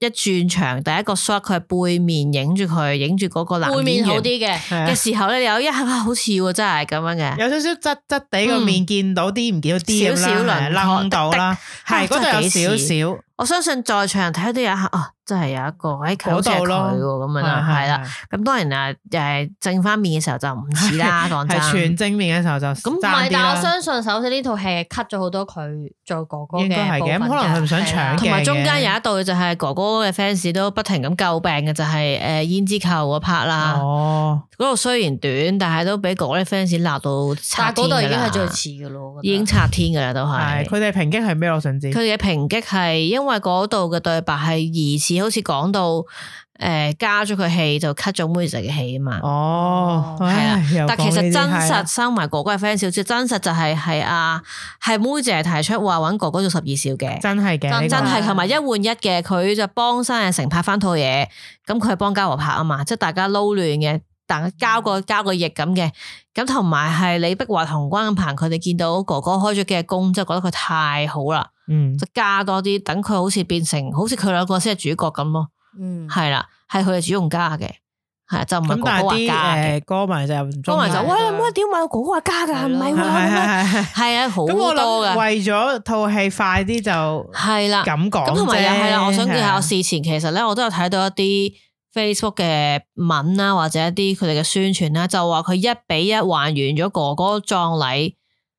Speaker 2: 一一轉場，第一個 shot 佢係背面影住佢，影住嗰個男
Speaker 3: 背面
Speaker 2: 演
Speaker 3: 好
Speaker 2: 員
Speaker 3: 啲嘅。
Speaker 1: 係啊
Speaker 2: 嘅時候咧，有一下哇好似喎，真係咁樣嘅。
Speaker 1: 有少少質質地個面見到啲唔見到啲
Speaker 2: 少少輪廓
Speaker 1: 楞到啦，係
Speaker 2: 滴滴
Speaker 1: 嗰度
Speaker 2: 啊
Speaker 1: 有
Speaker 2: 真
Speaker 1: 少
Speaker 2: 係幾時
Speaker 1: 少
Speaker 2: 我相信在場睇都有一下，哦，真係有一個喺
Speaker 1: 嗰
Speaker 2: 好似係
Speaker 1: 度
Speaker 2: 佢
Speaker 1: 咯，
Speaker 2: 喎咁樣啦，
Speaker 1: 啊係
Speaker 2: 係啦。，咁當然啊，又係正翻面嘅時候就唔似啦， 講真。
Speaker 1: 係全正面嘅時候就咁
Speaker 3: 唔係，但我相信首先呢套戲係 cut 咗好多佢做哥哥
Speaker 1: 應該係
Speaker 3: 嘅部
Speaker 1: 嘅
Speaker 3: 分
Speaker 1: 咁可能佢唔想
Speaker 3: 係啊啦
Speaker 1: 搶
Speaker 2: 同
Speaker 1: 嘅
Speaker 2: 埋中間有一度就係哥哥嘅 fans 都不停咁詬病嘅，就係呃誒胭脂扣嗰 part 啦。
Speaker 1: 哦，
Speaker 2: 嗰度雖然短，但係都俾哥哥啲 fans 鬧到拆
Speaker 3: 但係
Speaker 2: 天㗎
Speaker 3: 嗰度
Speaker 2: 啦
Speaker 3: 已經係最似嘅咯，我覺
Speaker 2: 已
Speaker 3: 得
Speaker 2: 經拆天㗎啦，都
Speaker 1: 係
Speaker 2: 係。
Speaker 1: 佢哋抨擊係咩？我想知
Speaker 2: 佢哋嘅抨擊係因為嗰度嘅對白係疑似好似講到誒、呃加咗佢戲就 cut 咗妹仔嘅戲啊嘛。
Speaker 1: 哦，
Speaker 3: 哦
Speaker 1: 唉又
Speaker 2: 但其
Speaker 1: 講呢
Speaker 2: 實
Speaker 1: 啲
Speaker 2: 真
Speaker 1: 係啊啦
Speaker 2: 實收埋哥哥嘅 fans 少少，真實就係係啊係妹姐提出話揾哥哥做十二少嘅，
Speaker 1: 真係嘅，呢個
Speaker 2: 真係
Speaker 3: 係
Speaker 2: 同埋一換一嘅，佢就幫新藝城拍翻套嘢，咁佢係幫嘉禾拍啊嘛，即係大家撈亂嘅，但交
Speaker 1: 嗯
Speaker 2: 個交個翼咁嘅，咁同埋係李碧華同關錦鵬佢哋見到哥哥開咗幾日工，之後覺得佢太好啦。
Speaker 1: 嗯
Speaker 2: 就加多啲，等佢好似變成好似佢兩個先係主角咁咯，
Speaker 3: 嗯
Speaker 2: 係啦，係佢係主動加嘅，係啊就唔
Speaker 1: 咁
Speaker 2: 係哥
Speaker 1: 但
Speaker 2: 哥話
Speaker 1: 係
Speaker 2: 加嘅。
Speaker 1: 啲誒歌迷就唔
Speaker 2: 當
Speaker 1: 中意啊
Speaker 2: 然就
Speaker 3: 係
Speaker 2: 喂，你唔好點話哥哥話加㗎，唔
Speaker 1: 係
Speaker 2: 係喎，
Speaker 1: 係
Speaker 2: 咁樣
Speaker 1: 係係
Speaker 2: 係啊，好
Speaker 1: 咁我
Speaker 2: 多
Speaker 1: 諗
Speaker 2: 嘅，
Speaker 1: 為咗套戲快啲 就
Speaker 2: 係啦。
Speaker 1: 咁講
Speaker 2: 咁同埋又
Speaker 1: 啫
Speaker 2: 係啦，我想見
Speaker 1: 係啊
Speaker 2: 下我事前其實咧，我都有睇到一啲 Facebook 嘅文啦，或者一啲佢哋嘅宣傳啦，就話佢一比一還原咗哥哥葬禮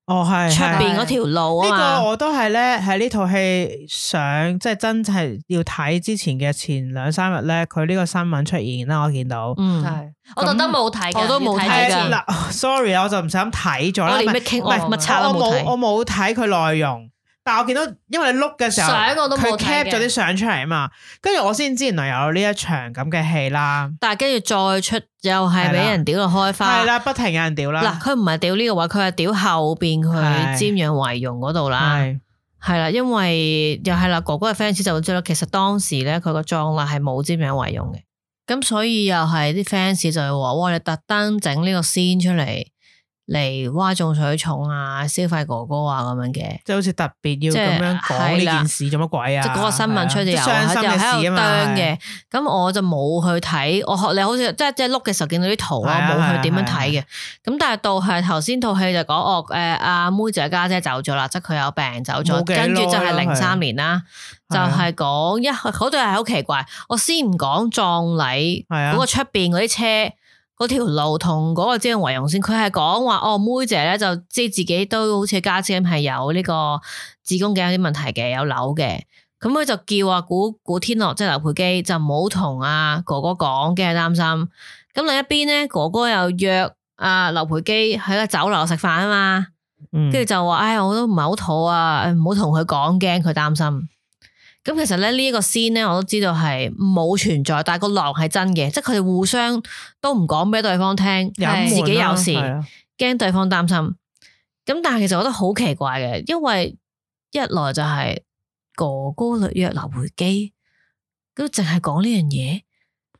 Speaker 1: 哦係
Speaker 2: 出
Speaker 1: 係
Speaker 2: 邊嗰條路
Speaker 1: 呢個
Speaker 2: 啊嘛，
Speaker 1: 我都係咧，喺呢套戲上即係真係要睇之前嘅前兩三日咧，佢呢個新聞出現啦，我見到。
Speaker 2: 嗯，
Speaker 3: 係，我特登冇睇㗎，
Speaker 2: 我都冇睇
Speaker 3: 要
Speaker 2: 㗎
Speaker 3: 之前
Speaker 1: 誒嗱，sorry，我就唔想睇咗
Speaker 2: 我
Speaker 1: 啦。
Speaker 2: 連
Speaker 1: 唔
Speaker 2: 咩
Speaker 1: 係
Speaker 2: 傾
Speaker 1: 唔係
Speaker 2: 乜叉
Speaker 1: 我
Speaker 2: 都冇
Speaker 1: 冇我冇睇
Speaker 2: 睇，
Speaker 1: 佢內容，但我見到因為你碌嘅時候，
Speaker 3: 相我都
Speaker 1: 佢
Speaker 3: 冇睇
Speaker 1: cap
Speaker 3: 嘅
Speaker 1: 咗啲相出嚟啊嘛，跟住我先知原來有呢一場咁嘅戲啦，
Speaker 2: 但係跟住再出又係
Speaker 1: 係
Speaker 2: 俾
Speaker 1: 啦
Speaker 2: 人屌到開花
Speaker 1: 係。啦，不停有人屌
Speaker 2: 嗱，
Speaker 1: 啦，
Speaker 2: 佢唔係屌呢個位，佢係屌後邊
Speaker 1: 係
Speaker 2: 佢瞻仰遺容嗰度啦，
Speaker 1: 係
Speaker 2: 係啦，因為又係啦，哥哥嘅 fans 就會知啦，其實當時咧佢個葬禮係冇瞻仰遺容嘅，咁所以又係啲 fans 就係話，哇，你特登整呢個先出嚟嚟嘩眾取寵啊，消費哥哥啊咁樣嘅。
Speaker 1: 即係好似特別要
Speaker 2: 即係
Speaker 1: 咁樣講呢
Speaker 2: 係啦
Speaker 1: 件事做乜鬼啊？
Speaker 2: 即係嗰個新聞出嚟又
Speaker 1: 係啊即係傷心嘅
Speaker 2: 又喺
Speaker 1: 事
Speaker 2: 度
Speaker 1: 啊
Speaker 2: 啄
Speaker 1: 嘛，係
Speaker 2: 嘅，咁我就冇去睇。我學你好似即係即係碌嘅時候見到啲圖
Speaker 1: 係
Speaker 2: 啦，
Speaker 1: 啊係
Speaker 2: 我冇
Speaker 1: 啊
Speaker 2: 去點樣睇嘅。咁但係到係頭先套戲就講哦，誒阿妹仔家姐走咗啦，即係佢有病走咗，
Speaker 1: 冇幾耐
Speaker 2: 跟住就係
Speaker 1: 啦
Speaker 2: 零
Speaker 1: 係
Speaker 2: 三年啦，就
Speaker 1: 係啊
Speaker 2: 係講一嗰度係好奇怪。我先唔講葬禮
Speaker 1: 係啊
Speaker 2: 嗰個出邊嗰啲車。嗰條路同嗰個瞻仰遺容先，佢係講話哦，妹姐咧就即係自己都好似家姐咁係有呢個子宮頸有啲問題嘅，有瘤嘅。咁佢就叫啊古古天樂即係劉培基就唔好同阿哥哥講，驚佢擔心。咁另一邊咧，哥哥又約阿劉培基喺個酒樓食飯啊嘛，
Speaker 1: 嗯
Speaker 2: 跟住就話：唉，我都唔係好肚啊，誒唔好同佢講，驚佢擔心。咁其實咧呢一個先咧，我都知道係冇存在，但係個狼係真嘅，即係佢哋互相都唔講俾對方聽，
Speaker 1: 有
Speaker 2: 自己有事。
Speaker 1: 係啊
Speaker 2: 驚對方擔心。咁但係其實我覺得好奇怪嘅，因為一來就係哥哥履約拿回機，咁淨係講呢樣嘢，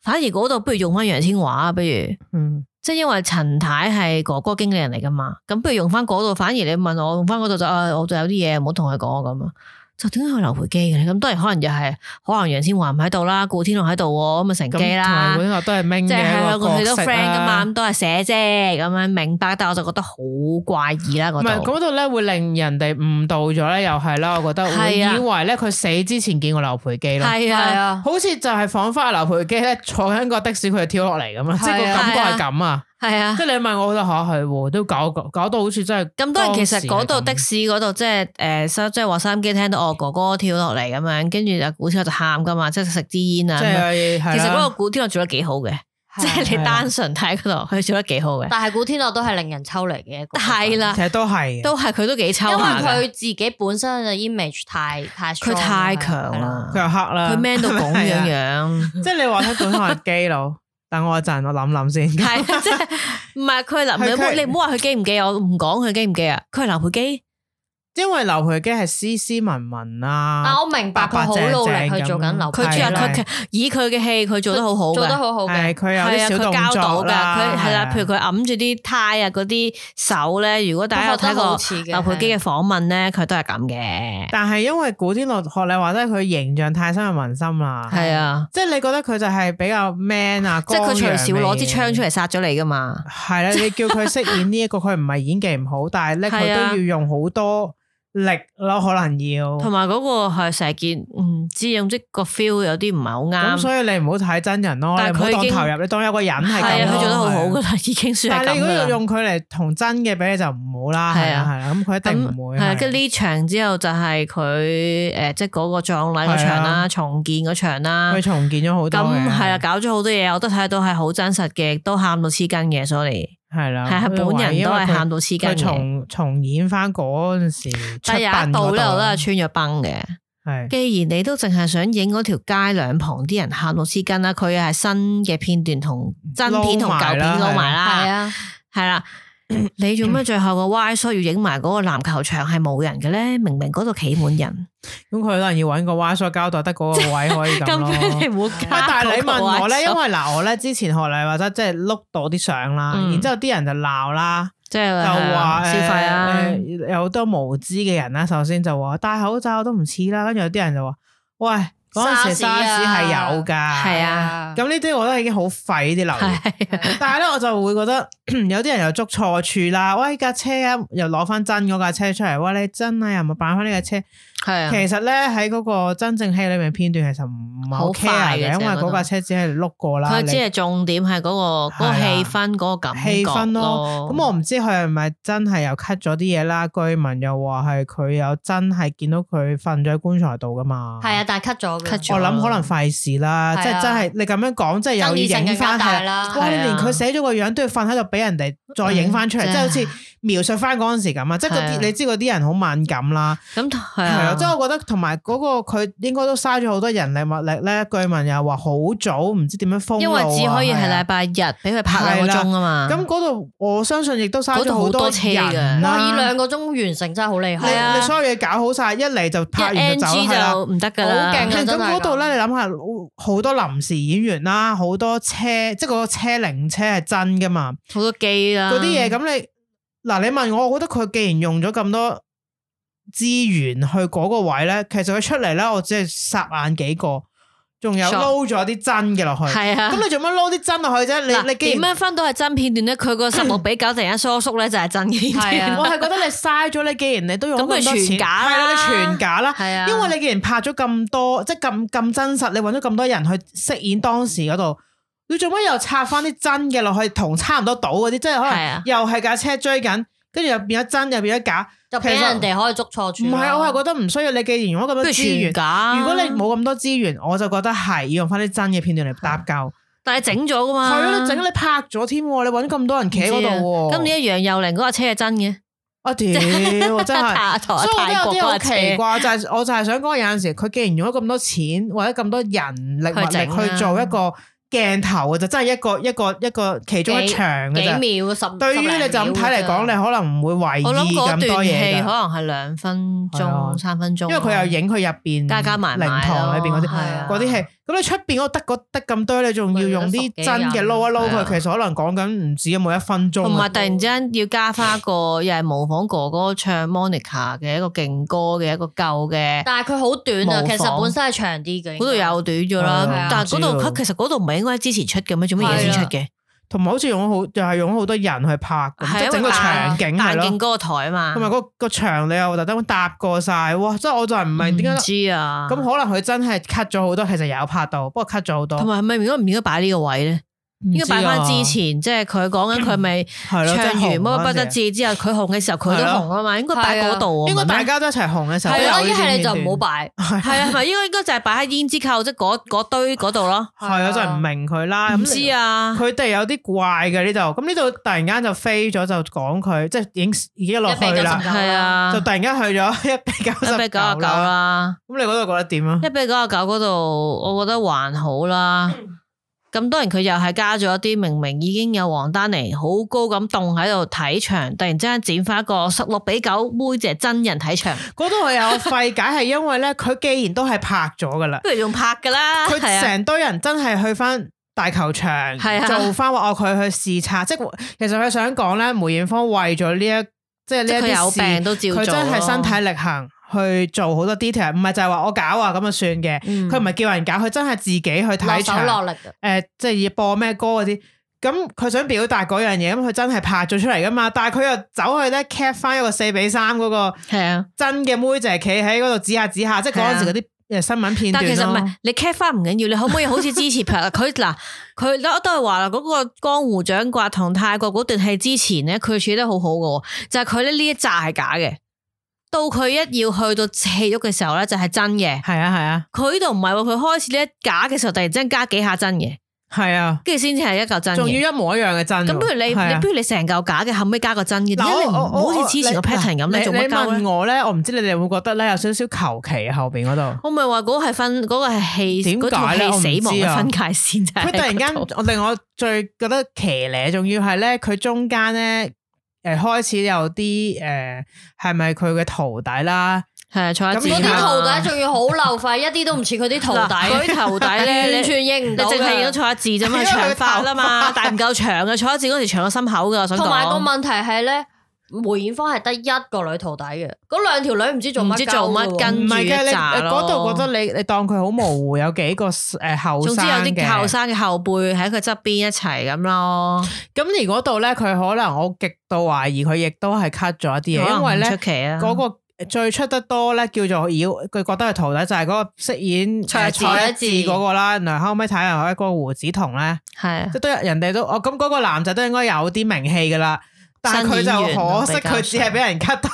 Speaker 2: 反而嗰度不如用翻楊千嬅啊，不如
Speaker 1: 嗯，
Speaker 2: 即係因為陳太係哥哥經理人嚟噶嘛，咁不如用翻嗰度，反而你問我用翻嗰度就啊，我就有啲嘢唔好同佢講咁啊。就點解佢留回機嘅？咁當然可能又係可能楊千嬅唔喺度啦，顧天樂喺度喎，咁啊成
Speaker 1: 咁
Speaker 2: 機
Speaker 1: 同埋
Speaker 2: 啦
Speaker 1: 古。天樂都係明
Speaker 2: 即係
Speaker 1: 嘅
Speaker 2: 香
Speaker 1: 一個
Speaker 2: 港佢
Speaker 1: 角
Speaker 2: 都
Speaker 1: 色啊
Speaker 2: friend 噶嘛，
Speaker 1: 啦
Speaker 2: 咁。都係寫啫，咁樣明白，但我就覺得好怪異啦
Speaker 1: 唔
Speaker 2: 嗰
Speaker 1: 係
Speaker 2: 度。
Speaker 1: 嗰度咧，會令人哋誤導咗咧，又係啦，我覺得會
Speaker 2: 係啊
Speaker 1: 以為咧佢死之前見過劉培基咯，
Speaker 2: 係
Speaker 3: 係
Speaker 2: 啊，
Speaker 3: 啊，
Speaker 1: 好似就係彷彿阿劉培基咧坐緊個的士，佢就跳落嚟咁啦，即係個
Speaker 3: 係啊
Speaker 1: 感覺係咁啊！
Speaker 2: 係 啊
Speaker 1: 即。係你問我，我覺得嚇係喎，都搞搞到好似真係
Speaker 2: 咁當然，其實
Speaker 1: 當時係
Speaker 2: 嗰度
Speaker 1: 咁
Speaker 2: 的士嗰度即係誒收，即係話收音機聽到我哦哥哥跳落嚟咁樣，跟住阿古天樂就喊噶嘛，即係食支煙啊
Speaker 1: 即
Speaker 2: 咁樣。
Speaker 1: 係係
Speaker 2: 其實嗰個
Speaker 1: 啦
Speaker 2: 古天樂做得幾好嘅，即係
Speaker 1: 係啊
Speaker 2: 你單純睇嗰度，佢做得幾好嘅。
Speaker 3: 但係古天樂都係令人抽離嘅一個，
Speaker 2: 係啦，
Speaker 1: 其實都係嘅
Speaker 2: 都係佢都幾抽
Speaker 3: 因為
Speaker 2: 下㗎
Speaker 3: 佢自己本身嘅 image 太太
Speaker 2: 佢
Speaker 3: strong 啦
Speaker 2: 太強啦
Speaker 3: 係啦，
Speaker 1: 佢又黑啦，
Speaker 2: 佢 man 到 咁樣
Speaker 1: 係啊
Speaker 2: 樣。
Speaker 1: 即係你話睇本可係基佬，等我一陣，我諗諗先。
Speaker 2: 系即係唔係
Speaker 1: 係
Speaker 2: 佢係林？你唔好
Speaker 1: 佢
Speaker 2: 你唔好话佢基唔基，我唔講佢基唔基啊。佢係劉培基，
Speaker 1: 因為劉培基係斯斯文文啊
Speaker 2: 啊
Speaker 3: 但
Speaker 1: 啦，
Speaker 3: 我明白佢好努力去做緊流
Speaker 2: 佢主要
Speaker 1: 係啦
Speaker 2: 佢佢以佢嘅戲，佢做得好好
Speaker 3: 做得
Speaker 2: 嘅。
Speaker 3: 好好
Speaker 1: 係
Speaker 3: 嘅，
Speaker 1: 佢有
Speaker 2: 係啊，
Speaker 1: 啲小
Speaker 2: 佢交
Speaker 1: 動
Speaker 2: 到
Speaker 1: 作
Speaker 2: 噶，佢係啦，
Speaker 1: 啊
Speaker 2: 譬如佢揞住啲胎啊，嗰啲手咧，如果大家有
Speaker 3: 我覺
Speaker 2: 睇
Speaker 3: 得好
Speaker 2: 過
Speaker 3: 似嘅
Speaker 2: 劉培基嘅訪問咧，佢都係咁嘅，
Speaker 1: 但係因啊為古天樂學你話齋，佢形象太深入民心啦，
Speaker 2: 係啊，
Speaker 1: 即係你覺得佢就係比較 man 啊，
Speaker 2: 即係佢隨時會攞支槍出
Speaker 1: 嚟。
Speaker 2: 嚟殺咗你噶嘛，
Speaker 1: 係啦，你叫佢飾演呢一個，佢唔係演技唔好，但 係咧佢
Speaker 2: 係
Speaker 1: 都
Speaker 2: 啊
Speaker 1: 要用好多力咯，可能要。
Speaker 2: 同埋嗰個係成日見唔知總之個 feel 有啲唔係好
Speaker 1: 咁
Speaker 2: 啱，
Speaker 1: 所以你唔好睇真人咯，你
Speaker 2: 但
Speaker 1: 唔
Speaker 2: 係佢
Speaker 1: 好當
Speaker 2: 已經
Speaker 1: 投入，你當有個人係
Speaker 2: 係
Speaker 1: 咁
Speaker 2: 啊，
Speaker 1: 咯
Speaker 2: 佢做得好好
Speaker 1: 係
Speaker 2: 噶
Speaker 1: 啊
Speaker 2: 啦，已經算
Speaker 1: 但
Speaker 2: 係
Speaker 1: 係你
Speaker 2: 咁
Speaker 1: 如果
Speaker 2: 噶
Speaker 1: 要
Speaker 2: 啦。
Speaker 1: 用佢嚟同真嘅比，你就唔好啦，係
Speaker 2: 係
Speaker 1: 啦
Speaker 2: 啊
Speaker 1: 係啦，咁佢一定唔會
Speaker 2: 係啊
Speaker 1: 係
Speaker 2: 跟住呢場之後就係佢诶，誒即係嗰個葬禮嗰場
Speaker 1: 係啊
Speaker 2: 啦，重建嗰場啦
Speaker 1: 佢，重建咗好多嘅，
Speaker 2: 咁係啦，啊搞咗好多嘢，我都睇到係好真實嘅，亦都喊到黐筋嘅，所以
Speaker 1: 係啦，
Speaker 2: 係啊，
Speaker 1: 佢
Speaker 2: 本人都係喊到黐筋
Speaker 1: 因為佢佢
Speaker 2: 嘅。
Speaker 1: 重重演翻嗰陣時出
Speaker 2: 但係有
Speaker 1: 殯嗰
Speaker 2: 一度咧，我都
Speaker 1: 度啊嗯
Speaker 2: 係穿咗崩嘅。
Speaker 1: 係
Speaker 2: 既然你都淨係想影嗰條街兩旁啲人喊到黐筋啦，佢係新嘅片段同真片同舊片
Speaker 1: 嗯撈
Speaker 2: 撈
Speaker 1: 埋
Speaker 2: 埋啦，
Speaker 3: 係啊，
Speaker 2: 係啦。你做咩最後個 Y shot 要影埋嗰個籃球場係冇人嘅咧？明明嗰度企滿人。
Speaker 1: 咁佢可能要揾個蛙梳膠袋，得嗰個位可以咁
Speaker 2: 咁樣你
Speaker 1: 咯。
Speaker 2: 唔好
Speaker 1: 喂但係
Speaker 2: 係
Speaker 1: 你問我咧，因
Speaker 2: 為
Speaker 1: 為嗱，我咧之前學你話齋，即係碌到啲相啦，
Speaker 2: 嗯
Speaker 1: 然之後啲人就鬧啦。
Speaker 2: 即係
Speaker 1: 就話呃
Speaker 2: 消費啊，
Speaker 1: 誒誒有好多無知嘅人啦。首先就話戴口罩都唔似啦，跟住有啲人就話：喂，嗰陣時
Speaker 3: SARS 啊
Speaker 1: SARS 係有㗎。
Speaker 2: 係啊
Speaker 1: 咁呢啲我覺得已經好廢啲留言。但係咧，我就會覺得 有啲人又捉錯處啦。喂，架車啊，又攞翻真嗰架車出嚟。喂，你真啊，又咪擺翻呢架車？
Speaker 2: 係啊，
Speaker 1: 其實咧喺嗰個真正戲裏面片段，其實唔係好
Speaker 2: 好
Speaker 1: care
Speaker 2: 快
Speaker 1: 嘅，
Speaker 2: 嘅啫
Speaker 1: 因為
Speaker 2: 嗰
Speaker 1: 嗰
Speaker 2: 度
Speaker 1: 架車只係碌過啦。
Speaker 2: 佢
Speaker 1: 你
Speaker 2: 只係重點係嗰個嗰個
Speaker 1: 係啊
Speaker 2: 氣氛嗰個感覺
Speaker 1: 氣氛咯。咁我唔知佢係咪真係又 cut 咗啲嘢啦。居民又話係佢有真係見到佢瞓咗喺棺材度噶嘛。
Speaker 3: 係啊，但係 cut 咗嘅
Speaker 2: cut 咗
Speaker 1: 我諗可能費事啦，
Speaker 3: 係啊
Speaker 1: 即係真係你咁樣講，即係又
Speaker 3: 爭議
Speaker 1: 要
Speaker 3: 性
Speaker 1: 影
Speaker 3: 更加
Speaker 1: 翻
Speaker 3: 大
Speaker 1: 係
Speaker 3: 啦
Speaker 1: 哇！
Speaker 2: 係啊
Speaker 1: 你連佢寫咗個樣都要瞓喺度俾人哋再影翻出嚟，即
Speaker 2: 嗯
Speaker 1: 係好似描述翻嗰陣時咁啊！即係嗰
Speaker 2: 係
Speaker 1: 啲
Speaker 2: 啊
Speaker 1: 你知嗰啲人好敏感啦，
Speaker 2: 咁係
Speaker 1: 係啊！
Speaker 2: 啊，
Speaker 1: 即係我覺得同埋嗰個佢應該都嘥咗好多人力物力咧。據聞又話好早唔知點樣封
Speaker 2: 因為
Speaker 1: 路啊
Speaker 2: 只可以
Speaker 1: 係
Speaker 2: 係
Speaker 1: 啊
Speaker 2: 禮拜日俾佢拍兩個鐘啊嘛，
Speaker 1: 咁嗰度我相信亦都嘥咗好
Speaker 2: 嗰度好多車㗎
Speaker 1: 人
Speaker 3: 哇！以
Speaker 1: 啦。
Speaker 3: 兩個鐘完成真係好厲
Speaker 2: 係
Speaker 1: 你
Speaker 2: 啊
Speaker 1: 你
Speaker 3: 害，
Speaker 1: 所有嘢搞好晒，一嚟就拍
Speaker 2: 一
Speaker 1: 完就走
Speaker 2: NG
Speaker 1: 係啦。
Speaker 2: 就唔得㗎啦，
Speaker 3: 好勁啊
Speaker 1: 咁
Speaker 3: 真係
Speaker 1: 嗰
Speaker 3: 㗎
Speaker 1: 度咧，你諗下，好多臨時演員啦，好多車，即係嗰個車零車係真噶嘛，
Speaker 2: 好多機啦，
Speaker 1: 嗰啲嘢咁你嗱，你問我，我覺得佢既然用咗咁多資源去嗰個位咧，其實佢出嚟咧，我只係霎眼幾個，仲有
Speaker 2: Sure
Speaker 1: 撈咗啲真嘅落去。
Speaker 2: 係啊。
Speaker 1: 咁你做乜撈啲真落去啫？
Speaker 2: 嗱
Speaker 1: 你你既
Speaker 2: 點
Speaker 1: 然
Speaker 2: 樣分到係真片段咧？佢個十六比九突然間疏縮咧，就係真片
Speaker 3: 係
Speaker 2: 段
Speaker 3: 啊。
Speaker 1: 我係覺得你嘥咗你，既然你都用咗
Speaker 2: 咁
Speaker 1: 咁
Speaker 2: 咪
Speaker 1: 多錢，
Speaker 2: 全假啦
Speaker 1: 係啦，你全假啦。
Speaker 2: 係啊
Speaker 1: 因為你既然拍咗咁多，即係咁咁真實，你揾咗咁多人去飾演當時嗰度，你做乜又插翻啲真嘅落去，同差唔多到嗰啲，即係可
Speaker 2: 係
Speaker 1: 能
Speaker 2: 啊
Speaker 1: 又係架車追緊，跟住又變咗真，又變咗假。
Speaker 3: 就俾人哋可以捉錯
Speaker 1: 唔
Speaker 3: 住咯。
Speaker 1: 係，我係覺得唔需要。你既然用咗咁多
Speaker 2: 不如
Speaker 1: 資源
Speaker 2: 全，假。
Speaker 1: 如果你冇咁多資源，我就覺得係要用翻啲真嘅片段嚟
Speaker 2: 啊
Speaker 1: 搭救。
Speaker 2: 但係整咗噶嘛，
Speaker 1: 係咯，你整你拍咗添喎，你揾咁多人企喺嗰度喎。
Speaker 2: 今年楊佑寧嗰架車係真嘅，
Speaker 1: 我屌， 真係。
Speaker 3: 啊
Speaker 2: 同
Speaker 1: 所以我覺
Speaker 2: 泰
Speaker 1: 得
Speaker 2: 國
Speaker 1: 有啲好
Speaker 2: 嗰架
Speaker 1: 奇
Speaker 2: 車。
Speaker 1: 怪，就係我就係想講有陣時，佢既然用咗咁多錢或者咁多人力
Speaker 2: 去整
Speaker 1: 物
Speaker 2: 啦
Speaker 1: 力去做一個鏡頭嘅就真係一個一個一個其中一
Speaker 3: 幾
Speaker 1: 場嘅啫。
Speaker 3: 幾秒十，
Speaker 1: 對於你就咁睇嚟講，你可能唔會懷疑
Speaker 2: 我諗嗰
Speaker 1: 咁多
Speaker 2: 段
Speaker 1: 嘢
Speaker 2: 戲可
Speaker 1: 㗎，
Speaker 2: 能係兩分
Speaker 1: 係啊
Speaker 2: 鐘、三分鐘，
Speaker 1: 因為佢又影佢入邊
Speaker 2: 加加埋埋
Speaker 1: 靈堂裏邊嗰啲
Speaker 2: 咯係啊
Speaker 1: 嗰啲戲，咁你出邊嗰得嗰得咁多，你仲要用啲真嘅撈一撈
Speaker 2: 係啊
Speaker 1: 佢，其實可能講緊唔止有冇一分鐘
Speaker 2: 同埋
Speaker 1: 啊。
Speaker 2: 突然之間要加翻一個又係模仿哥哥唱 Monica 嘅一個勁歌嘅一個舊嘅，
Speaker 3: 但係佢好短啊，
Speaker 2: 模仿
Speaker 3: 其實本身係長啲嘅。
Speaker 2: 嗰度又短咗啦
Speaker 1: 係
Speaker 3: 啊。
Speaker 2: 但係嗰度
Speaker 1: 唔知啊
Speaker 2: 佢其實嗰度唔係應該之前出嘅咩？做乜嘢先出嘅？
Speaker 1: 同埋好似用咗好又係用咗好多人去拍咁，即
Speaker 2: 係
Speaker 1: 係整個場景係
Speaker 2: 但勁
Speaker 1: 咯，
Speaker 2: 嗰個台嘛，
Speaker 1: 同埋嗰個場你又特登搭過晒，哇！即係我就係唔明點
Speaker 2: 唔
Speaker 1: 解
Speaker 2: 知啊。
Speaker 1: 咁可能佢真係 cut 咗好多，其實有拍到，不過 cut 咗好多
Speaker 2: 同。埋係咪應該唔應該擺呢個位咧？應該擺翻之前，即係佢講緊佢咪
Speaker 1: 係咯，
Speaker 2: 唱完乜乜不得
Speaker 1: 知。
Speaker 2: 志之後，佢紅嘅時候佢
Speaker 1: 係
Speaker 2: 都
Speaker 1: 咯
Speaker 2: 紅啊嘛，應該擺嗰度啊。
Speaker 1: 應該
Speaker 2: 唔係咩
Speaker 1: 大家都一齊紅嘅時候，
Speaker 3: 係
Speaker 1: 都
Speaker 3: 咯，一
Speaker 1: 有呢啲
Speaker 3: 係你就
Speaker 1: 片
Speaker 3: 唔好
Speaker 1: 段。
Speaker 3: 擺。
Speaker 2: 係啊，咪應該應該就係擺喺胭脂扣即係嗰嗰堆嗰度咯。
Speaker 1: 係啊，真係唔明佢啦。
Speaker 2: 唔
Speaker 1: 咁
Speaker 2: 知啊，
Speaker 1: 佢哋有啲怪嘅呢度，咁呢度突然間就飛咗，就講佢即係已經已經落去啦
Speaker 3: 199，
Speaker 2: 係啊，
Speaker 1: 就突然間去咗 一比九
Speaker 2: 一
Speaker 1: 十
Speaker 2: 比九啊九。啦，
Speaker 1: 咁你嗰度覺得點 啊
Speaker 2: 一？比九啊九嗰度，我覺得還好啦。咁當然佢又係加咗一啲明明已經有黃丹妮好高咁棟喺度睇場，突然之間剪翻一個十六比九妹姐真人睇場，
Speaker 1: 嗰度係有費解，係因為咧，佢既然都係拍咗噶啦，
Speaker 2: 不如用拍噶啦，
Speaker 1: 佢
Speaker 2: 係啊，
Speaker 1: 成堆人真係去翻。大球場
Speaker 2: 係啊
Speaker 1: 做翻話哦，佢去視察，即係其實佢想講咧，梅艷芳為咗呢一即係
Speaker 2: 即
Speaker 1: 呢一
Speaker 2: 係佢
Speaker 1: 啲
Speaker 2: 有
Speaker 1: 事
Speaker 2: 病都照做
Speaker 1: 佢
Speaker 2: 咯
Speaker 1: 真係身體力行去做好多 detail，唔係就係話我搞啊咁就算嘅。
Speaker 2: 嗯
Speaker 1: 佢唔係叫人搞，佢真係自己去
Speaker 3: 落
Speaker 1: 睇
Speaker 3: 手
Speaker 1: 場，
Speaker 3: 落
Speaker 1: 誒、
Speaker 3: 力啊嘅，
Speaker 1: 即係要播咩歌嗰啲。咁佢想表達嗰樣嘢，咁佢真係拍咗出嚟噶嘛？但係佢又走去咧 cap 翻一個四比三嗰個
Speaker 2: 係啊。
Speaker 1: 真嘅妹就係企喺嗰度指下指下，即係嗰陣時嗰啲誒新聞片
Speaker 2: 但
Speaker 1: 段
Speaker 2: 其實唔
Speaker 1: 咯
Speaker 2: 係。，你 cap 翻唔緊要，你可唔可以好似之前譬如佢嗱佢我都係話啦，嗰、個江湖掌摑同泰國嗰段戲之前咧，佢處理得好好嘅喎，就係佢咧呢一扎係假嘅，到佢一要去到戲肉嘅時候咧就係真嘅。
Speaker 1: 係啊係啊
Speaker 2: 佢呢度唔係喎，佢開始呢一假嘅時候，突然之間加幾下真嘅，
Speaker 1: 係啊，
Speaker 2: 跟住先至係一嚿真
Speaker 1: 仲
Speaker 2: 嘅。
Speaker 1: 要一模一樣嘅真喎。
Speaker 2: 咁不如你
Speaker 1: 係啊
Speaker 2: 你不如你成嚿假嘅，後尾加個真嘅，點
Speaker 1: 嗱
Speaker 2: 解你唔
Speaker 1: 我我
Speaker 2: 好
Speaker 1: 我
Speaker 2: 似之前個
Speaker 1: 你
Speaker 2: pattern 咁咧？
Speaker 1: 你
Speaker 2: 做乜啊
Speaker 1: 你
Speaker 2: 鳩
Speaker 1: 問
Speaker 2: 咧？
Speaker 1: 我咧，我唔知你哋會唔會覺得咧有少少求其啊後邊嗰度。
Speaker 2: 我咪話嗰個係分嗰個係戲
Speaker 1: 點解
Speaker 2: 嗰套戲
Speaker 1: 咧我唔
Speaker 2: 死亡
Speaker 1: 知啊
Speaker 2: 嘅分界線就係
Speaker 1: 佢突然
Speaker 2: 喺
Speaker 1: 間
Speaker 2: 嗰度，
Speaker 1: 我令我最覺得騎呢，仲要係咧，佢中間咧，誒開始有啲誒係咪佢嘅徒弟啦？
Speaker 2: 係坐喺
Speaker 1: 咁
Speaker 2: 自己
Speaker 3: 嗰
Speaker 1: 嗰
Speaker 3: 啲
Speaker 1: 啊
Speaker 3: 徒弟仲要好漏費，一啲都唔似佢啲徒
Speaker 2: 嗱
Speaker 3: 弟，
Speaker 2: 佢啲徒弟咧，
Speaker 3: 完
Speaker 2: 你
Speaker 3: 全認唔
Speaker 2: 你
Speaker 3: 到
Speaker 2: 淨係影
Speaker 3: 嘅
Speaker 2: 咗。坐一字啫嘛，
Speaker 1: 因為佢
Speaker 2: 長髮啦嘛，
Speaker 1: 頭髮
Speaker 2: 但係唔夠長嘅，坐一字嗰時長到心口噶，我想
Speaker 3: 同埋個
Speaker 2: 講。
Speaker 3: 問題係咧，梅艷芳係得一個女徒弟嘅，嗰兩條女唔知做乜
Speaker 2: 唔知做乜
Speaker 3: 鳩嘅喎
Speaker 2: 跟
Speaker 1: 唔係嘅，
Speaker 2: 跟住
Speaker 1: 你
Speaker 2: 一紮咯
Speaker 1: 嗰度覺得你你當佢好模糊，有幾個誒後
Speaker 2: 總
Speaker 1: 生
Speaker 2: 之有啲後
Speaker 1: 嘅。
Speaker 2: 生嘅後輩喺佢側邊一齊咁咯，
Speaker 1: 咁而嗰度咧，佢可能我極度懷疑佢亦都係 cut 咗一啲嘢，因為
Speaker 2: 可能唔
Speaker 1: 咧
Speaker 2: 出奇啊，
Speaker 1: 嗰個呃最出得多咧叫做妖，佢覺得係徒弟就係嗰個飾演呃蔡
Speaker 3: 蔡一
Speaker 1: 蔡一
Speaker 3: 智
Speaker 1: 智嗰個啦，然後後尾睇下嗰個胡子彤咧。
Speaker 2: 係啊
Speaker 1: 即係都有人哋都哦，咁嗰個男仔都應該有啲名氣噶啦，但係佢
Speaker 2: 新演員啊
Speaker 1: 就
Speaker 2: 咯
Speaker 1: 可惜佢只係俾人 cut 到，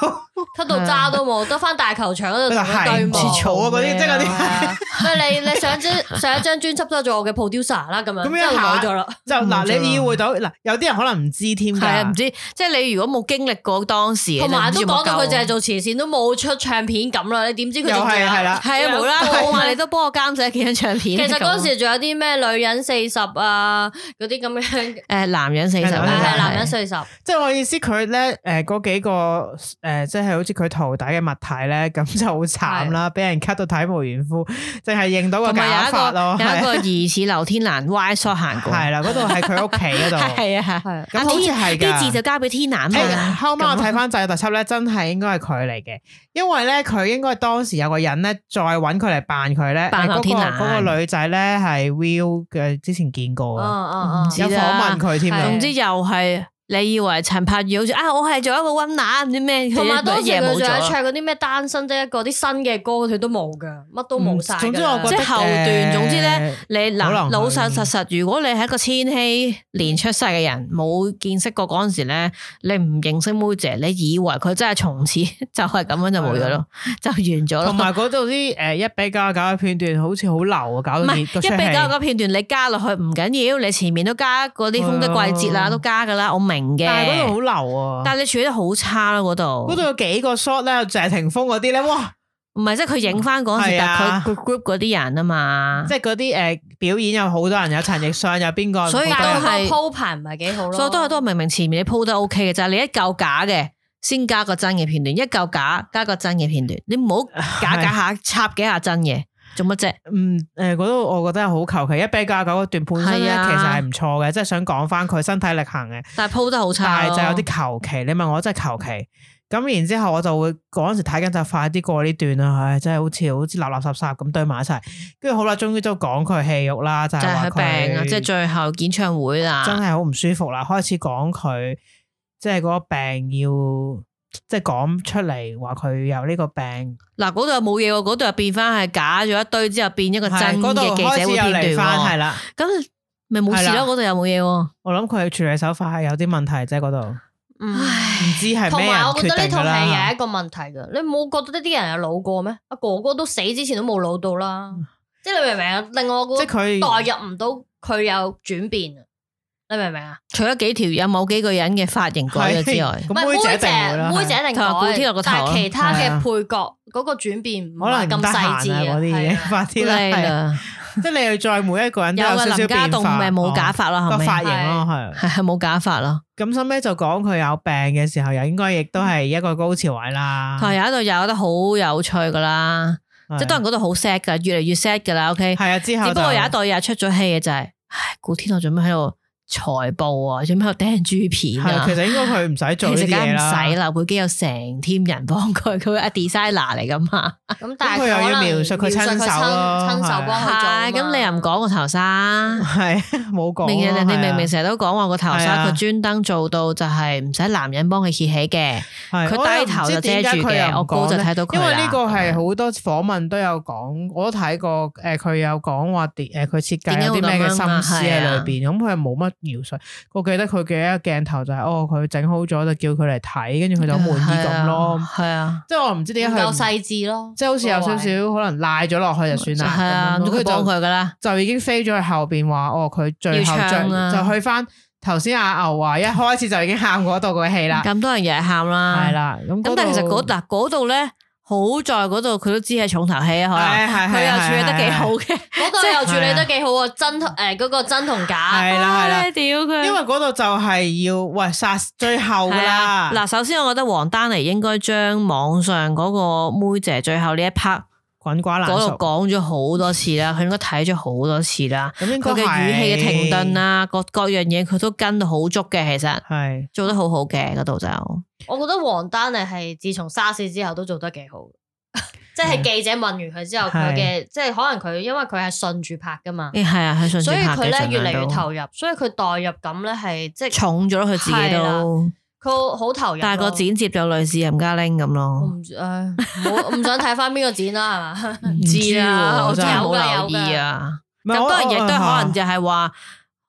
Speaker 3: 咳到渣都
Speaker 2: 嗯
Speaker 3: 冇，得翻大球場嗰度同
Speaker 1: 佢就
Speaker 3: 佢對望。
Speaker 1: 哎係唔嗰啲，即係嗰
Speaker 3: 係
Speaker 1: 啲
Speaker 3: 啊所以你你上張上一張專輯都做我嘅 producer 啦，咁樣
Speaker 1: 咁樣
Speaker 3: 就冇咗啦。
Speaker 1: 就嗱，你意會到嗱，有啲人可能唔知添
Speaker 2: 啊係啊，
Speaker 1: 㗎，
Speaker 2: 唔知即係你如果冇經歷過當時，
Speaker 3: 同
Speaker 2: 你唔
Speaker 3: 埋都
Speaker 2: 知有冇
Speaker 3: 講到佢
Speaker 2: 夠
Speaker 3: 淨係做慈善，都冇出唱片咁啦。你點知佢
Speaker 1: 又
Speaker 3: 仲
Speaker 1: 係係啦，
Speaker 2: 係啊，無啦啦，
Speaker 3: 有
Speaker 2: 我話
Speaker 3: 歌
Speaker 2: 你都幫我監製幾張唱片。
Speaker 3: 其實嗰陣
Speaker 2: 時
Speaker 3: 時仲有啲咩女人四十啊，嗰啲咁樣，
Speaker 2: 誒男人四十，
Speaker 1: 係
Speaker 3: 係
Speaker 1: 男人
Speaker 3: 係
Speaker 1: 40
Speaker 3: 男人四十，
Speaker 1: 即係我意思佢咧誒嗰幾個誒，即係好似佢徒弟嘅物體咧，咁就好慘啦，俾人 cut 到體無完膚，淨係認到個
Speaker 2: 同埋有
Speaker 1: 假
Speaker 2: 一
Speaker 1: 髮咯，
Speaker 2: 個有一
Speaker 1: 係
Speaker 2: 個疑似劉天蘭歪索行過，
Speaker 1: 係啦，嗰度係佢屋企嗰度。
Speaker 2: 係啊，
Speaker 3: 係
Speaker 1: 咁好似係㗎
Speaker 2: 啲字就交俾天南
Speaker 1: 誒，
Speaker 2: 啊。
Speaker 1: 後尾我睇翻製作特輯咧，真係應該係佢嚟嘅，因為咧佢應該當時有個人咧再揾佢嚟扮佢咧，
Speaker 2: 扮
Speaker 1: 誒
Speaker 2: 劉
Speaker 1: 嗰
Speaker 2: 天
Speaker 1: 個
Speaker 2: 蘭
Speaker 1: 嗰個女仔咧係 Will 嘅，之前見過
Speaker 3: 嗯
Speaker 1: 啊，
Speaker 3: 嗯
Speaker 2: 唔
Speaker 3: 嗯
Speaker 2: 哦知。
Speaker 1: 有訪問佢添
Speaker 3: 係
Speaker 1: 啊
Speaker 2: 總。之又係你以為陳柏宇好似啊，我係做一個温拿唔知咩，
Speaker 3: 同埋當時
Speaker 2: 嘢
Speaker 3: 佢
Speaker 2: 冇
Speaker 3: 仲有
Speaker 2: 咗。
Speaker 3: 唱嗰啲咩單身得一個啲新嘅歌，佢都冇噶，乜都冇晒㗎啦。
Speaker 1: 總之我覺
Speaker 2: 即
Speaker 1: 得
Speaker 2: 係後段總之呢
Speaker 1: 咧，
Speaker 2: 你嗱
Speaker 1: 可能佢
Speaker 2: 老實實實，如果你係一個千禧年出世嘅人，冇見識過嗰陣時咧，你唔認識妹姐，你以為佢真係從此 就係咁樣就冇咗咯，就完咗
Speaker 1: 同
Speaker 2: 咯。
Speaker 1: 埋嗰度啲誒一比九九嘅片段好似好流啊，搞
Speaker 2: 唔
Speaker 1: 到
Speaker 2: 係
Speaker 1: 熱
Speaker 2: 一
Speaker 1: 個
Speaker 2: 比
Speaker 1: 出
Speaker 2: 九
Speaker 1: 戲。
Speaker 2: 嗰片段，你加落去唔緊要，你前面都加嗰啲風嘅季節
Speaker 1: 係
Speaker 2: 啦，
Speaker 1: 啊
Speaker 2: 都加噶啦，我明嘅。
Speaker 1: 但係嗰度好流啊！
Speaker 2: 但係你處理得好差咯，嗰度
Speaker 1: 嗰度有幾個 shot 咧，謝霆鋒嗰啲咧，哇！
Speaker 2: 唔係即係佢影翻嗰陣時，
Speaker 1: 係啊
Speaker 2: 但佢佢 group 嗰啲人啊嘛
Speaker 1: 即，係嗰啲诶表演有好多人，有陳奕迅，有邊個？
Speaker 2: 所以
Speaker 1: 好多
Speaker 2: 都
Speaker 1: 人
Speaker 3: 但
Speaker 2: 係
Speaker 3: 係個鋪排唔係幾好咯。
Speaker 2: 所以都係都係明明前面你鋪得 O K 嘅，就係你一嚿假嘅。先加個真嘅片段，一嚿假加個真嘅片段，你 唔好假假下插幾下真嘅，做乜啫？
Speaker 1: 嗯，诶，嗰度我覺得係好求其，一比較九嗰段本身咧，
Speaker 2: 係啊
Speaker 1: 其實係唔錯嘅，即係想講翻佢身體力行嘅，
Speaker 2: 但係鋪得好差
Speaker 1: 但
Speaker 2: 咯，
Speaker 1: 係就有啲求其。你問我真係求其，咁然之後我就會嗰陣時睇緊就快啲過呢段啦，唉，真係好似好似垃垃圾圾咁堆埋一齊。跟住好啦，終於都講佢戲肉啦，就
Speaker 2: 就
Speaker 1: 係
Speaker 2: 係
Speaker 1: 話
Speaker 2: 佢
Speaker 1: 佢
Speaker 2: 病啊，即係最後演唱會
Speaker 1: 真
Speaker 2: 啦，
Speaker 1: 係好唔舒服啦，開始講佢即係嗰個病要。即係講出嚟話佢有呢個病，
Speaker 2: 嗱嗰度又冇嘢喎，嗰度又變翻係假咗一堆之後變一個真
Speaker 1: 係嗰度
Speaker 2: 嘅記
Speaker 1: 開
Speaker 2: 者
Speaker 1: 始
Speaker 2: 會
Speaker 1: 又
Speaker 2: 片
Speaker 1: 嚟翻，
Speaker 2: 段
Speaker 1: 係
Speaker 2: 喎，
Speaker 1: 啦。
Speaker 2: 咁咪冇事
Speaker 1: 係啦
Speaker 2: 咯，嗰度又冇嘢喎，
Speaker 1: 我諗佢嘅處理手法係有啲問題啫，嗰度。
Speaker 3: 唉
Speaker 1: 唔知係
Speaker 3: 同
Speaker 1: 咩人
Speaker 3: 埋我
Speaker 1: 決
Speaker 3: 覺
Speaker 1: 定
Speaker 3: 得呢
Speaker 1: 㗎
Speaker 3: 套戲啊
Speaker 1: 啦
Speaker 3: 有一個問題㗎，你冇覺得呢啲人有老過咩？阿哥哥都死之前都冇老到啦，即係你明唔明啊？令我
Speaker 1: 即
Speaker 3: 個
Speaker 1: 係佢
Speaker 3: 代入唔到佢有轉變啊！你明唔明啊？
Speaker 2: 除咗幾條有某幾個人嘅髮型改咗之 外
Speaker 1: 係。
Speaker 3: 唔
Speaker 1: 咁
Speaker 3: 係
Speaker 1: 妹仔
Speaker 3: 妹
Speaker 1: 一定會啦，
Speaker 3: 姐，妹
Speaker 1: 係
Speaker 3: 姐一定
Speaker 2: 同埋古天樂
Speaker 3: 改
Speaker 2: 個，頭啊
Speaker 3: 但係其他
Speaker 1: 係
Speaker 3: 嘅
Speaker 1: 啊
Speaker 3: 配角嗰個轉變唔
Speaker 1: 可能
Speaker 3: 係
Speaker 1: 唔
Speaker 3: 咁
Speaker 1: 得閒
Speaker 3: 細
Speaker 1: 啊
Speaker 3: 緻
Speaker 1: 嗰啲
Speaker 3: 係
Speaker 1: 嘢，
Speaker 3: 啊
Speaker 1: 快啲啦，
Speaker 2: 好靚
Speaker 1: 係啊
Speaker 2: 啊
Speaker 1: 即係你要再每一個人都
Speaker 2: 有
Speaker 1: 有
Speaker 2: 嘅
Speaker 1: 少少
Speaker 2: 林家
Speaker 1: 變
Speaker 2: 棟
Speaker 1: 化，哦
Speaker 2: 咪冇假髮咯，
Speaker 1: 個
Speaker 2: 後尾
Speaker 1: 髮
Speaker 2: 係
Speaker 1: 型咯，係。
Speaker 2: 係冇假髮咯。
Speaker 1: 咁收尾就講佢有病嘅時候，又應該亦都係一個高潮位啦。
Speaker 2: 同埋有一度有得好有趣噶啦，
Speaker 1: 啊係
Speaker 2: 啊即系当然嗰度好 sad 噶，越嚟越 sad 噶啦。OK，
Speaker 1: 係啊，之
Speaker 2: 只
Speaker 1: 後
Speaker 2: 不過
Speaker 1: 就
Speaker 2: 有一度又出咗戲嘅啊就係，唉，古天樂做咩喺度財報啊，做咩喺度掟豬片
Speaker 1: 係
Speaker 2: 啊
Speaker 1: 其？實應該佢唔使做呢
Speaker 2: 其實
Speaker 1: 啲
Speaker 2: 梗係
Speaker 1: 嘢
Speaker 2: 唔
Speaker 1: 啦。
Speaker 2: 使啦，會基有成 team 人幫 佢，佢係 designer 嚟噶嘛。
Speaker 3: 咁但
Speaker 1: 佢
Speaker 3: 係
Speaker 1: 又要
Speaker 3: 可能
Speaker 1: 描述佢親手咯
Speaker 3: 親親手幫佢做啊
Speaker 2: 係，
Speaker 3: 嘛。
Speaker 2: 咁你又唔講個頭紗？
Speaker 1: 係冇講咯。
Speaker 2: 明人哋
Speaker 1: 係啊
Speaker 2: 明明成日都講話個頭
Speaker 1: 係
Speaker 2: 紗，
Speaker 1: 啊
Speaker 2: 佢專登做到就係唔使男人幫佢揭起嘅。
Speaker 1: 係
Speaker 2: 佢
Speaker 1: 我又
Speaker 2: 低頭
Speaker 1: 唔知
Speaker 2: 就遮
Speaker 1: 點解
Speaker 2: 住
Speaker 1: 佢
Speaker 2: 嘅
Speaker 1: 又唔
Speaker 2: 我高
Speaker 1: 講
Speaker 2: 就
Speaker 1: 咧
Speaker 2: 睇到佢
Speaker 1: 因為
Speaker 2: 啦
Speaker 1: 呢個
Speaker 2: 咁
Speaker 1: 係
Speaker 2: 樣
Speaker 1: 好多訪問都有講，我都睇過誒，佢有講話啲誒佢設計有啲
Speaker 2: 啊
Speaker 1: 咩嘅心思喺裏邊，咁佢又冇乜描述。我記得佢嘅一個鏡頭就係、哦，佢整好咗就叫佢嚟睇，跟住佢就好滿意咁咯。
Speaker 2: 係啊。
Speaker 1: 即係我唔知點
Speaker 3: 唔
Speaker 1: 解佢唔
Speaker 3: 夠細緻咯，
Speaker 1: 即係好似有少
Speaker 3: 嗰個位
Speaker 1: 少可能賴咗落去就算
Speaker 2: 係
Speaker 1: 啦
Speaker 2: 啊，
Speaker 1: 咁樣咯。
Speaker 2: 佢幫
Speaker 1: 就
Speaker 2: 佢噶啦，
Speaker 1: 就已經飛咗去後邊話，哦，佢最後
Speaker 2: 要唱啊
Speaker 1: 最就去翻頭先阿牛話一開始就已經喊嗰度個戲啦，
Speaker 2: 咁多人又係喊啦，
Speaker 1: 係。啦。咁
Speaker 2: 咁但係其實嗰嗱嗰度咧，好在嗰度佢都知係重頭戲啊，可
Speaker 1: 係
Speaker 2: 能佢又處理得幾好。 嘅，
Speaker 3: 嗰個又處理得幾好喎，真同誒嗰個真同假，
Speaker 1: 係啦係啦
Speaker 2: 啊屌佢！
Speaker 1: 因為嗰度就係要喂殺最後噶
Speaker 2: 係啊
Speaker 1: 啦，
Speaker 2: 嗱，首先我覺得黃丹妮應該將網上嗰個妹姐最後呢一 part
Speaker 1: 滾瓜爛
Speaker 2: 嗰度
Speaker 1: 熟。
Speaker 2: 講咗好多次啦，佢應該睇咗好多次啦，
Speaker 1: 咁應該
Speaker 2: 佢嘅語氣嘅停頓
Speaker 1: 啦，
Speaker 2: 啊，各各樣嘢佢都跟到好足嘅，其實
Speaker 1: 係
Speaker 2: 做得好好嘅嗰度就。
Speaker 1: 嗯
Speaker 3: 我覺得黃丹妮係自從沙士之後都做得幾 好，即
Speaker 1: 嗯
Speaker 3: 係記者問完佢之後，佢嘅即係可能佢因為佢係順住拍噶嘛，
Speaker 2: 誒係啊，係順住
Speaker 3: 所以
Speaker 2: 拍
Speaker 3: 佢
Speaker 2: 嘅
Speaker 3: 咧
Speaker 2: 盡
Speaker 3: 越
Speaker 2: 量
Speaker 3: 嚟越
Speaker 2: 都
Speaker 3: 投入，所以佢代入感咧係即係
Speaker 2: 重咗佢自己
Speaker 3: 係啦
Speaker 2: 都，
Speaker 3: 佢好投入咯。
Speaker 2: 但係個剪接就類似任嘉玲咁
Speaker 3: 我
Speaker 2: 咯，
Speaker 3: 唔知唉，冇唔想睇翻邊個剪啦，係嘛？
Speaker 2: 唔
Speaker 1: 知啊
Speaker 2: 我
Speaker 1: 真
Speaker 2: 真
Speaker 1: 係
Speaker 2: 係冇
Speaker 3: 有㗎
Speaker 2: 留意啊。
Speaker 1: 唔係
Speaker 2: 咁啊
Speaker 1: 我哦
Speaker 2: 當然亦都係可能
Speaker 1: 我
Speaker 2: 就係話，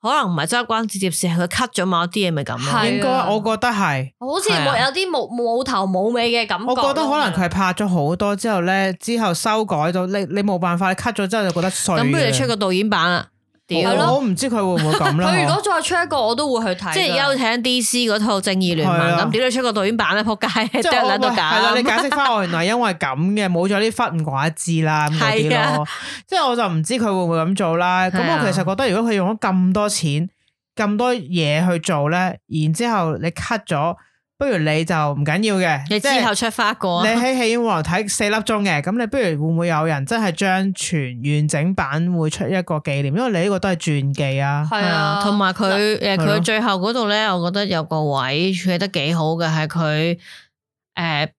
Speaker 2: 可能唔係真係關剪接事，係佢 cut 咗某啲嘢咪咁
Speaker 3: 係啊
Speaker 2: 咯。
Speaker 1: 應該我覺得係，
Speaker 3: 好似
Speaker 2: 係
Speaker 3: 冇
Speaker 2: 啊
Speaker 3: 有啲冇冇頭冇尾嘅感覺咯。
Speaker 1: 我覺得可能佢係拍咗好多之後咧，之後修改到你你冇辦法，你 cut 咗之後就覺得碎嘅。
Speaker 2: 咁不如你出個導演版啦，屌
Speaker 1: 我我唔知佢會唔會咁 啦。
Speaker 3: 佢如
Speaker 1: 我
Speaker 3: 果再出一個，我都會去睇㗎。
Speaker 2: 即係休請 DC 嗰套《正義聯盟
Speaker 1: 啊係》啊
Speaker 2: 咁，屌你出個導演版啦，仆街，
Speaker 1: 即
Speaker 2: 得
Speaker 1: 係我
Speaker 2: 兩到
Speaker 1: 喂係啦，你
Speaker 2: 咁。
Speaker 1: 解釋翻我原來因為咁嘅，冇咗啲忽唔寡知啦咁嗰
Speaker 2: 係
Speaker 1: 啲
Speaker 2: 啊
Speaker 1: 咯。即係我就唔知佢會唔會咁做啦。咁
Speaker 2: 係啊
Speaker 1: 我其實覺得如果佢用咗咁多錢、咁多嘢去做咧，然之後你 cut 咗，不如你就唔緊要嘅。
Speaker 2: 你
Speaker 1: 即
Speaker 2: 之
Speaker 1: 係
Speaker 2: 後出翻一個啊
Speaker 1: 你，喺戲院望睇四粒鐘嘅，咁你不如會唔會有人真係將全完整版會出一個紀念？因為你呢個都係傳記啊。
Speaker 3: 係啊，
Speaker 2: 同埋佢诶，
Speaker 1: 係咯
Speaker 2: 佢最後嗰度咧，我覺得有個位處理得幾好嘅，係佢诶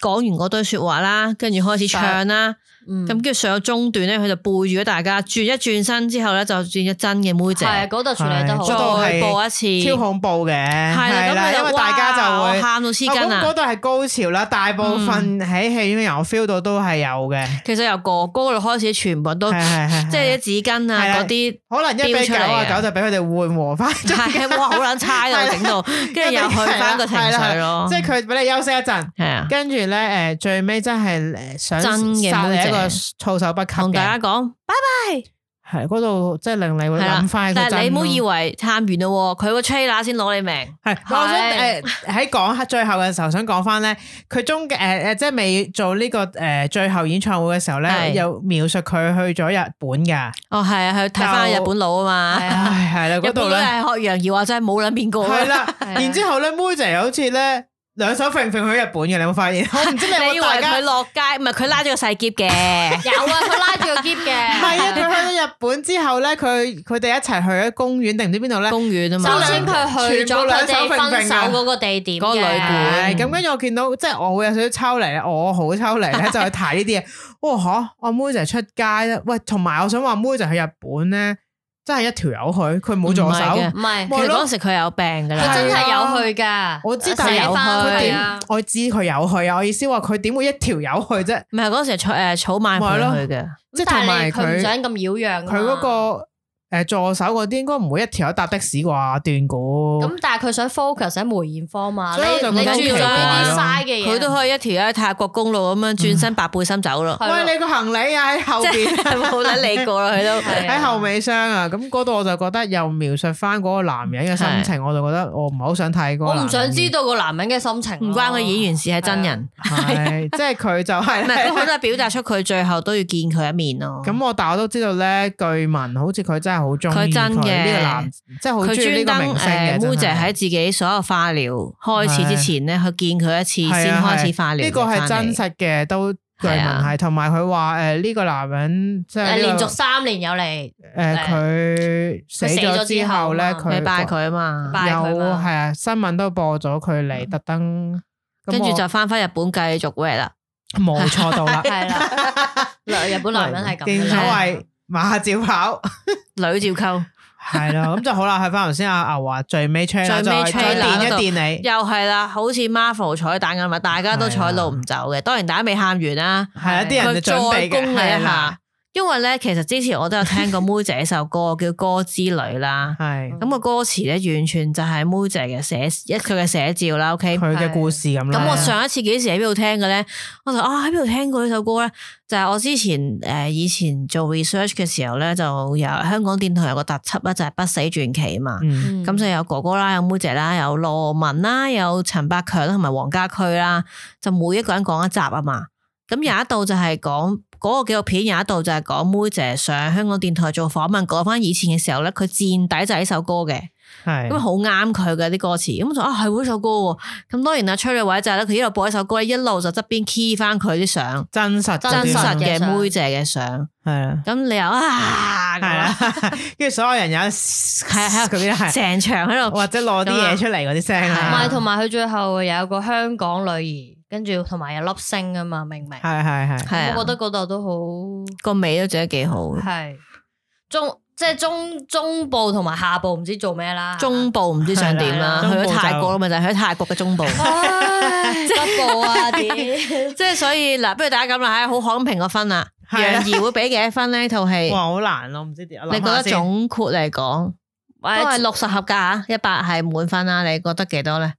Speaker 2: 講完嗰堆说話啦，跟住開始唱啦，
Speaker 3: 嗯
Speaker 2: 咁跟住上到中段咧，佢就背住咗大家轉一轉身之後咧，就轉咗真嘅妹姐，
Speaker 3: 係啊嗰度處理得好。
Speaker 1: 係嗰度
Speaker 2: 再播一次，
Speaker 1: 超恐怖嘅，
Speaker 2: 係
Speaker 1: 係啦，
Speaker 2: 啦，咁
Speaker 1: 因
Speaker 2: 佢
Speaker 1: 為
Speaker 2: 就
Speaker 1: 大家就
Speaker 2: 哇
Speaker 1: 會
Speaker 2: 我喊到黐
Speaker 1: 啊
Speaker 2: 筋
Speaker 1: 咁
Speaker 2: 啊嗯
Speaker 1: 嗰！度係高潮啦，大部分喺戲院嘅人我 feel 到都係有嘅，
Speaker 2: 其實由哥哥嗰度開始，全部都
Speaker 1: 係係係
Speaker 2: 哦即係啲紙巾
Speaker 1: 係
Speaker 2: 啊
Speaker 1: 啦
Speaker 2: 嗰啲。
Speaker 1: 可能一比
Speaker 2: 飆出
Speaker 1: 九
Speaker 2: 嚟
Speaker 1: 啊
Speaker 2: 嘅
Speaker 1: 九就俾佢哋緩和翻，即
Speaker 2: 系哇，好撚差
Speaker 1: 係
Speaker 2: 啊！
Speaker 1: 啦
Speaker 2: 整到，跟住又去翻個情緒咯，
Speaker 1: 係佢俾你休息一陣，
Speaker 2: 係啊，
Speaker 1: 跟住咧誒最尾真係誒想
Speaker 2: 真嘅
Speaker 1: 殺你
Speaker 2: 妹
Speaker 1: 一個
Speaker 2: 姐
Speaker 1: 措手不及
Speaker 2: 同大
Speaker 1: 嘅，
Speaker 2: 家講，拜拜，
Speaker 1: 係嗰度即係令你會諗翻
Speaker 2: 但係你唔好以
Speaker 1: 為
Speaker 2: 為探完咯喎，佢個 trailer 先攞你命。
Speaker 1: 係，我想誒
Speaker 3: 係
Speaker 1: 喺講最後嘅時候想講翻咧，佢中誒誒即係未做呢個誒最後演唱會嘅時候咧，
Speaker 2: 係
Speaker 1: 又描述佢去咗日本㗎，
Speaker 2: 哦，係啊，去睇翻
Speaker 1: 就
Speaker 2: 日本佬啊嘛。
Speaker 1: 唉係啦
Speaker 2: 日
Speaker 1: 嗰
Speaker 2: 本
Speaker 1: 度
Speaker 2: 佬
Speaker 1: 咧。
Speaker 2: 係學楊怡話真係冇兩邊過。
Speaker 1: 系啦，
Speaker 3: 係啊。
Speaker 1: 然之后咧，妹姐好似咧兩手揈揈去日本嘅，你有冇發 現？我唔知你有
Speaker 2: 你以
Speaker 1: 冇
Speaker 2: 為
Speaker 1: 大家。
Speaker 2: 佢落街，唔係佢拉咗個細劫嘅
Speaker 3: 有啊，佢拉住個箧嘅，
Speaker 1: 唔係啊，佢去咗日本之後咧，佢佢哋一齊去咗公園定唔知邊度咧？
Speaker 2: 公園啊嘛，
Speaker 3: 首先佢去咗佢哋分手嗰個地點
Speaker 2: 嗰個女
Speaker 3: 嘅，
Speaker 2: 館
Speaker 1: 係咁，跟住我見到即係我會有少少抽離，我好抽離 咧，就去睇呢啲嘢。哇吓，我妹姐出街咧，喂，同埋我想話妹姐去日本咧，真係一條友去，佢冇助
Speaker 2: 唔係嘅
Speaker 1: 手。
Speaker 3: 唔係
Speaker 2: 其實嗰陣時佢有病㗎
Speaker 3: 佢
Speaker 2: 啦
Speaker 1: 係，
Speaker 3: 真係有去噶，
Speaker 1: 我知，
Speaker 3: 寫
Speaker 1: 但係有
Speaker 3: 返
Speaker 1: 佢
Speaker 2: 佢
Speaker 3: 係
Speaker 1: 點
Speaker 3: 啊，
Speaker 1: 我知佢有去啊。我意思話佢點會一條友去啫？
Speaker 2: 唔係嗰陣時係草誒草蜢陪佢去嘅，
Speaker 1: 即係
Speaker 3: 但
Speaker 1: 同
Speaker 3: 係
Speaker 1: 埋
Speaker 3: 你佢唔想咁擾
Speaker 2: 啊
Speaker 3: 攘㗎啊嘛
Speaker 1: 佢嗰、個呃助手嗰啲應該唔會一條友搭的士啩，斷估。
Speaker 3: 咁但係佢想 focus 喺梅艷芳嘛，
Speaker 1: 所以我就
Speaker 3: 你你
Speaker 1: 覺得
Speaker 3: 注
Speaker 2: 好
Speaker 3: 重
Speaker 2: 奇怪
Speaker 3: 呢啲
Speaker 2: 咯
Speaker 3: 嘥嘅嘢，
Speaker 2: 佢都可以一條喺泰國公路咁樣轉
Speaker 1: 嗯
Speaker 2: 身白背心走咯，
Speaker 3: 係咯
Speaker 1: 喂，你個行李啊喺後
Speaker 2: 即
Speaker 1: 邊，
Speaker 2: 係冇得理過啦，佢都
Speaker 3: 係啊
Speaker 1: 喺後尾箱啊。咁嗰度我就覺得又描述翻嗰個男人嘅心情，我就覺得我唔係好想睇嗰個
Speaker 3: 我
Speaker 1: 男人。
Speaker 3: 唔想知道個男人嘅心情，
Speaker 2: 唔關佢演員事，係真人。
Speaker 1: 係， 即係佢就
Speaker 2: 唔係，咁
Speaker 1: 係
Speaker 2: 佢
Speaker 1: 啦。
Speaker 2: 都係表達出佢最後都要見佢一面咯。
Speaker 1: 咁我但我都知道咧，據聞好似佢真係好中意
Speaker 2: 佢真嘅
Speaker 1: 呢個男，即係好中意呢
Speaker 2: 佢專
Speaker 1: 個
Speaker 2: 登
Speaker 1: 明星嘅。真
Speaker 2: 誒
Speaker 1: 係
Speaker 2: ，Mu 姐喺自己所有化療開始之前咧，去見佢一次
Speaker 1: 係
Speaker 2: 先
Speaker 1: 啊
Speaker 2: 開始
Speaker 1: 係
Speaker 2: 化療。
Speaker 1: 呢個係真實嘅，都據
Speaker 2: 係
Speaker 1: 聞
Speaker 2: 啊
Speaker 1: 係，同埋佢話誒呢個男人即係啊
Speaker 3: 誒
Speaker 1: 呢個
Speaker 3: 連續三年有嚟，
Speaker 1: 誒佢死咗之後咧，
Speaker 3: 佢死咗之後嘛
Speaker 1: 佢
Speaker 2: 你拜佢啊嘛，
Speaker 3: 拜佢
Speaker 1: 有
Speaker 3: 嘛
Speaker 1: 係啊，新聞都播咗佢嚟特登，咁
Speaker 2: 跟住
Speaker 1: 我
Speaker 2: 就翻返日本繼續 w 啦。
Speaker 1: 冇錯到 啦，
Speaker 3: 係啦，日本男人係咁啊
Speaker 1: 正
Speaker 3: 㗎
Speaker 1: 所
Speaker 3: 啦
Speaker 1: 謂馬照跑，
Speaker 2: 女照溝
Speaker 1: 係咯，咁就好啦。去翻頭先阿牛話最尾 c h 再
Speaker 2: 最
Speaker 1: 再
Speaker 2: 尾 trailer
Speaker 1: 電
Speaker 2: 嗰度
Speaker 1: 一電你，
Speaker 2: 又係啦，好似 Marvel 彩蛋咁啊，大家都彩路唔走嘅。當然大家未喊完啦，
Speaker 1: 係啊，啲人
Speaker 2: 佢
Speaker 1: 就準
Speaker 2: 再
Speaker 1: 備嘅
Speaker 2: 攻你
Speaker 1: 係啊
Speaker 2: 一
Speaker 1: 啦
Speaker 2: 下，。因為咧，其實之前我都有聽過 Mu 姐一首歌叫《歌之旅》啦，
Speaker 1: 係
Speaker 2: 咁個歌詞咧完全就係 Mu 姐嘅寫一佢嘅寫照啦。OK，
Speaker 1: 佢啊嘅故事咁啦。
Speaker 2: 咁我
Speaker 3: 係
Speaker 2: 上一次幾時喺邊度聽嘅咧？我就啊喺邊度聽過呢首歌咧？就係、我之前誒、呃以前做 research 嘅時候咧，就有香港電台有個特輯啦，就係、不死傳奇嘛。
Speaker 1: 嗯
Speaker 3: 嗯
Speaker 2: 咁就有哥哥啦，有妹姐啦，有羅文啦，有陳百強啦，同埋黃家駒啦，就每一個人講一集啊嘛。咁有一度就係講嗰個紀錄片，有一度就係講妹姐上香港電台做訪問，講翻以前嘅時候咧，佢墊底就係呢首歌嘅。
Speaker 1: 係
Speaker 2: 咁好啱佢嘅啲歌詞，咁就啊係喎呢首歌喎，咁當然啦，崔麗偉就係咧，佢一路播一首歌，一路就側邊 key 翻佢啲相，
Speaker 1: 真實
Speaker 3: 真
Speaker 2: 真實
Speaker 1: 嘅
Speaker 2: 嘅妹姐嘅相，
Speaker 1: 係啊。
Speaker 2: 咁你又啊，
Speaker 1: 系啦， 跟住所有人有
Speaker 2: 係，係
Speaker 1: 嗰
Speaker 2: 係
Speaker 1: 啲係，
Speaker 2: 成場喺度
Speaker 1: 或者攞啲嘢出嚟嗰啲聲
Speaker 3: 唔
Speaker 1: 啊，
Speaker 3: 係，同埋佢最後有個香港女兒，跟住同埋有粒星啊嘛，明唔明？
Speaker 1: 係係係，
Speaker 2: 係啊
Speaker 3: 我覺得嗰度都好
Speaker 2: 個尾都整得幾好，
Speaker 3: 係中，即係中中部同埋下部唔知做咩啦。
Speaker 2: 中部唔知想點啦，
Speaker 1: 係啦
Speaker 2: 去
Speaker 1: 中部
Speaker 2: 咗
Speaker 1: 就
Speaker 2: 泰國啦咪就係去咗泰國嘅中部。
Speaker 3: 唉北部啊，屌！
Speaker 2: 即係所以嗱，不如大家咁啦，唉好好咁評個 分啦。
Speaker 1: 係啊
Speaker 2: 楊怡會俾幾多分呢套戲
Speaker 1: 哇，好難咯，唔知點，
Speaker 2: 你覺得總括嚟講都係 六十合格啊，一百係滿分啦。你覺得幾多咧？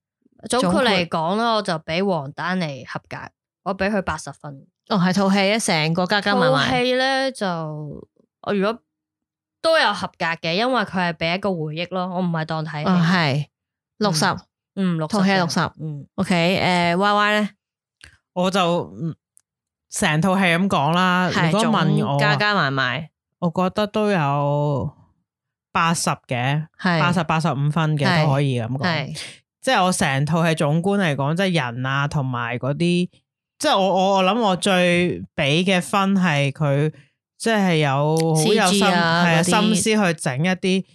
Speaker 3: 總
Speaker 2: 總
Speaker 3: 括
Speaker 2: 括
Speaker 3: 嚟講咧，我就俾王丹妮合格，我俾佢八十分。
Speaker 2: 哦，係套戲啊，成個加加埋
Speaker 3: 套
Speaker 2: 埋，
Speaker 3: 戲咧就我如果都有合格嘅，因為佢係俾一個回憶咯，我唔係當睇
Speaker 2: 哦
Speaker 3: 戲。
Speaker 2: 係六十。
Speaker 3: 嗯，六
Speaker 2: 套戲係60
Speaker 3: 嗯，
Speaker 2: OK，诶，Y Y 咧
Speaker 1: 我就嗯成套戲咁講啦。
Speaker 2: 係
Speaker 1: 如果問我
Speaker 2: 總加
Speaker 1: 啊，
Speaker 2: 加埋埋
Speaker 1: 我覺得都有八十嘅，
Speaker 2: 係
Speaker 1: 八十八十五分嘅
Speaker 2: 係
Speaker 1: 都可以咁講。
Speaker 2: 係
Speaker 1: 即係我成套戲總觀嚟講，即係人啊，同埋嗰啲，即係我我我諗我最俾嘅分係佢，即係有好有心
Speaker 2: CG
Speaker 1: 係
Speaker 2: 啊
Speaker 1: 啊
Speaker 2: 嗰啲
Speaker 1: 心思去整一啲誒、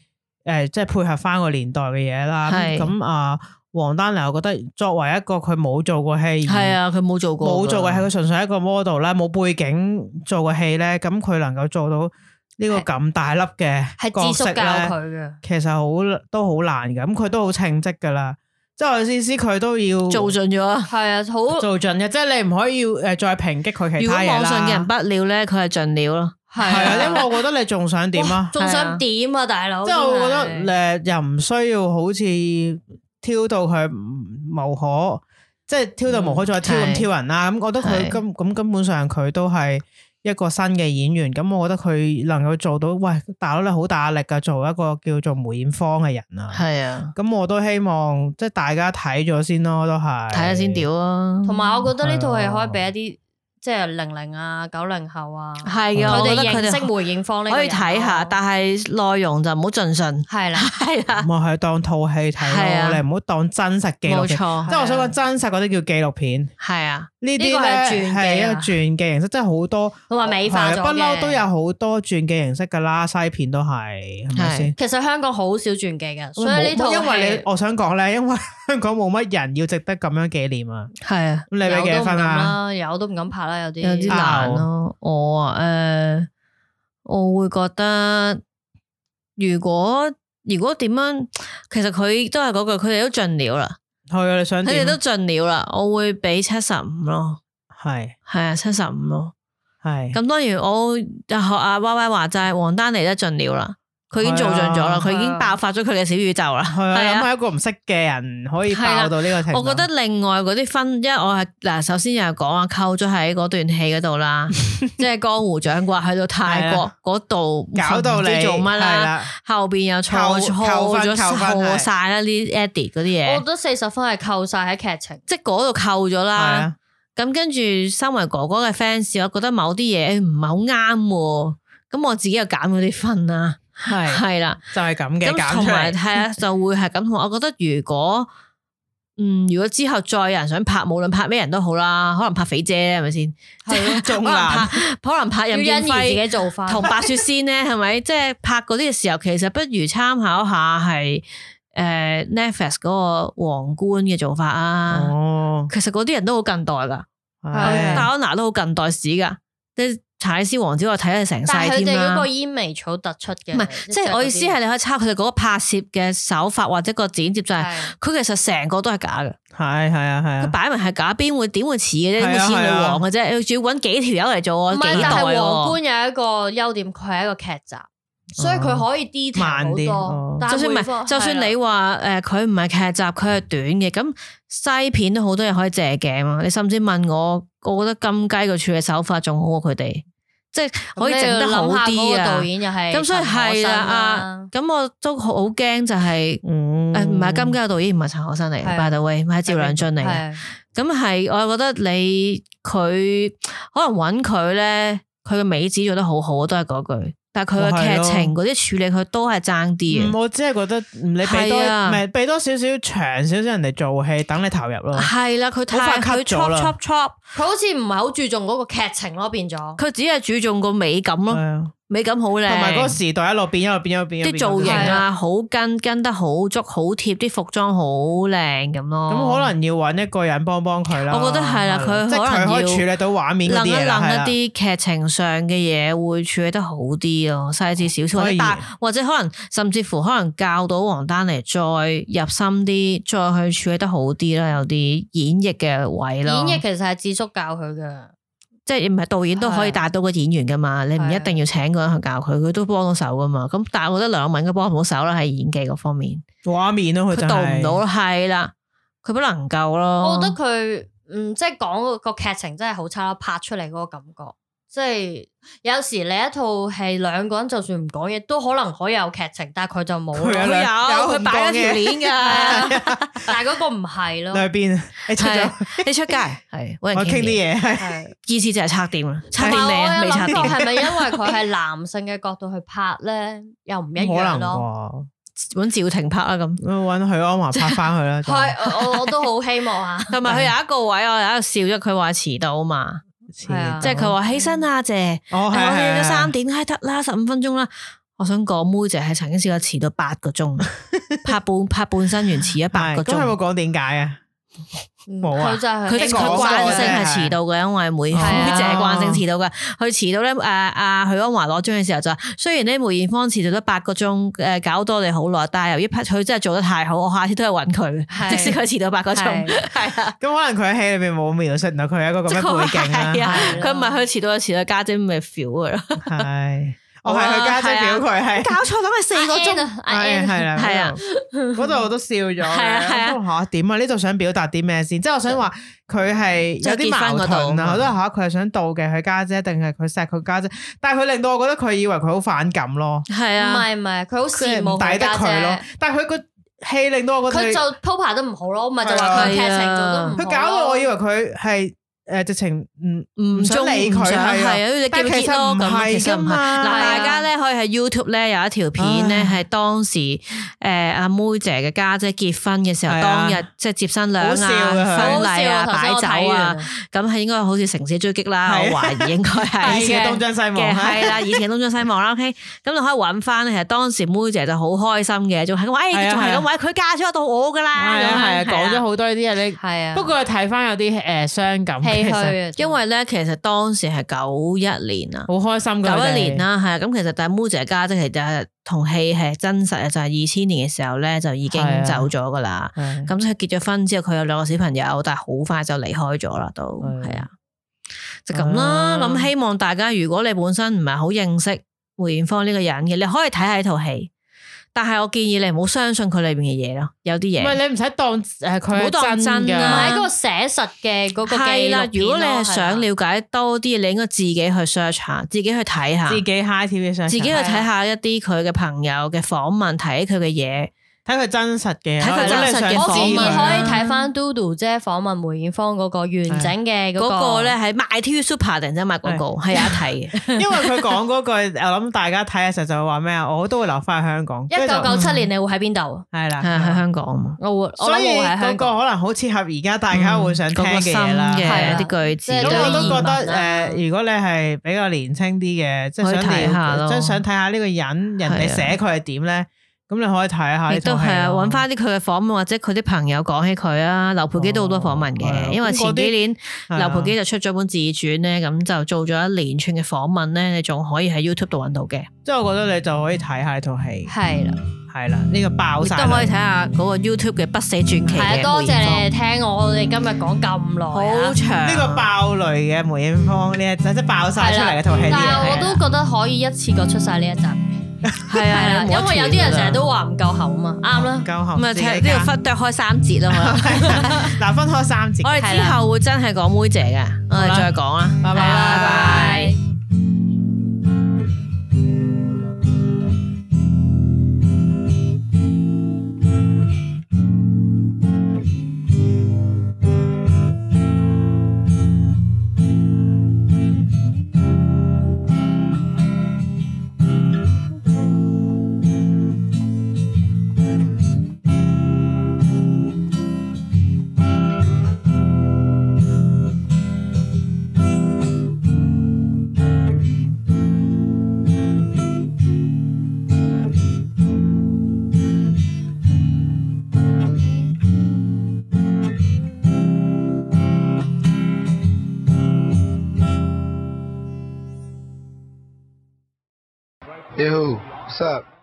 Speaker 1: 呃即係配合翻個年代嘅嘢啦。
Speaker 2: 係
Speaker 1: 咁啊，王丹妮，我覺得作為一個佢冇做過戲，
Speaker 2: 係，啊，佢冇做過㗎，
Speaker 1: 冇做過戲，佢純粹係一個 model 啦，冇背景做過戲咧，咁佢能夠做到呢個咁大粒嘅
Speaker 3: 係
Speaker 1: 角
Speaker 3: 智叔
Speaker 1: 色
Speaker 3: 教佢
Speaker 1: 咧，
Speaker 3: 嘅，
Speaker 1: 其實好都好難嘅，咁佢都好稱職噶啦，即係我意思，佢都要
Speaker 2: 做盡咗。
Speaker 3: 係啊，好
Speaker 1: 做盡嘅，即係你唔可以誒再抨擊佢其
Speaker 2: 如果
Speaker 1: 他嘢
Speaker 2: 網上嘅
Speaker 1: 啦。
Speaker 2: 人不了咧，佢係盡了咯。
Speaker 1: 係啊，因為
Speaker 3: 為
Speaker 1: 我覺得你仲想點啊？
Speaker 3: 仲想點啊，大佬？
Speaker 1: 即係我覺
Speaker 3: 真係
Speaker 1: 得誒呃又唔需要好似挑到佢無可，即係挑到無可再挑
Speaker 2: 嗯
Speaker 1: 咁
Speaker 2: 係
Speaker 1: 挑人啦。咁我覺得佢
Speaker 2: 係
Speaker 1: 根咁根本上佢都係一個新嘅演員，咁我覺得佢能夠做到，喂，大佬你好大壓力噶，做一個叫做梅艷芳嘅人啊。
Speaker 2: 系啊，
Speaker 1: 咁我都希望即係大家睇咗先咯，都係
Speaker 2: 睇下先。屌啊。
Speaker 3: 同埋我覺得呢套戲
Speaker 1: 係啊
Speaker 3: 可以俾一啲即係零零啊、九零後啊，
Speaker 2: 系啊，
Speaker 3: 佢
Speaker 2: 我覺
Speaker 3: 哋
Speaker 2: 得佢
Speaker 3: 認識
Speaker 2: 哋
Speaker 3: 梅艷芳呢個
Speaker 2: 可以
Speaker 3: 人哦
Speaker 2: 睇下，
Speaker 3: 咯
Speaker 2: 但係內容就唔好盡信。
Speaker 3: 係啦，
Speaker 2: 係啦，
Speaker 1: 咪係啊當套戲
Speaker 2: 係
Speaker 1: 睇
Speaker 2: 啊
Speaker 1: 咯，你唔好當真實紀錄
Speaker 2: 冇
Speaker 1: 片。
Speaker 2: 錯啊
Speaker 1: 即，係我想講真實嗰啲叫紀錄片，
Speaker 2: 係啊，
Speaker 1: 呢啲
Speaker 3: 呢個係
Speaker 1: 咧
Speaker 3: 傳記啊
Speaker 1: 係一個傳記形式，真係好多。
Speaker 3: 同埋美化咗
Speaker 1: 係啊不嬲
Speaker 3: 嘅
Speaker 1: 都有好多傳記形式噶啦，西片都係，係咪先？
Speaker 3: 其實香港好少傳記嘅，所以呢套
Speaker 1: 因為你
Speaker 3: 戲，
Speaker 1: 我想講咧，因為 香港冇乜人要值得咁樣紀念啊。
Speaker 2: 係啊，
Speaker 1: 咁你俾幾
Speaker 3: 有都
Speaker 1: 多
Speaker 3: 唔
Speaker 1: 分
Speaker 3: 敢
Speaker 1: 啊？
Speaker 3: 啦，有都唔敢拍啦，有啲
Speaker 2: 有啲難咯。我啊，诶，我會覺得如果如果點樣，其實佢都係嗰句，佢哋都盡了啦，
Speaker 1: 係啊，你想
Speaker 2: 佢哋
Speaker 1: 點
Speaker 2: 都？盡了啦，我會俾七十五咯，
Speaker 1: 係
Speaker 2: 係啊，七十五咯。
Speaker 1: 係
Speaker 2: 咁當然我就學阿 Y Y 話齋，王丹妮都盡了啦，佢已經做盡咗啦，
Speaker 1: 係
Speaker 2: 佢
Speaker 3: 啊
Speaker 2: 已經爆發咗佢嘅小宇宙啦。
Speaker 1: 係
Speaker 2: 係
Speaker 1: 啊，諗
Speaker 2: 啊，
Speaker 1: 下一個唔識嘅人可以
Speaker 2: 係啦
Speaker 1: 爆到呢個程度。
Speaker 2: 我覺得另外嗰啲分，因為我係嗱，首先又係講啊，扣咗喺嗰段戲嗰 度啦，即係江湖掌摑去到泰
Speaker 1: 係
Speaker 2: 國
Speaker 1: 啊
Speaker 2: 嗰度，
Speaker 1: 搞到
Speaker 2: 唔知
Speaker 1: 你
Speaker 2: 做乜
Speaker 1: 係
Speaker 2: 啦？
Speaker 1: 啦，
Speaker 2: 後邊又錯
Speaker 1: 扣扣
Speaker 2: 錯
Speaker 1: 分
Speaker 2: 咗
Speaker 1: 扣分
Speaker 2: 錯
Speaker 1: 係
Speaker 2: 晒啦，呢啲 edit 嗰啲
Speaker 3: 我
Speaker 2: 嘢
Speaker 3: 覺，得四十分係扣晒喺劇情，
Speaker 2: 即係嗰度扣咗
Speaker 1: 係
Speaker 2: 啦。
Speaker 1: 啊，
Speaker 2: 咁跟住身為哥哥嘅 fans，我覺得某啲嘢誒哎唔係好啱喎，咁我自己又減咗啲分啦，
Speaker 1: 係啊
Speaker 2: 係啦，
Speaker 1: 就係咁嘅
Speaker 2: 咁
Speaker 1: 減
Speaker 2: 同
Speaker 1: 出
Speaker 2: 埋
Speaker 1: 嚟。
Speaker 2: 係啊，就會係咁。同埋我覺得如果嗯，如果之後再有人想拍，無論拍咩人都好啦，可能拍肥姐係咪先？
Speaker 3: 係咯，
Speaker 2: 可
Speaker 1: 仲
Speaker 2: 能
Speaker 1: 難
Speaker 2: 拍，可能拍
Speaker 3: 要
Speaker 2: 任
Speaker 3: 欣
Speaker 2: 劍
Speaker 3: 怡自
Speaker 2: 輝
Speaker 3: 己做 翻，
Speaker 2: 同白雪仙咧，係咪？即係拍嗰啲嘅時候，其實不如參考下係誒 Netflix 嗰個皇冠嘅做法啊。
Speaker 1: 哦，
Speaker 2: 其實嗰啲人都好近代㗎。
Speaker 3: 係
Speaker 1: 係
Speaker 2: 戴安娜都好近代史噶，即系查理斯王子我睇咗成世
Speaker 3: 但係佢
Speaker 2: 添
Speaker 3: 哋嗰
Speaker 2: 啦
Speaker 3: 個。煙微草突出嘅，
Speaker 2: 唔係，即係我意思係
Speaker 3: 嗰啲
Speaker 2: 你可以抄佢哋嗰個拍攝嘅手法或者個剪接就係，
Speaker 3: 係
Speaker 2: 佢其實成個都係假嘅，
Speaker 1: 係係啊係
Speaker 2: 佢
Speaker 1: 啊。
Speaker 2: 擺明係假，邊會點會似嘅啫？
Speaker 1: 係啊
Speaker 2: 點會似女
Speaker 1: 係啊
Speaker 2: 王嘅啫？仲要揾幾條友嚟做
Speaker 3: 唔
Speaker 2: 我
Speaker 3: 係
Speaker 2: 幾代
Speaker 3: 但係皇
Speaker 2: 喎？
Speaker 3: 冠有一個優點，佢係一個劇集，所以佢可以 detail 好
Speaker 1: 慢啲哦
Speaker 3: 多。但係
Speaker 2: 就算唔
Speaker 3: 梅
Speaker 2: 係，
Speaker 3: 芳
Speaker 2: 就算你話誒佢唔係劇集，佢係短嘅，咁西片都好多嘢可以借鏡啊！你甚至問我，我覺得金雞個處理手法仲好過佢哋，即係可以整得好啲啊！
Speaker 3: 導演又係
Speaker 2: 咁所以係啦，啊，咁我都好驚就係、
Speaker 1: 嗯啊
Speaker 2: 誒呃唔係金雞嘅導演唔係陳可辛嚟
Speaker 3: 係
Speaker 2: 嘅，by the way，係趙良俊嚟啊嘅。
Speaker 3: 係
Speaker 2: 咁係我覺得你佢可能揾佢咧，佢嘅美指做得好好，都係嗰句。但係佢
Speaker 1: 哦係
Speaker 2: 嘅
Speaker 1: 咯
Speaker 2: 劇情嗰啲處理佢都係爭啲
Speaker 1: 嗯
Speaker 2: 嘅。
Speaker 1: 我只係覺得嗯你俾多
Speaker 2: 係啊
Speaker 1: 唔係俾多少少長少少人哋做戲，等你投入咯。
Speaker 2: 係啦，佢
Speaker 1: 好快
Speaker 2: 太
Speaker 1: cut 咗
Speaker 2: 佢 chop
Speaker 1: 啦
Speaker 2: chop chop，
Speaker 3: 佢好似唔係好注重嗰個劇情咯，變咗。
Speaker 2: 佢只係注重個美感
Speaker 1: 係
Speaker 2: 咯，
Speaker 1: 啊
Speaker 2: 美感好靚。
Speaker 1: 同埋嗰個時代一路變一路變一路變，一路
Speaker 2: 啲
Speaker 1: 變
Speaker 2: 造型
Speaker 3: 係
Speaker 2: 啊，好跟跟得好足，好貼，啲服裝好靚咁咯。
Speaker 1: 咁可能要揾一個人幫幫佢啦。
Speaker 2: 我覺得係啦
Speaker 1: 係
Speaker 2: 佢
Speaker 1: 即係
Speaker 2: 可
Speaker 1: 佢
Speaker 2: 能
Speaker 1: 可以
Speaker 2: 要
Speaker 1: 處理到畫面嗰
Speaker 2: 諗
Speaker 1: 啲
Speaker 2: 一
Speaker 1: 嘢啦。係啦
Speaker 2: 諗一啲劇情上嘅嘢，會處理得好啲咯，細緻少
Speaker 1: 哦
Speaker 2: 少，或
Speaker 1: 可
Speaker 2: 者
Speaker 1: 以
Speaker 2: 大，或者可能甚至乎可能教到王丹妮再入心啲，再去處理得好啲啦，有啲演繹嘅位
Speaker 3: 演
Speaker 2: 咯，
Speaker 3: 繹其實係智叔教佢嘅，
Speaker 2: 即係唔係導演都可以
Speaker 3: 係啊
Speaker 2: 帶到個演員噶嘛，你唔一定要請個人去教佢，佢都幫到手噶嘛。咁但係我覺得梁咏敏都幫唔到手啦，喺演技嗰方面，
Speaker 1: 畫面咯，佢
Speaker 2: 佢
Speaker 1: 真
Speaker 2: 導唔
Speaker 1: 係
Speaker 2: 到咯，係啦，佢不能夠咯。
Speaker 3: 我覺得佢嗯，即係講個劇情真係好差，拍出嚟嗰個感覺，即係有時你一套戲兩個人就算唔講嘢，都可能可以有劇情，但係佢就冇
Speaker 1: 佢有
Speaker 3: 咯
Speaker 1: 兩。
Speaker 2: 佢有
Speaker 1: 有
Speaker 2: 佢擺咗條鏈㗎。
Speaker 3: 但係嗰個唔係咯
Speaker 1: 兩，邊你出咗，
Speaker 2: 係你出街係搵
Speaker 1: 我
Speaker 2: 人
Speaker 1: 傾
Speaker 2: 傾
Speaker 1: 啲
Speaker 2: 啲嘢，
Speaker 1: 嘢係
Speaker 3: 係。
Speaker 2: 意思就係拆點啦，拆
Speaker 3: 同
Speaker 2: 點未啊？
Speaker 3: 埋我
Speaker 2: 未
Speaker 3: 有
Speaker 2: 拆
Speaker 3: 諗
Speaker 2: 點
Speaker 3: 過，係咪因為佢係男性嘅角度去拍咧，又唔一
Speaker 1: 可
Speaker 3: 樣
Speaker 1: 能
Speaker 3: 咯。
Speaker 1: 喎，
Speaker 2: 搵趙婷拍啦咁。
Speaker 1: 咁揾許安華拍翻佢啦。就
Speaker 3: 係，我我我都好希 望啊，
Speaker 2: 同埋佢有一個位，我有一度笑咗，佢話遲到嘛，
Speaker 1: 似
Speaker 3: 係啊
Speaker 2: 即係佢話起身啊姐，
Speaker 1: 哦
Speaker 2: 我
Speaker 1: 係係
Speaker 2: 哋
Speaker 1: 係
Speaker 2: 咗三點，唉得啦，十五分鐘啦。我想講妹姐係曾經試過遲到八個鐘， 拍半拍半身完遲咗八
Speaker 1: 係咁
Speaker 2: 個
Speaker 1: 有冇
Speaker 2: 鐘。
Speaker 1: 講點解啊？冇啊
Speaker 3: 嗯佢就係
Speaker 2: 佢佢
Speaker 1: 即係講過
Speaker 2: 慣性
Speaker 1: 啫
Speaker 2: 係遲到嘅，因為梅
Speaker 1: 係
Speaker 3: 啊
Speaker 2: 梅姐係慣性遲到嘅。佢遲到咧，誒阿許安華攞獎嘅時候就話，雖然呢梅艷芳遲到咗八個鐘，誒搞多你好耐，但係由於佢真係做得太好，我下次都係揾佢，
Speaker 3: 係
Speaker 2: 即使佢遲到八個鐘，
Speaker 3: 係
Speaker 2: 係啊。
Speaker 1: 咁可能佢喺戲裏面冇描述到佢有一個咁嘅背景啦
Speaker 2: 係。啊
Speaker 3: 係，
Speaker 2: 佢
Speaker 3: 咯
Speaker 2: 啊唔係佢遲到嘅時候，家姐咪 feel 噶啦。
Speaker 1: 系，我係佢家姐表佢係。
Speaker 2: 搞錯，等佢四個鐘。
Speaker 3: 啊
Speaker 1: 係係啦，
Speaker 2: 啊係啊
Speaker 1: 嗰度，嗰度我都笑咗嘅。
Speaker 2: 係啊係啊
Speaker 1: 我心諗嚇點啊？呢度想表達啲咩先？即係我想話佢係有啲
Speaker 2: 想結婚
Speaker 1: 矛
Speaker 2: 嗰度嗯
Speaker 1: 盾啊！我都嚇佢係想妒忌佢家姐，定係佢錫佢家姐？但係佢令到我覺得佢以為佢好反感咯，
Speaker 2: 係
Speaker 3: 唔
Speaker 2: 啊，
Speaker 3: 係唔係，佢好
Speaker 1: 佢係
Speaker 3: 羨慕
Speaker 1: 唔抵
Speaker 3: 佢
Speaker 1: 得
Speaker 3: 家
Speaker 1: 佢咯
Speaker 3: 姐，。
Speaker 1: 但係佢個戲令到我覺得
Speaker 3: 佢就鋪排得唔好咯，咪就話佢劇
Speaker 2: 係啊
Speaker 3: 情做得唔好咯。
Speaker 1: 佢搞到我以為佢係誒直情唔
Speaker 2: 唔
Speaker 1: 唔想
Speaker 2: 中
Speaker 1: 理
Speaker 2: 唔
Speaker 1: 佢
Speaker 2: 想係
Speaker 1: 係
Speaker 2: 啊，你
Speaker 1: 但
Speaker 2: 記唔
Speaker 1: 其
Speaker 2: 記
Speaker 1: 實
Speaker 2: 咯？
Speaker 1: 唔
Speaker 2: 咁
Speaker 1: 係
Speaker 2: 其實
Speaker 1: 㗎
Speaker 2: 唔係。
Speaker 1: 嘛
Speaker 2: 嗱，
Speaker 3: 係啊
Speaker 2: 大家咧可以喺 YouTube 咧有一條片咧係當時誒阿妹姐嘅家姐結婚嘅時
Speaker 1: 係
Speaker 2: 候，
Speaker 1: 啊
Speaker 2: 當日即係接新娘
Speaker 1: 好
Speaker 2: 啊、
Speaker 1: 笑㗎佢
Speaker 2: 婚禮
Speaker 3: 好笑
Speaker 2: 啊、
Speaker 3: 啊！
Speaker 2: 擺
Speaker 3: 頭先我睇
Speaker 2: 酒啊
Speaker 3: 完，，
Speaker 2: 咁係應該好似城市追擊啦，我
Speaker 1: 係啊
Speaker 2: 懷疑應該係
Speaker 1: 以前嘅東張西望啊
Speaker 2: 嘅
Speaker 1: 係
Speaker 2: 係啦，以前東張西望啦，OK，咁你可以揾翻，其實當時妹姐就好開心嘅，仲係咁話，
Speaker 1: 係
Speaker 2: 誒，
Speaker 1: 啊
Speaker 2: 仲係
Speaker 1: 係啊
Speaker 2: 咁話，佢嫁咗到我噶啦，
Speaker 1: 啊係啊，
Speaker 2: 咁樣
Speaker 1: 講咗。好多呢啲嘢你。
Speaker 3: 係啊，
Speaker 1: 不過睇翻有啲誒傷感，
Speaker 3: 唏
Speaker 1: 其實
Speaker 3: 噓啊，
Speaker 2: 因為咧，其實當時係九一年啊，
Speaker 1: 好開心㗎。
Speaker 2: 九
Speaker 1: 佢
Speaker 2: 一
Speaker 1: 哋
Speaker 2: 年，啦，係啊，咁其實但係妹姐家姐其實同戲係真實嘅，就係二千年嘅時候咧就已經
Speaker 1: 係啊
Speaker 2: 走咗噶啦。
Speaker 1: 係
Speaker 2: 咁佢結咗婚之後，佢有兩個小朋友，但係好快就離開咗啦，都
Speaker 1: 係
Speaker 2: 係啊，就咁啦。
Speaker 1: 啊
Speaker 2: 咁、希望大家如果你本身唔係好認識梅艷芳呢個人嘅，你可以睇下呢套戲，但係我建議你唔好相信佢裏邊嘅嘢咯，有啲
Speaker 1: 唔
Speaker 2: 嘢。
Speaker 1: 係你唔使當誒
Speaker 2: 唔
Speaker 1: 佢
Speaker 2: 好當
Speaker 1: 係真
Speaker 2: 真
Speaker 1: 㗎，
Speaker 3: 唔
Speaker 2: 啊
Speaker 3: 係嗰個寫實嘅嗰個
Speaker 2: 係
Speaker 3: 記
Speaker 2: 啦
Speaker 3: 錄，片咯
Speaker 2: 如果你係
Speaker 3: 係啊
Speaker 2: 想了解多啲，你應該自己去 search 下，自己去睇下，
Speaker 1: 自己 high TV 上，
Speaker 2: 自己去
Speaker 1: 睇
Speaker 2: 睇下一啲佢嘅朋友嘅訪問，睇佢嘅嘢。
Speaker 1: 佢真實嘅，
Speaker 2: 睇佢
Speaker 1: 如果你啊
Speaker 2: 真實嘅
Speaker 1: 想
Speaker 3: 我
Speaker 1: 知
Speaker 3: 建
Speaker 1: 佢
Speaker 2: 訪
Speaker 3: 議
Speaker 2: 問
Speaker 3: 可
Speaker 2: 啦
Speaker 3: 以睇翻 Dodo 姐訪問梅艷芳嗰個完整嘅
Speaker 2: 嗰個
Speaker 3: 個
Speaker 2: 咧，喺 MyTV Super 突然之間賣廣告，係有得睇 嘅。
Speaker 1: 因為佢講嗰句，我諗大家睇嘅時候就會話咩啊，我都會留翻喺香港，
Speaker 3: 一九九七年
Speaker 1: 嗯
Speaker 3: 你會喺邊度？
Speaker 1: 係啦，
Speaker 2: 係啊喺香港啊嘛，
Speaker 3: 我會，我
Speaker 1: 所以
Speaker 3: 諗我會喺
Speaker 1: 嗰
Speaker 3: 香
Speaker 1: 個
Speaker 3: 港。
Speaker 1: 可能好切合而家大家會想聽嘅嘢啦
Speaker 2: 嗯嗯嗰個。心
Speaker 3: 係
Speaker 2: 嘅
Speaker 3: 啊
Speaker 2: 啲句子，
Speaker 3: 即係
Speaker 1: 咁我都覺
Speaker 3: 移民
Speaker 1: 得
Speaker 3: 啊
Speaker 1: 誒，如果你係比較年青啲嘅，即係想
Speaker 2: 可以睇下
Speaker 1: 了
Speaker 2: 咯
Speaker 1: 即係想睇下呢個人人哋
Speaker 2: 係啊
Speaker 1: 寫佢係點咧，咁你可以睇下呢
Speaker 2: 亦都
Speaker 1: 套戲
Speaker 2: 係啊，
Speaker 1: 咯
Speaker 2: 揾翻啲佢嘅訪問或者佢啲朋友講起佢啊。劉培基都好多訪問
Speaker 1: 哦係啊
Speaker 2: 嘅，因為
Speaker 1: 咁嗰
Speaker 2: 前
Speaker 1: 啲
Speaker 2: 幾年
Speaker 1: 係啊
Speaker 2: 劉培基就出咗本自傳咧，咁就做咗一連串嘅訪問咧，你仲可以喺 YouTube 度揾到嘅，
Speaker 1: 即係我覺得你就可以睇下呢套戲，
Speaker 3: 係啦，
Speaker 1: 係啦，呢個爆
Speaker 2: 亦
Speaker 1: 晒
Speaker 2: 都可
Speaker 1: 啦
Speaker 2: 以睇。下嗰個 YouTube 嘅不死傳奇
Speaker 3: 係啊，
Speaker 2: 嘅
Speaker 3: 多謝你哋
Speaker 2: 梅艷
Speaker 3: 聽我哋今日講咁耐
Speaker 2: 芳
Speaker 3: 啊
Speaker 2: 好長
Speaker 1: 呢個爆雷嘅梅艷芳呢一集，即係爆晒出嚟嘅套戲啲
Speaker 3: 但
Speaker 1: 嘢
Speaker 3: 係我
Speaker 1: 係
Speaker 3: 都
Speaker 1: 啊。
Speaker 3: 覺得可以一次過出晒呢一集，係
Speaker 2: 係
Speaker 3: 啦，
Speaker 2: 啊，
Speaker 3: 因為有啲人成日都話唔夠厚啊嘛，啱啦，
Speaker 1: 夠
Speaker 2: 咁
Speaker 1: 紅
Speaker 2: 啊，
Speaker 1: 字
Speaker 2: 睇
Speaker 1: 嘅
Speaker 2: 呢
Speaker 1: 家
Speaker 2: 度分剁開三節啦嘛。
Speaker 1: 嗱，分開三節
Speaker 2: 我。哋之後會真係講妹姐嘅，我
Speaker 1: 好
Speaker 2: 哋
Speaker 1: 啦
Speaker 2: 再講啦，
Speaker 1: 拜拜
Speaker 2: 係啊
Speaker 1: 拜拜。
Speaker 5: Yo, what's up?